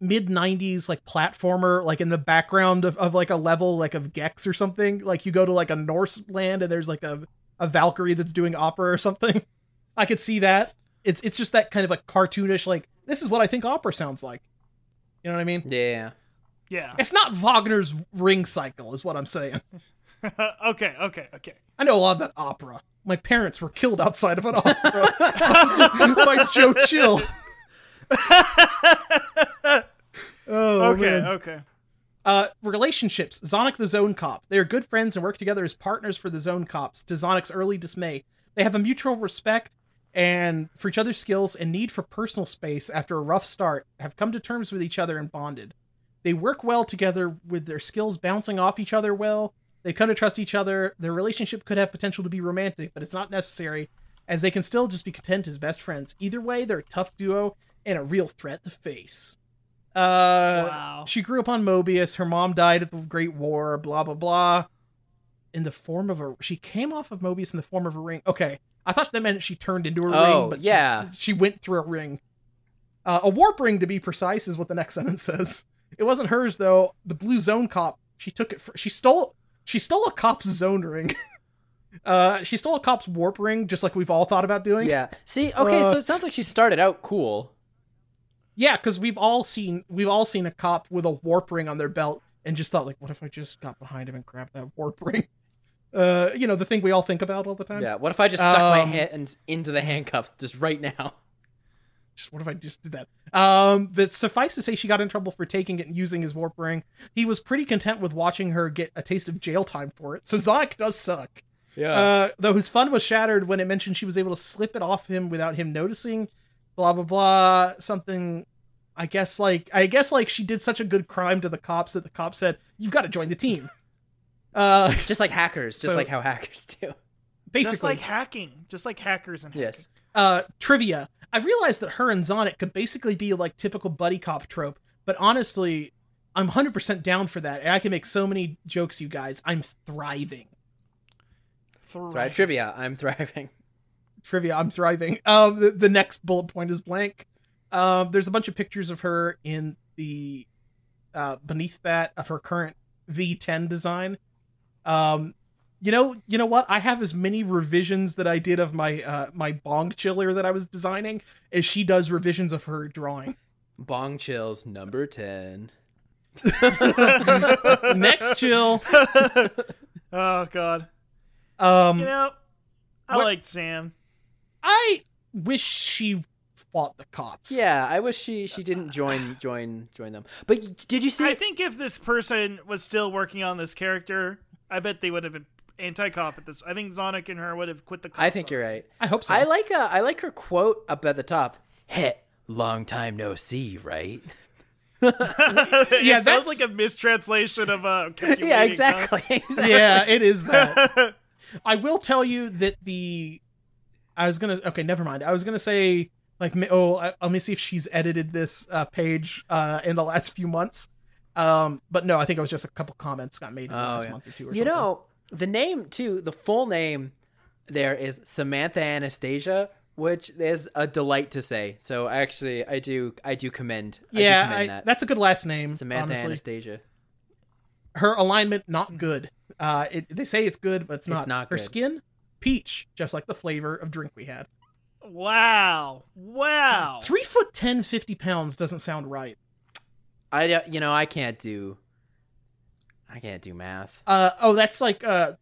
Speaker 2: mid '90s like platformer like in the background of, of like a level like of Gex or something. Like you go to like a Norse land and there's like a a Valkyrie that's doing opera or something. I could see that. It's it's just that kind of like cartoonish like this is what I think opera sounds like. You know what I mean?
Speaker 3: Yeah.
Speaker 1: yeah.
Speaker 2: It's not Wagner's Ring Cycle, is what I'm saying.
Speaker 1: okay, okay, okay.
Speaker 2: I know a lot about opera. My parents were killed outside of an opera by Joe Chill. oh,
Speaker 1: okay,
Speaker 2: man.
Speaker 1: okay.
Speaker 2: Uh, relationships. Zonic the Zone Cop. They are good friends and work together as partners for the Zone Cops, to Zonic's early dismay. They have a mutual respect and for each other's skills and need for personal space after a rough start, have come to terms with each other and bonded. They work well together with their skills bouncing off each other well. They come to trust each other. Their relationship could have potential to be romantic, but it's not necessary, as they can still just be content as best friends. Either way, they're a tough duo and a real threat to face. Uh,
Speaker 1: Wow.
Speaker 2: She grew up on Mobius. Her mom died at the Great War. Blah blah blah. In the form of a, she came off of Mobius in the form of a ring. Okay, I thought that meant she turned into a
Speaker 3: Oh,
Speaker 2: ring, but she-
Speaker 3: yeah.
Speaker 2: she, went through a ring. Uh, a warp ring, to be precise, is what the next sentence says. It wasn't hers though. The blue zone cop. She took it. For, she stole. She stole a cop's zone ring. uh, she stole a cop's warp ring, just like we've all thought about doing.
Speaker 3: Yeah. See, okay,
Speaker 2: Uh,
Speaker 3: so it sounds like she started out cool.
Speaker 2: Yeah, because we've all seen we've all seen a cop with a warp ring on their belt and just thought like, what if I just got behind him and grabbed that warp ring? Uh, you know the thing we all think about all the time.
Speaker 3: Yeah. What if I just stuck my
Speaker 2: Um,
Speaker 3: hands into the handcuffs just right now?
Speaker 2: Just what if I just did that? Um, but suffice to say, she got in trouble for taking it and using his warp ring. He was pretty content with watching her get a taste of jail time for it. So Zonic does suck. Uh, though his fun was shattered when it mentioned she was able to slip it off him without him noticing. Blah blah blah. Something. I guess like I guess like she did such a good crime to the cops that the cops said you've got to join the team. Uh,
Speaker 3: just like hackers, just
Speaker 2: so-
Speaker 3: like how hackers do.
Speaker 2: basically,
Speaker 1: Just like hacking, just like hackers and hacking.
Speaker 3: Yes.
Speaker 2: uh, trivia. I realized that her and Zonic could basically be like typical buddy cop trope, but honestly, I'm 100% down for that, and I can make so many jokes, you guys. I'm thriving.
Speaker 3: Thrive
Speaker 1: Thrive.
Speaker 3: trivia. I'm thriving.
Speaker 2: trivia. I'm thriving. Um, the, the next bullet point is blank. Um, there's a bunch of pictures of her in the uh, beneath that of her current V10 design. Um, you know, you know what? I have as many revisions that I did of my uh, my bong chiller that I was designing as she does revisions of her drawing.
Speaker 3: Bong chills number ten.
Speaker 2: next chill.
Speaker 1: oh god.
Speaker 2: Um,
Speaker 1: You know, I
Speaker 2: What-
Speaker 1: liked Sam.
Speaker 2: I wish she fought the cops.
Speaker 3: Yeah, I wish she she didn't join join join them. But y- did you see?
Speaker 1: I think if this person was still working on this character, I bet they would have been anti-cop at this. I think Zonic and her would have quit the. Cops
Speaker 3: I think you're right.
Speaker 2: I hope so.
Speaker 3: I like uh, I like her quote up at the top. Heh, long time no see, right?
Speaker 1: right.
Speaker 2: Yeah,
Speaker 1: yeah, it sounds
Speaker 2: that's-
Speaker 1: like a mistranslation of uh, kept you
Speaker 3: yeah,
Speaker 1: waiting, huh?
Speaker 3: exactly. exactly.
Speaker 2: yeah, it is that. I will tell you that the I was gonna okay, never mind. I was gonna say like ma- oh, I, let me see if she's edited this uh, page uh, in the last few months. Um, but no, I think it was just a couple comments got made in the
Speaker 3: Oh,
Speaker 2: last
Speaker 3: yeah.
Speaker 2: month or two. Or
Speaker 3: You
Speaker 2: something.
Speaker 3: know the name too. The full name there is Samantha Anastasia, which is a delight to say. So actually, I do I do commend. I do
Speaker 2: yeah,
Speaker 3: commend
Speaker 2: I-
Speaker 3: that.
Speaker 2: that's a good last name.
Speaker 3: Samantha
Speaker 2: honestly.
Speaker 3: Anastasia.
Speaker 2: her alignment not good. Uh, it, they say it's good, but it's not.
Speaker 3: not
Speaker 2: her
Speaker 3: good.
Speaker 2: skin peach, just like the flavor of drink we had.
Speaker 1: Wow, wow.
Speaker 2: Three foot ten, 50 pounds doesn't sound right.
Speaker 3: I don't- you know I can't do. I can't do math.
Speaker 2: Uh, oh, that's like uh,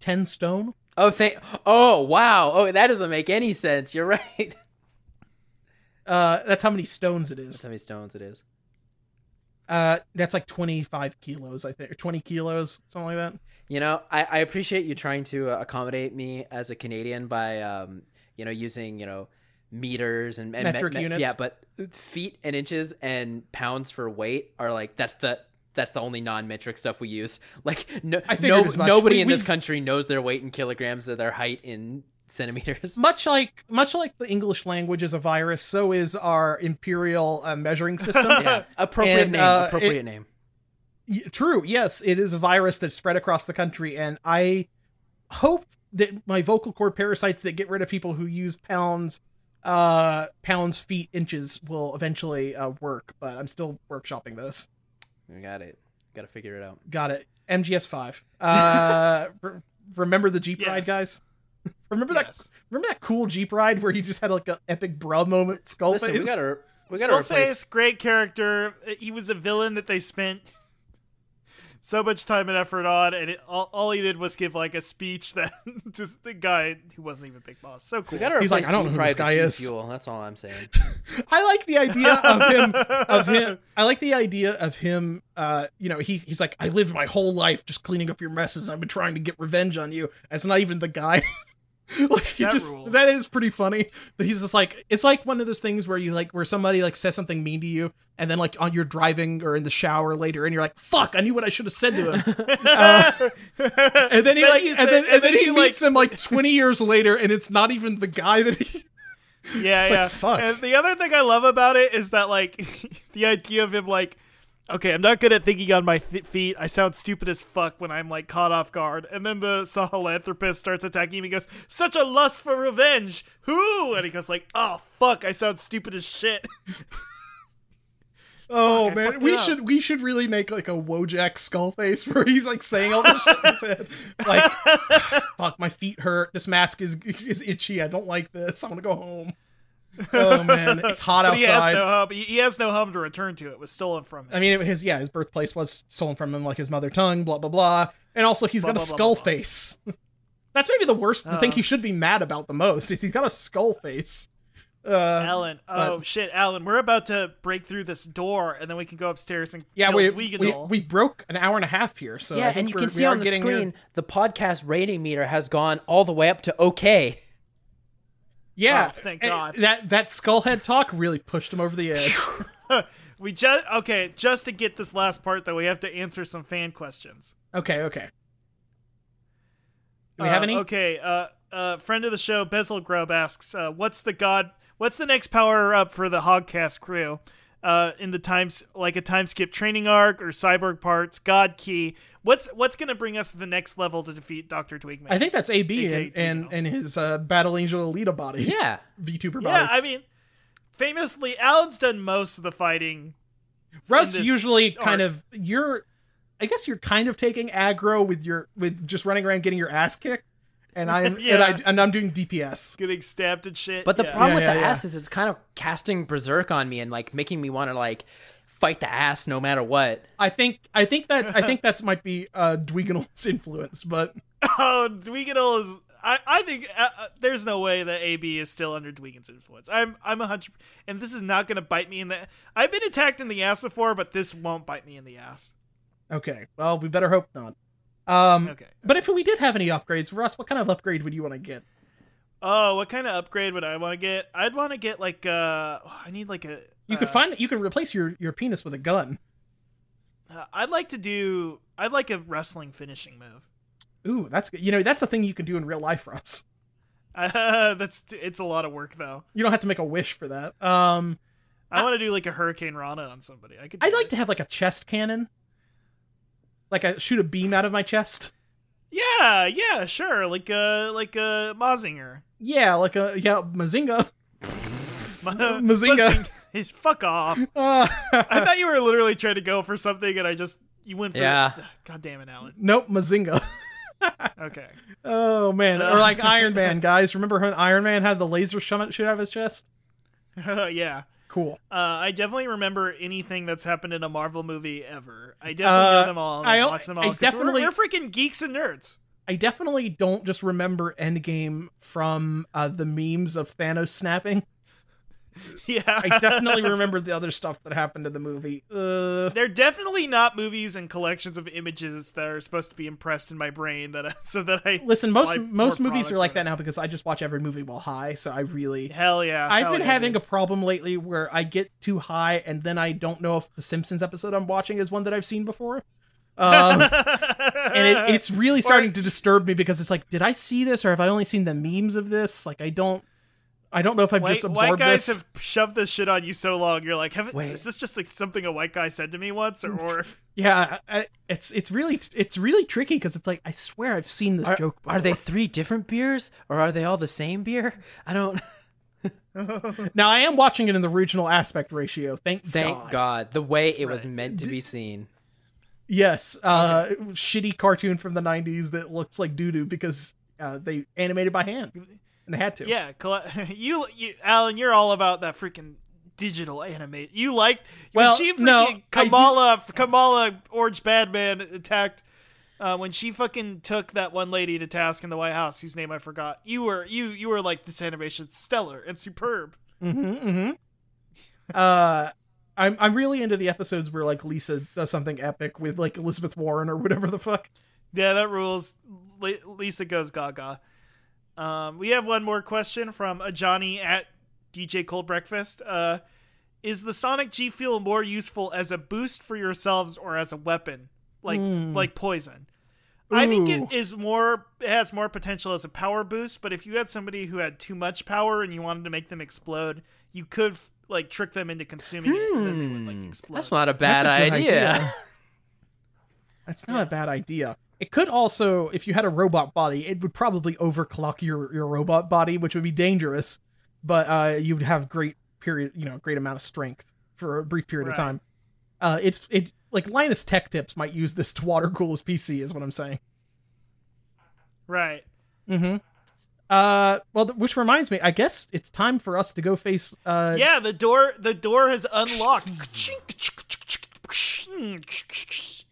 Speaker 2: ten stone.
Speaker 3: Oh, thank. Oh, wow. Oh, that doesn't make any sense. You're right.
Speaker 2: Uh, that's how many stones it
Speaker 3: That's
Speaker 2: is.
Speaker 3: how many stones it is.
Speaker 2: Uh, that's like twenty five kilos, I think, or twenty kilos, something like that.
Speaker 3: You know, I, I appreciate you trying to uh, accommodate me as a Canadian by, um, you know, using you know meters and, and
Speaker 2: Metric units.
Speaker 3: Yeah, but feet and inches and pounds for weight are like that's the that's the only non-metric stuff we use. Like no,
Speaker 2: I figured
Speaker 3: no
Speaker 2: as much.
Speaker 3: nobody
Speaker 2: We-
Speaker 3: in this
Speaker 2: we-
Speaker 3: country knows their weight in kilograms or their height in centimeters.
Speaker 2: Much like much like the English language is a virus, so is our imperial uh, measuring system.
Speaker 3: yeah, appropriate
Speaker 2: And,
Speaker 3: name.
Speaker 2: uh,
Speaker 3: appropriate name.
Speaker 2: Y- True. Yes, it is a virus that's spread across the country, and I hope that my vocal cord parasites that get rid of people who use pounds, uh, pounds, feet, inches will eventually uh, work. But I'm still workshopping those.
Speaker 3: We got it. Got to figure it out.
Speaker 2: Got it. MGS five. Uh, re- remember the Jeep ride,
Speaker 1: Yes.
Speaker 2: guys. remember that.
Speaker 1: Yes.
Speaker 2: Remember that cool Jeep ride where you just had like an epic bro moment. Skull
Speaker 3: Listen,
Speaker 2: face.
Speaker 3: we gotta we gotta
Speaker 1: Skullface,
Speaker 3: replace.
Speaker 1: great character. He was a villain that they spent so much time and effort on, and it, all, all he did was give like a speech that just the guy who wasn't even Big Boss. So cool.
Speaker 3: We gotta
Speaker 2: He's
Speaker 3: replace
Speaker 2: like, I don't
Speaker 3: Gene
Speaker 2: know who
Speaker 3: Fry
Speaker 2: this
Speaker 3: with
Speaker 2: guy
Speaker 3: Gene
Speaker 2: is.
Speaker 3: Fuel. That's all I'm saying.
Speaker 2: I like the idea of him of him I like the idea of him uh you know he he's like I lived my whole life just cleaning up your messes and I've been trying to get revenge on you and it's not even the guy like he
Speaker 1: That
Speaker 2: just
Speaker 1: rules.
Speaker 2: that is pretty funny that he's just like it's like one of those things where you like where somebody like says something mean to you and then like on your driving or in the shower later and you're like fuck I knew what I should have said to him uh, and then he like and
Speaker 1: he's-
Speaker 2: then, and then he,
Speaker 1: like-
Speaker 2: meets him like 20 years later and it's not even the guy that he
Speaker 1: yeah,
Speaker 2: It's like,
Speaker 1: yeah.
Speaker 2: fuck.
Speaker 1: And the other thing I love about it is that like the idea of him like, okay, I'm not good at thinking on my th- feet. I sound stupid as fuck when I'm like caught off guard. And then the sahelanthropist starts attacking him. He goes, "Such a lust for revenge, who?" And he goes like, "Oh fuck, I sound stupid as shit."
Speaker 2: Oh
Speaker 1: Fuck, I
Speaker 2: man,
Speaker 1: fucked
Speaker 2: we
Speaker 1: it up.
Speaker 2: should we should really make like a Wojak skull face where he's like saying all this shit in his head. Like, fuck, my feet hurt. This mask is is itchy. I don't like this. I want to go home. Oh man, it's hot
Speaker 1: But he has
Speaker 2: outside.
Speaker 1: no home. He- He has no home to return to. It was stolen from him.
Speaker 2: I mean, it, his yeah, his birthplace was stolen from him, like his mother tongue. Blah blah blah. And also, he's
Speaker 1: Blah,
Speaker 2: got
Speaker 1: blah,
Speaker 2: a
Speaker 1: blah,
Speaker 2: skull
Speaker 1: blah, blah.
Speaker 2: face. That's maybe the worst. The thing
Speaker 1: Oh.
Speaker 2: he should be mad about the most is he's got a skull face. Uh,
Speaker 1: Alan, oh shit, Alan, we're about to break through this door, and then we can go upstairs and
Speaker 2: yeah,
Speaker 1: kill
Speaker 2: we, we
Speaker 1: Dweegadol.
Speaker 2: we broke an hour and a half here. So I
Speaker 3: yeah,
Speaker 2: think
Speaker 3: and you
Speaker 2: we're-
Speaker 3: can
Speaker 2: we
Speaker 3: see
Speaker 2: are
Speaker 3: on the
Speaker 2: getting near-
Speaker 3: screen the podcast rating meter has gone all the way up to okay.
Speaker 2: Yeah,
Speaker 1: Oh, thank
Speaker 2: and
Speaker 1: God.
Speaker 2: That that skullhead talk really pushed him over the edge.
Speaker 1: We just okay, just to get this last part though, we have to answer some fan questions.
Speaker 2: okay, okay. Do we have
Speaker 1: Um,
Speaker 2: any?
Speaker 1: Okay, uh, uh, friend of the show, Bezel Grub asks, uh, "What's the god? What's the next power up for the Hogcast crew? Uh, in the times like a time skip training arc or cyborg parts, God Key. What's what's gonna bring us to the next level to defeat Doctor Twigman?
Speaker 2: I think that's AB
Speaker 1: AKA
Speaker 2: and, and and his uh, Battle Angel Alita body.
Speaker 3: Yeah.
Speaker 2: VTuber
Speaker 1: yeah,
Speaker 2: body.
Speaker 1: I mean, famously, Alan's done most of the fighting.
Speaker 2: Russ
Speaker 1: in this
Speaker 2: usually kind
Speaker 1: arc.
Speaker 2: of you're, I guess you're kind of taking aggro with your with just running around getting your ass kicked, and I'm and I
Speaker 1: Yeah.
Speaker 2: and I'm doing DPS.
Speaker 1: Getting stabbed and shit.
Speaker 3: But the
Speaker 1: yeah.
Speaker 3: problem
Speaker 2: Yeah,
Speaker 3: with
Speaker 2: yeah,
Speaker 3: the
Speaker 2: yeah.
Speaker 3: ass is it's kind of casting berserk on me and like making me want to like fight the ass no matter what.
Speaker 2: I think I think that's I think that's might be uh Dweeganol's influence, but
Speaker 1: Oh, Dweeganol is. I, I think uh, uh, there's no way that AB is still under Dweegan's influence. I'm I'm a hundred, and this is not going to bite me in the. I've been attacked in the ass before, but this won't bite me in the ass.
Speaker 2: okay. Well, we better hope not. Um,
Speaker 1: Okay.
Speaker 2: But if we did have any upgrades, Russ, what kind of upgrade would you want to get?
Speaker 1: Oh, what kind of upgrade would I want to get? I'd want to get like uh, I need like a.
Speaker 2: You could
Speaker 1: uh,
Speaker 2: find you could replace your your penis with a gun.
Speaker 1: uh, I'd like to do. I'd like a wrestling finishing move.
Speaker 2: Ooh, that's good. You know, that's a thing you can do in real life, Russ.
Speaker 1: Uh, that's it's a lot of work though.
Speaker 2: You don't have to make a wish for that. Um,
Speaker 1: I,
Speaker 2: I-
Speaker 1: want to do like a Hurricane Rana on somebody. I could. do
Speaker 2: I'd like
Speaker 1: it.
Speaker 2: to have like a chest cannon. Like I shoot a beam out of my chest.
Speaker 1: Yeah, yeah, sure. Like uh, like a Mazinger.
Speaker 2: Yeah, like a yeah, Mazinga. Mazinga.
Speaker 1: Mazinga. Fuck off.
Speaker 2: Uh,
Speaker 1: I thought you were literally trying to go for something and I just you went for
Speaker 3: Yeah.
Speaker 1: God damn it, Alan.
Speaker 2: nope, Mazinga.
Speaker 1: Okay.
Speaker 2: Oh man,
Speaker 1: Uh.
Speaker 2: or like Iron Man, guys. Remember when Iron Man had the laser shot shoot out of his chest?
Speaker 1: yeah.
Speaker 2: Cool.
Speaker 1: Uh, I definitely remember anything that's happened in a Marvel movie ever. I definitely
Speaker 2: Uh,
Speaker 1: know them all. and
Speaker 2: I-
Speaker 1: I've watched them
Speaker 2: I
Speaker 1: all. 'cause we're-
Speaker 2: definitely-
Speaker 1: we're, freaking geeks and nerds.
Speaker 2: I definitely don't just remember Endgame from uh, the memes of Thanos snapping.
Speaker 1: Yeah,
Speaker 2: I definitely remember the other stuff that happened in the movie. Uh,
Speaker 1: They're definitely not movies and collections of images that are supposed to be impressed in my brain that I, so that I
Speaker 2: listen, most
Speaker 1: Like,
Speaker 2: most
Speaker 1: more
Speaker 2: movies are
Speaker 1: products
Speaker 2: like
Speaker 1: are-
Speaker 2: that now because I just watch every movie while high, so I really
Speaker 1: hell yeah.
Speaker 2: I've
Speaker 1: hell
Speaker 2: been
Speaker 1: yeah,
Speaker 2: having
Speaker 1: dude.
Speaker 2: a problem lately where I get too high and then I don't know if the Simpsons episode I'm watching is one that I've seen before. Um, and it, it's really starting to disturb me because it's like, did I see this or have I only seen the memes of this? Like, I don't, I don't know if I've
Speaker 1: White,
Speaker 2: just
Speaker 1: white
Speaker 2: absorbed
Speaker 1: guys
Speaker 2: this.
Speaker 1: have shoved this shit on you so long. You're like, have,
Speaker 3: Wait.
Speaker 1: is this just like something a white guy said to me once, or, or
Speaker 2: Yeah, I, it's it's really it's really tricky because it's like I swear I've seen this
Speaker 3: Are,
Speaker 2: joke.
Speaker 3: are they three different beers or are they all the same beer? I don't.
Speaker 2: Now I am watching it in the regional aspect ratio. Thank
Speaker 3: Thank God, the way it was meant to be seen.
Speaker 2: Yes, uh, shitty cartoon from the '90s that looks like doo doo because uh, they animated by hand and they had to.
Speaker 1: yeah, coll- you, you, Alan, you're all about that freaking digital animate. You like when
Speaker 2: Well,
Speaker 1: she freaking
Speaker 2: no, I do-
Speaker 1: Kamala, Kamala Orange Badman attacked. Uh, when she fucking took that one lady to task in the White House, whose name I forgot, you were you you were like this animation's stellar and superb.
Speaker 2: Mm-hmm. mm-hmm. Uh, I'm I'm really into the episodes where like Lisa does something epic with like Elizabeth Warren or whatever the fuck.
Speaker 1: Yeah, that rules. Li- Lisa goes gaga. Um, we have one more question from a Johnny at DJ Cold Breakfast. Uh, is the Sonic G Fuel more useful as a boost for yourselves or as a weapon, like
Speaker 3: Hmm.
Speaker 2: Mm.
Speaker 1: like poison? I think
Speaker 2: Ooh.
Speaker 1: it is more. It has more potential as a power boost. But if you had somebody who had too much power and you wanted to make them explode, you could like trick them into consuming it, and then they would like
Speaker 3: Hmm,
Speaker 1: explode.
Speaker 3: that's not a bad
Speaker 2: That's a good
Speaker 3: idea.
Speaker 2: idea. That's not a bad idea. It could also, if you had a robot body, it would probably overclock your your robot body, which would be dangerous. But uh, you'd have great period, you know, great amount of strength for a brief period
Speaker 1: Right.
Speaker 2: of time. Uh, it's it like Linus Tech Tips might use this to water cool his PC, is what I'm saying.
Speaker 1: right.
Speaker 2: Mm-hmm. Uh, well, th- which reminds me, I guess it's time for us to go face. Uh,
Speaker 1: Yeah, the door the door has unlocked.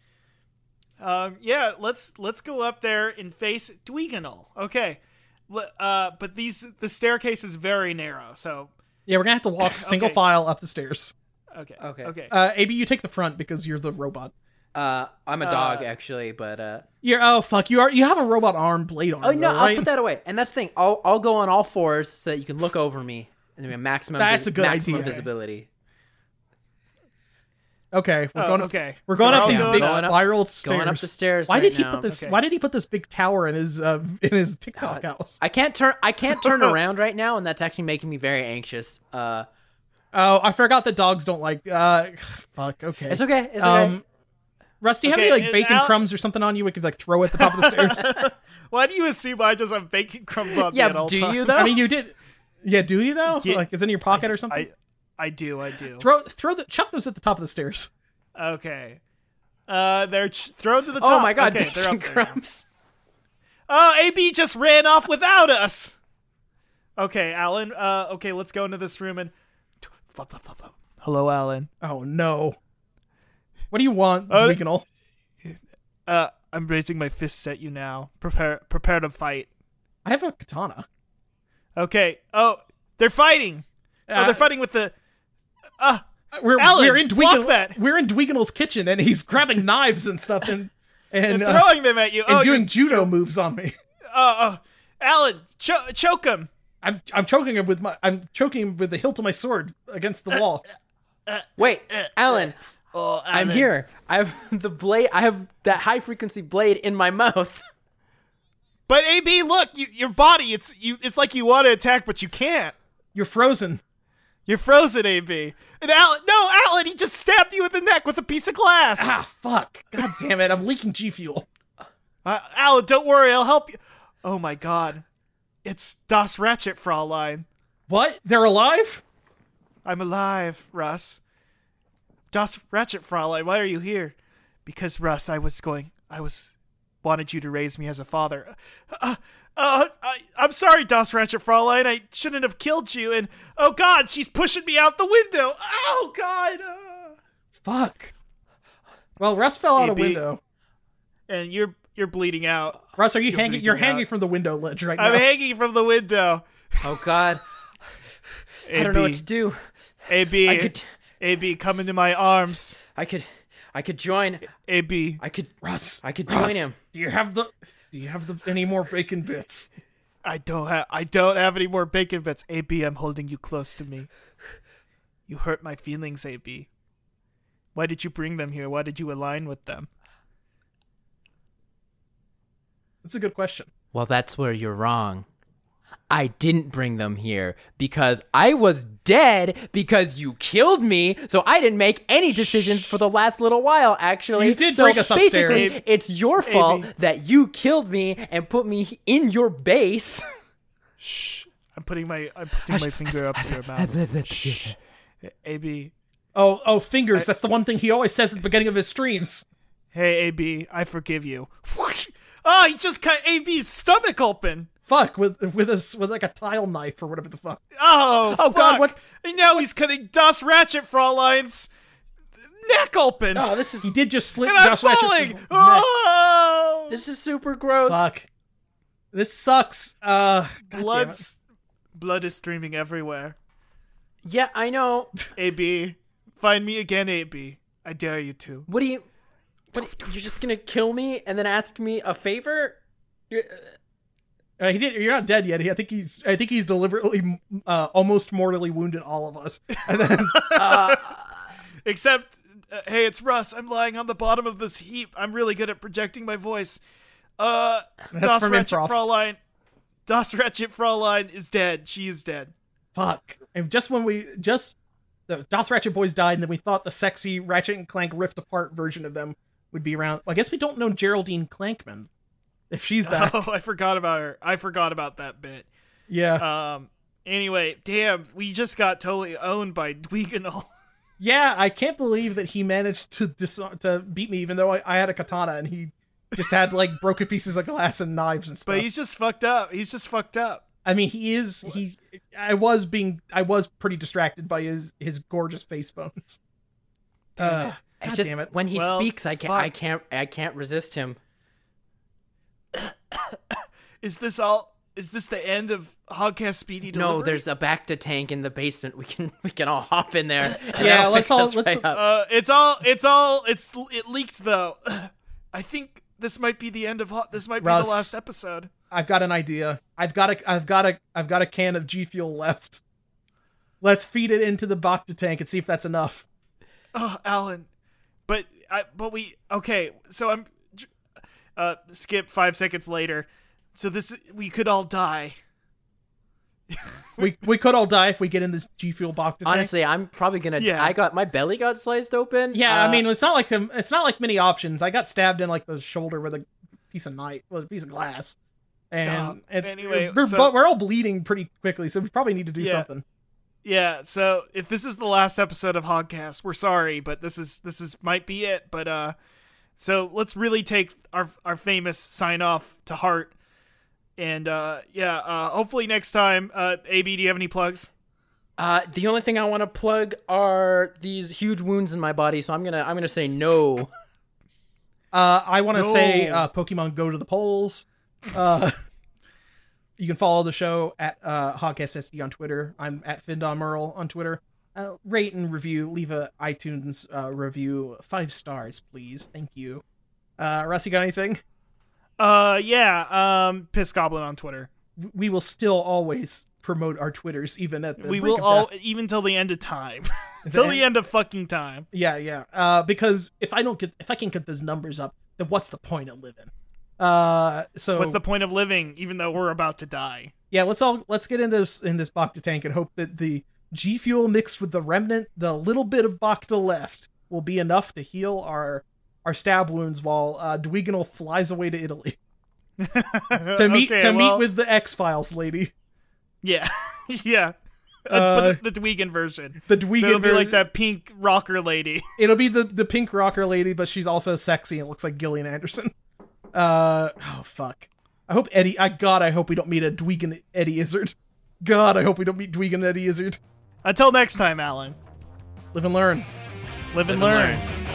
Speaker 1: um, yeah, let's let's go up there and face Dweeganol. Okay. Le- Uh, but these the staircase is very narrow, so
Speaker 2: yeah, we're gonna have to walk single
Speaker 1: Okay.
Speaker 2: file up the stairs.
Speaker 1: okay.
Speaker 3: Okay.
Speaker 1: Okay.
Speaker 2: Uh, AB, you take the front because you're the robot.
Speaker 3: Uh, I'm a dog
Speaker 1: Uh,
Speaker 3: actually, but uh,
Speaker 2: You're oh fuck, you are you have a robot arm blade arm.
Speaker 3: oh no,
Speaker 2: though,
Speaker 3: I'll
Speaker 2: right?
Speaker 3: put that away. And that's the thing. I'll I'll go on all fours so that you can look over me and we have maximum.
Speaker 2: That's
Speaker 3: vis-
Speaker 2: a good
Speaker 3: maximum
Speaker 2: idea.
Speaker 3: visibility.
Speaker 2: Okay, we're
Speaker 1: Oh,
Speaker 2: going. Up,
Speaker 1: okay.
Speaker 2: we're going
Speaker 1: So
Speaker 2: up
Speaker 1: we're
Speaker 2: these
Speaker 1: all
Speaker 2: big
Speaker 1: going
Speaker 3: up-
Speaker 2: spiral stairs.
Speaker 3: Going up the stairs.
Speaker 2: Why
Speaker 3: right
Speaker 2: did he
Speaker 3: now.
Speaker 2: put this?
Speaker 1: Okay.
Speaker 2: Why did he put this big tower in his uh, in his TikTok house?
Speaker 3: I can't turn. I can't turn around right now, and that's actually making me very anxious. Uh,
Speaker 2: Oh, I forgot that dogs don't like. Uh, fuck. Okay.
Speaker 3: it's okay. It's okay.
Speaker 2: Um, Rusty, have
Speaker 1: Okay,
Speaker 2: any like
Speaker 1: is
Speaker 2: bacon
Speaker 1: Al-
Speaker 2: crumbs or something on you? We could like throw at the top of the stairs.
Speaker 1: Why do you assume I just have bacon crumbs on
Speaker 3: Yeah,
Speaker 1: me at all
Speaker 3: do
Speaker 1: times?
Speaker 3: you, though?
Speaker 2: I mean, you did. Yeah, do you though?
Speaker 1: Yeah.
Speaker 2: Like, is it in your pocket or something?
Speaker 1: I I do, I do.
Speaker 2: Throw throw the chuck those at the top of the stairs.
Speaker 1: Okay. Uh, they're ch- thrown to the top.
Speaker 3: Oh my god,
Speaker 1: okay, they're
Speaker 3: bacon
Speaker 1: up there.
Speaker 3: crumbs.
Speaker 1: Oh, AB just ran off without us. Okay, Alan. Uh, okay, let's go into this room and. Flop, flop, flop, flop. Hello, Alan.
Speaker 2: Oh no. What do you want,
Speaker 1: Uh,
Speaker 2: Weakenal?
Speaker 1: Uh, I'm raising my fists at you now. Prepare, prepare to fight.
Speaker 2: I have a katana.
Speaker 1: Okay. Oh, they're fighting. oh,
Speaker 2: Uh,
Speaker 1: they're fighting with the. Uh,
Speaker 2: we're,
Speaker 1: Alan,
Speaker 2: we're in
Speaker 1: block
Speaker 2: Dweegan-
Speaker 1: that.
Speaker 2: We're in Dweeganal's kitchen, and he's grabbing knives and stuff, and and,
Speaker 1: and
Speaker 2: uh,
Speaker 1: throwing them at you.
Speaker 2: and
Speaker 1: oh,
Speaker 2: doing
Speaker 1: you-
Speaker 2: judo moves on me.
Speaker 1: Oh, oh, Alan, cho- choke him.
Speaker 2: I'm I'm choking him with my I'm choking him with the hilt of my sword against the wall.
Speaker 3: Wait, Alan,
Speaker 1: Oh, Alan.
Speaker 3: I'm here. I have the blade. I have that high frequency blade in my mouth.
Speaker 1: But AB, look, you, your body. It's you. It's like you want to attack, but you can't.
Speaker 2: You're frozen.
Speaker 1: You're frozen, AB. And Alan, no, Alan, he just stabbed you in the neck with a piece of glass.
Speaker 2: Ah, fuck! God damn it! I'm leaking G fuel.
Speaker 1: Uh, Alan, don't worry, I'll help you. Oh my god. It's Das Ratchet, Fraulein.
Speaker 2: What? They're alive?
Speaker 1: I'm alive, Russ. Das Ratchet, Fraulein, why are you here? Because, Russ, I was going. I was wanted you to raise me as a father. Uh, uh, I, I'm sorry, Das Ratchet Fräulein. I shouldn't have killed you. And oh God, she's pushing me out the window. Oh God. uh."
Speaker 2: Fuck. Well, Russ fell out a
Speaker 1: AB.
Speaker 2: window.
Speaker 1: And you're you're bleeding out.
Speaker 2: Russ, are you hanging?
Speaker 1: bleeding
Speaker 2: You're
Speaker 1: out.
Speaker 2: hanging from the window ledge right
Speaker 1: I'm
Speaker 2: now.
Speaker 1: hanging from the window.
Speaker 3: Oh God,
Speaker 1: AB,
Speaker 3: I don't know what to do.
Speaker 1: AB,
Speaker 3: I could,
Speaker 1: AB, come into my arms.
Speaker 3: I could, I could join.
Speaker 1: AB,
Speaker 3: I could.
Speaker 2: Russ,
Speaker 3: I could
Speaker 2: Russ,
Speaker 3: join him.
Speaker 2: Do you have the? Do you have the any more bacon bits?
Speaker 1: I don't have I don't have any more bacon bits. AB, I'm holding you close to me. You hurt my feelings, AB. Why did you bring them here? Why did you align with them?
Speaker 2: That's a good question.
Speaker 3: Well, that's where you're wrong. I didn't bring them here because I was dead because you killed me, so I didn't make any decisions for the last little while, actually.
Speaker 2: You did
Speaker 3: so
Speaker 2: bring us upstairs.
Speaker 3: Basically,
Speaker 1: Ab-
Speaker 3: it's your fault
Speaker 1: AB.
Speaker 3: that you killed me and put me in your base.
Speaker 1: Shh. I'm putting my I'm putting my finger up to your mouth. Shh. AB,
Speaker 2: Oh, oh, fingers. That's the one thing he always says at the beginning of his streams.
Speaker 1: hey AB, I forgive you. Oh, he just cut AB's stomach open.
Speaker 2: Fuck with with us with like a tile knife or whatever the fuck.
Speaker 1: Oh,
Speaker 3: Oh, God,
Speaker 1: fuck.
Speaker 3: what-
Speaker 1: And now he's cutting Das Ratchet Fräulein's neck open.
Speaker 3: Oh, this is
Speaker 2: He did just slit
Speaker 1: and I'm
Speaker 2: Josh Ratchet through
Speaker 1: falling.
Speaker 2: his neck.
Speaker 1: Oh,
Speaker 3: this is super gross.
Speaker 2: Fuck. This sucks. Uh, goddamn it.
Speaker 1: blood's blood is streaming everywhere.
Speaker 3: Yeah, I know.
Speaker 1: AB, find me again, AB. I dare you to.
Speaker 3: What do you What you're just going to kill me and then ask me a favor?
Speaker 2: Uh, he did. You're not dead yet. He, I think he's. I think he's deliberately, uh, almost mortally wounded all of us. And then
Speaker 1: Except, uh, hey, it's Russ. I'm lying on the bottom of this heap. I'm really good at projecting my voice. Uh, Das
Speaker 2: from
Speaker 1: Ratchet
Speaker 2: improv.
Speaker 1: Fraulein. Das Ratchet Fraulein is dead. She is dead.
Speaker 2: fuck. And just when we just the DOS Ratchet Boys died, and then we thought the sexy Ratchet and Clank rift apart version of them would be around. Well, I guess we don't know Geraldine Clankman if she's back.
Speaker 1: Oh, I forgot about her. I forgot about that bit.
Speaker 2: yeah.
Speaker 1: Um. Anyway, damn, we just got totally owned by Dweeganol.
Speaker 2: Yeah, I can't believe that he managed to dis- to beat me, even though I, I had a katana and he just had like broken pieces of glass and knives and stuff.
Speaker 1: But he's just fucked up. He's just fucked up.
Speaker 2: I mean, he is he. I was being I was pretty distracted by his his gorgeous face bones.
Speaker 1: Damn
Speaker 2: Uh,
Speaker 3: It's
Speaker 2: God
Speaker 3: just
Speaker 2: damn it!
Speaker 3: when he
Speaker 1: Well,
Speaker 3: speaks, I can't,
Speaker 1: fuck.
Speaker 3: I can't, I can't resist him.
Speaker 1: Is this all? Is this the end of Hogcast Speedy Delivery?
Speaker 3: No, there's a back to tank in the basement. We can, we can all hop in there. and
Speaker 2: Yeah,
Speaker 3: that'll
Speaker 2: let's
Speaker 3: fix
Speaker 2: all-
Speaker 3: us
Speaker 2: let's-
Speaker 3: right up.
Speaker 1: Uh, it's all. It's all. It's it leaked though. I think this might be the end of. Ho- This might be
Speaker 2: Russ.
Speaker 1: the last episode.
Speaker 2: I've got an idea. I've got a I've got a I've got a can of G fuel left. Let's feed it into the Bacta tank and see if that's enough.
Speaker 1: Oh, Alan. But I. But we. Okay. So I'm. Uh, skip five seconds later. So this we could all die.
Speaker 2: We we could all die if we get in this G fuel Bacta tank.
Speaker 3: Honestly, I'm probably gonna.
Speaker 1: Yeah.
Speaker 3: I got my belly got sliced open.
Speaker 2: Yeah,
Speaker 3: Uh,
Speaker 2: I mean, it's not like the, it's not like many options. I got stabbed in like the shoulder with a piece of knife, with a piece of glass,
Speaker 1: Yeah,
Speaker 2: and it's,
Speaker 1: Uh, anyway,
Speaker 2: we're,
Speaker 1: so-
Speaker 2: but we're all bleeding pretty quickly, so we probably need to do
Speaker 1: Yeah.
Speaker 2: something.
Speaker 1: Yeah. So if this is the last episode of Hogcast, we're sorry, but this is this is might be it. But uh, so let's really take our our famous sign off to heart. And uh, yeah, uh, hopefully next time. Uh, AB, do you have any plugs?
Speaker 3: uh, the only thing I want to plug are these huge wounds in my body. So I'm gonna, I'm gonna say no.
Speaker 2: Uh, I want to say
Speaker 1: No.
Speaker 2: uh, Pokemon Go to the polls. Uh, you can follow the show at uh, HogcastSD on Twitter. I'm at FindonMerle on Twitter. Uh, rate and review. Leave a iTunes uh, review. Five stars, please. Thank you. Uh, Russ, you got anything?
Speaker 1: Uh, yeah. Um, Piss Goblin on Twitter.
Speaker 2: we will still always promote our twitters even at the
Speaker 1: we
Speaker 2: brink
Speaker 1: will
Speaker 2: of
Speaker 1: all
Speaker 2: death.
Speaker 1: even till the end of time, till the end of fucking time.
Speaker 2: yeah yeah uh because if i don't get if i can't get those numbers up then what's the point of living uh so
Speaker 1: What's the point of living, even though we're about to die?
Speaker 2: yeah let's all let's get in this in this bacta tank and hope that the g fuel mixed with the remnant the little bit of bacta left will be enough to heal our our stab wounds while uh Dweeganal flies away to italy to meet
Speaker 1: Uh, Okay,
Speaker 2: to
Speaker 1: well,
Speaker 2: meet with the x-files lady
Speaker 1: yeah, yeah.
Speaker 2: Uh,
Speaker 1: Uh, but the, the Dweegan version.
Speaker 2: the
Speaker 1: so it'll
Speaker 2: Dweegan
Speaker 1: be like that pink rocker lady.
Speaker 2: It'll be the the pink rocker lady, but she's also sexy and looks like Gillian Anderson. Uh, oh fuck. I hope Eddie. I God, I hope we don't meet a Dweegan Eddie Izzard. God, I hope we don't meet Dweegan Eddie Izzard.
Speaker 1: Until next time, Alan.
Speaker 2: Live and learn.
Speaker 1: Live and,
Speaker 3: Live and
Speaker 1: learn.